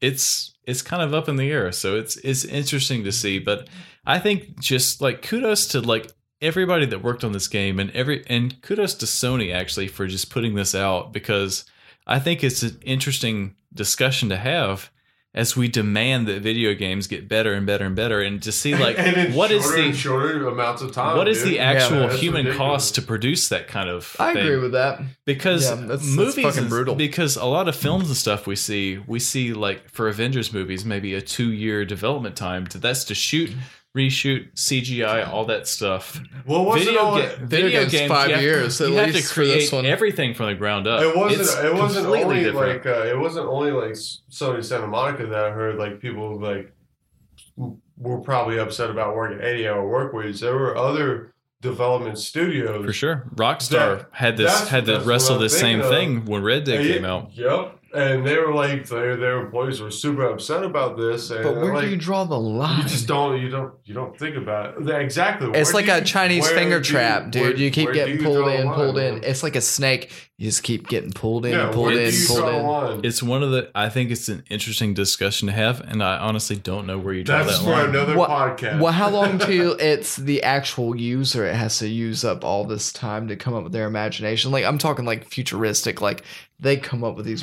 it's it's kind of up in the air. So it's it's interesting to see, but I think just like kudos to like everybody that worked on this game and every and kudos to Sony actually for just putting this out because I think it's an interesting discussion to have as we demand that video games get better and better and better and to see like and in what is shorter and the shorter amounts of time. what is dude. the actual Yeah, that's human ridiculous. cost to produce that kind of I agree thing? with that. because Yeah, that's- that's movies fucking and- brutal. because a lot of films and stuff we see we see like for avengers movies maybe a two year development time to that's to shoot reshoot cgi all that stuff Well, it wasn't all. ga- video games games five you have- years, at you have to least for create this one. everything from the ground up It wasn't. uh, It's it wasn't completely only different. like. Uh, it wasn't only like Sony Santa Monica that I heard like people like were probably upset about working eighty hour work weeks. There were other development studios for sure rockstar That- had this that's- had to that's what wrestle I'm this same thinking of. thing when red dead Yeah, came out Yep. And they were like, their their employees were super upset about this. And But where like, do you draw the line? you just don't you don't you don't think about it. That- exactly. It's Where like do a you- Chinese where finger do trap, dude. where- you keep where getting do you pulled draw in, the pulled line, in. man? It's like a snake. You just keep getting pulled in, yeah, and pulled where in, do you pulled draw the in. line? it's one of the i think it's an interesting discussion to have and i honestly don't know where you draw That's that for line another What- podcast. Well, how long till it's the actual user? It has to use up all this time to come up with their imagination. Like I'm talking like futuristic. Like they come up with these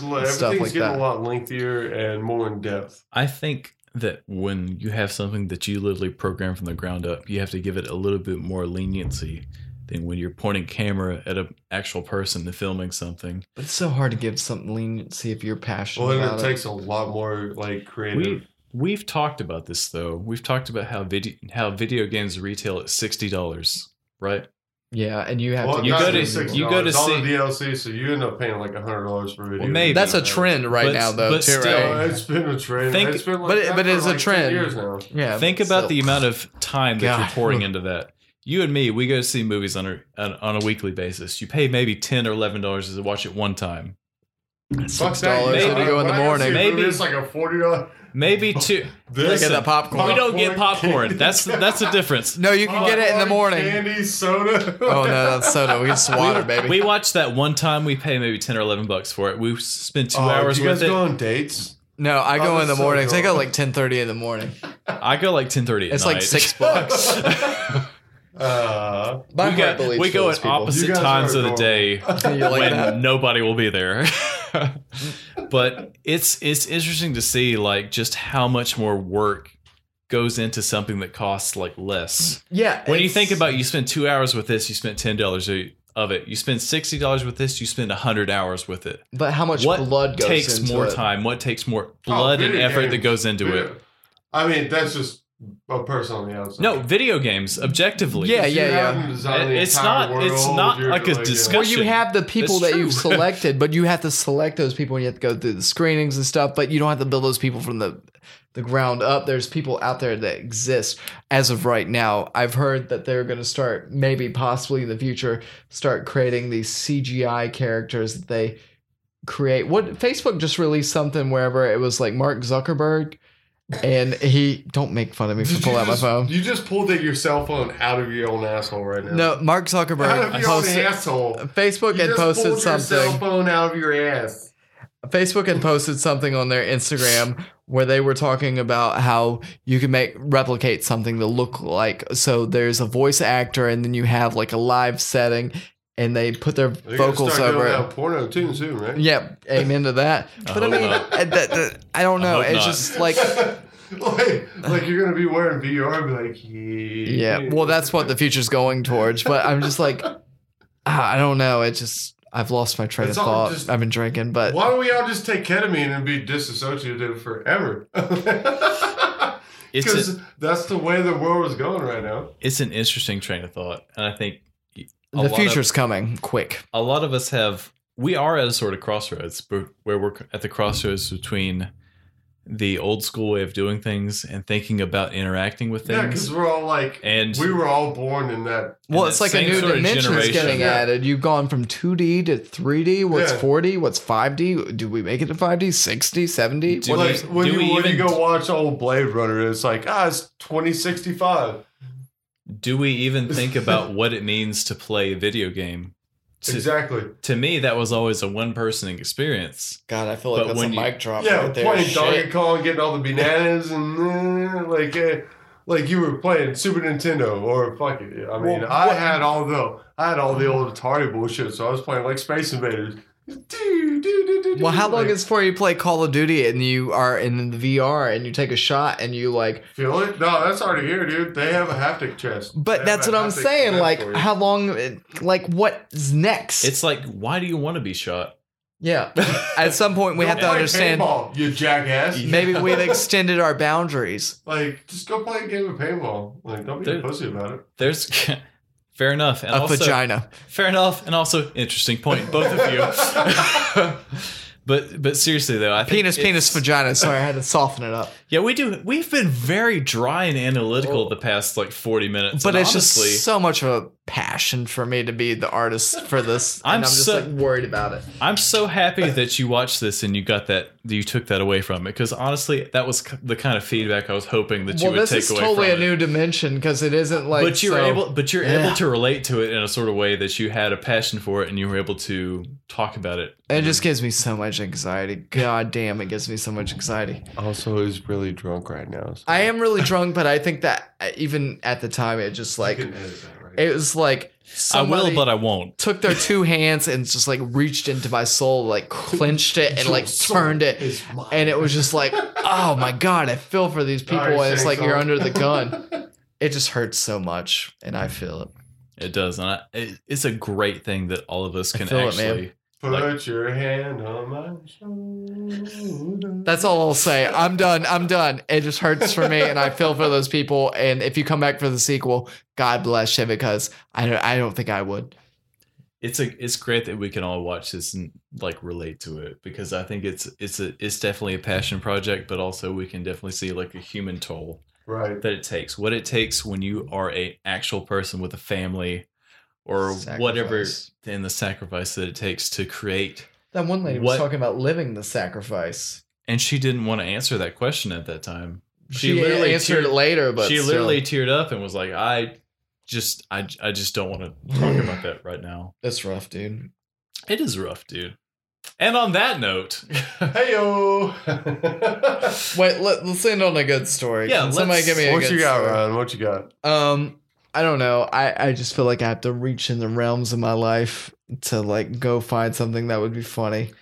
worlds and everything's stuff like getting a that. lot lengthier and more in depth. I think that when you have something that you literally program from the ground up, you have to give it a little bit more leniency than when you're pointing camera at an actual person and filming something. But it's so hard to give something leniency if you're passionate Well, and about it it. takes a lot more like creative. We we've talked about this though. We've talked about how video how video games retail at sixty dollars, right? yeah, and you have Well, to. you not give go to- just something $60, you go to all the see- DLC, so you end up paying like hundred dollars for video. maybe. That's a trend right But- now, though. but too, still- right? Yeah, it's been a trend. Think- it's been like but it- that but for, it's a like, 10 trend. Years now. Yeah. Think but about still. the amount of time that you're God. pouring into that. You and me, we go see movies on a on, on a weekly basis. You pay maybe ten or eleven dollars to watch it one time. Six dollars if you go in the morning. Maybe- it's like a forty dollar. Maybe two. Look at Listen, the popcorn. We don't get Popcorn. popcorn. That's that's the difference. No, you can get it in the morning. Candy, soda. Oh no, that's soda. We just water, baby. We watched that one time. We pay maybe ten or eleven bucks for it. We spent two Oh, hours do you guys with it. go on dates? no, I Oh, go in the that's so morning. I go good. like ten thirty in the morning. I go like ten thirty. It's like six bucks. Uh, My we go, heart bleeds we for go those at people. opposite You guys times are of the day You like when that? nobody will be there. but it's it's interesting to see like just how much more work goes into something that costs like less. Yeah. When you it's- think about you spend two hours with this, you spent ten dollars of it. You spend sixty dollars with this, you spend hundred hours with it. but how much what blood goes takes into more it. time? What takes more blood and Oh, video effort that games. goes into it? I mean, that's just a person on the outside. No, video games objectively. Yeah, If you yeah, yeah. haven't designed It- the it's entire not- it's world, not you're like a yeah. discussion. Well, you have the people That's that you've true. selected, but you have to select those people, and you have to go through the screenings and stuff. But you don't have to build those people from the the ground up. There's people out there that exist as of right now. I've heard that they're going to start, maybe possibly in the future, start creating these CGI characters that they create. What Facebook just released something wherever it was like Mark Zuckerberg, and he don't make fun of me for Did you pulling out my just- phone. You just pulled it- your cell phone out of your own asshole right now. No, Mark out Zuckerberg of your own posted asshole. Facebook You had just posted pulled your something. cell phone out of your ass. Facebook had posted something on their Instagram where they were talking about how you can make replicate something to look like. So there's a voice actor, and then you have like a live setting, and they put their They're gonna vocals start doing over that it. with porno too soon, right? Yeah, amen to that. I But I hope mean, not. I, that- that- I don't know. hope it's not. just like, like, like you're gonna be wearing VR, and be like, yeah. yeah. Well, that's what the future's going towards. But I'm just like, ah, I don't know. It just I've lost my train It's of all thought. just- I've been drinking, uh, but Why don't we all just take ketamine and be disassociated forever? It's a- Because that's the way the world is going right now. it's an interesting train of thought, and I think a the lot of- future's coming quick. a lot of us have we are at a sort of crossroads b- where we're at the crossroads between the old school way of doing things and thinking about interacting with Yeah, things because we're all like, and we were all born in that. Well, And it's that like a same new sort of dimension is generation- getting Yeah. added. You've gone from 2D to 3D. What's Yeah. 4D? What's 5D? Do we make it to 5D, 60, 70? Do What- like, we- when do you, we when you even- go watch old Blade Runner, it's like, ah, it's 2065. do we even think about what it means to play a video game to, Exactly. to me that was always a one person experience God, I feel But when you- drop Yeah, playing Shit. Donkey Kong, getting all the bananas, and uh, like, uh, like you were playing Super Nintendo or fuck it. I mean, Well, I what- had all the I had all the old Atari bullshit, so I was playing like Space Invaders. Do, do, do, do, Well, do, how long like, is before you play Call of Duty and you are in the VR and you take a shot and you like. feel it? No, that's already here, dude. They have a haptic chest. But They that's have what a I'm haptic saying. chest Like, for you. how long? Like, what's next? it's like why do you want to be shot yeah. At some point, we Go have to play understand. paintball, you jackass. Maybe we've extended our boundaries. Like, just go play a game of paintball. Like, don't be a Dude. pussy about it. there's fair enough and A also, vagina. Fair enough, and also interesting point, both of you. but but seriously though, I think Penis, penis, it's- vagina. Sorry, I had to soften it up. Yeah, we do. We've been very dry and analytical the past like forty minutes, but and it's honestly, just so much of a passion for me to be the artist for this. I'm and I'm just so- like worried about it. I'm so happy that you watched this and you got that you took that away from it because honestly, that was c- the kind of feedback I was hoping that Well, you would this take is away totally a from it. new dimension because it isn't like. but you're so- able, but you're Yeah. able to relate to it in a sort of way that you had a passion for it, and you were able to talk about it. It just gives me so much anxiety. God damn, it gives me so much anxiety. Also, he's really drunk right now. So I am really drunk, but I think that uh, even at the time, it just like can edit that, right? it was like I somebody will, but I won't. took their two hands and just like reached into my soul, like clenched it and like turned it, and it was just like, oh my god, I feel for these people. Sorry, and it's Shane, like you're sorry. under the gun. It just hurts so much, and I feel it. It does, and I, it, it's a great thing that all of us I can feel it, man. actually. Put Like- your hand on my shoulder. That's all I'll say. I'm done. I'm done. It just hurts for me, and I feel for those people. And if you come back for the sequel, God bless you, because I don't. I don't think I would. it's a it's great that we can all watch this and like relate to it because I think it's it's a it's definitely a passion project, but also we can definitely see like a human toll right. that it takes, what it takes when you are a actual person with a family or Sacrifice. whatever, and the sacrifice that it takes to create That one lady What- was talking about living the sacrifice. and she didn't want to answer that question at that time. She, literally answered teared- it later, but she still. literally teared up and was like, "I just, I, I just don't want to talk about that right now." that's rough, dude. It is rough, dude. And on that note, Hey yo. Wait, let, let's end on a good story. Yeah, Can somebody let's- give me a what good you got, story? Ryan? What you got? Um, I don't know. I I just feel like I have to reach in the realms of my life to like go find something that would be funny.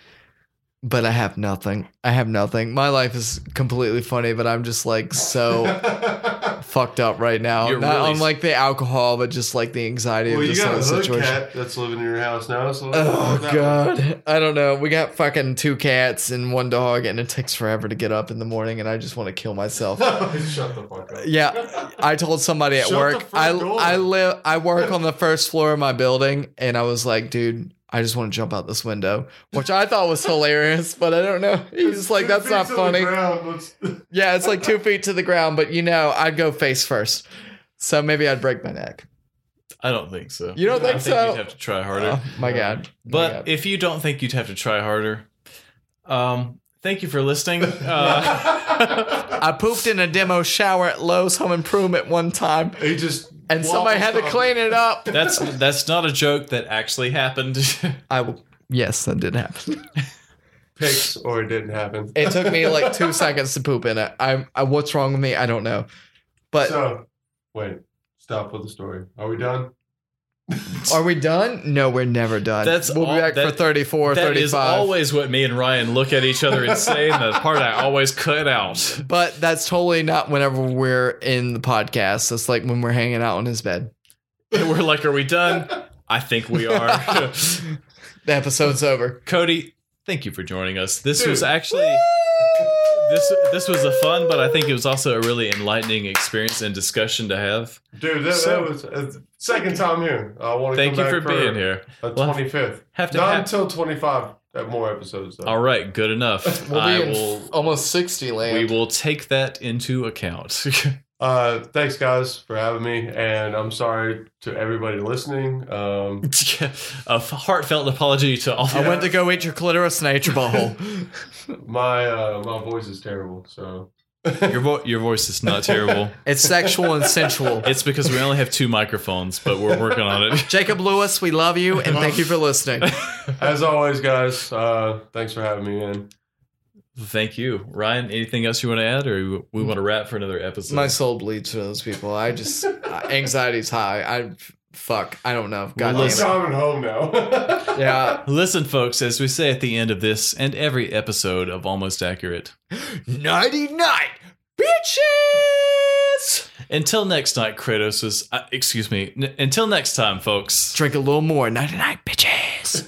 But I have nothing. I have nothing. My life is completely funny, but I'm just like so fucked up right now. You're Not really- on like the alcohol, but just like the anxiety well, of you this got a whole hood situation. cat that's living in your house now. So Oh that- god. I don't know. We got fucking two cats and one dog and it takes forever to get up in the morning and I just want to kill myself. Shut the fuck up. Yeah, I told somebody at Shut the work. front I door. I live I work on the first floor of my building, and I was like, dude, I just want to jump out this window, which I thought was hilarious, but I don't know. He's just like, Two that's feet not to the funny. ground, let's- Yeah, it's like two feet to the ground, but you know, I'd go face first, so maybe I'd break my neck. I don't think so. You don't I think so? You'd have to try harder. Oh my god! My But God. if you don't think you'd have to try harder, um, thank you for listening. Uh, I pooped in a demo shower at Lowe's Home Improvement one time, he just and somebody had to waltzed off. clean it up. that's that's not a joke that actually happened. I will. Yes, that did happen. pics, or it didn't happen. It took me like two seconds to poop in it. I'm. I, what's wrong with me? I don't know. But so wait, stop with the story. Are we done? Are we done? No, we're never done. That's we'll all- be back for that- 34, That 35. is always what me and Ryan look at each other and say, and the part I always cut out. but that's totally not whenever we're in the podcast. That's like when we're hanging out on his bed. And we're like, "Are we done?" I think we are. The episode's over. Cody, thank you for joining us. This Dude. was actually this this was a fun, but I think it was also a really enlightening experience and discussion to have. Dude, that, So- that was uh, second time here. I want to Thank come you for back being here. A Well, twenty fifth, Have to. not have- until twenty five. That more episodes though. All right, good enough. We'll I be in will. almost 60 land. We will take that into account. Uh, thanks guys for having me, and I'm sorry to everybody listening. Um, a f- heartfelt apology to all. I went to go eat your clitoris and I ate your butthole. my uh, my voice is terrible, so Your vo- your voice is not terrible. it's sexual and sensual. It's because we only have two microphones, but we're working on it. Jacob Lewis, we love you and thank you for listening. as always, guys, uh, thanks for having me in. Thank you, Ryan. Anything else you want to add, or we want to wrap for another episode? My soul bleeds for those people. I just, uh, anxiety's high. I, fuck, I don't know. God I'm damn it. driving home now. Yeah. Listen, folks, as we say at the end of this and every episode of Almost Accurate, Nighty night, bitches! until next night, Kratos is, uh, excuse me, n- until next time, folks. drink a little more. Night night, bitches.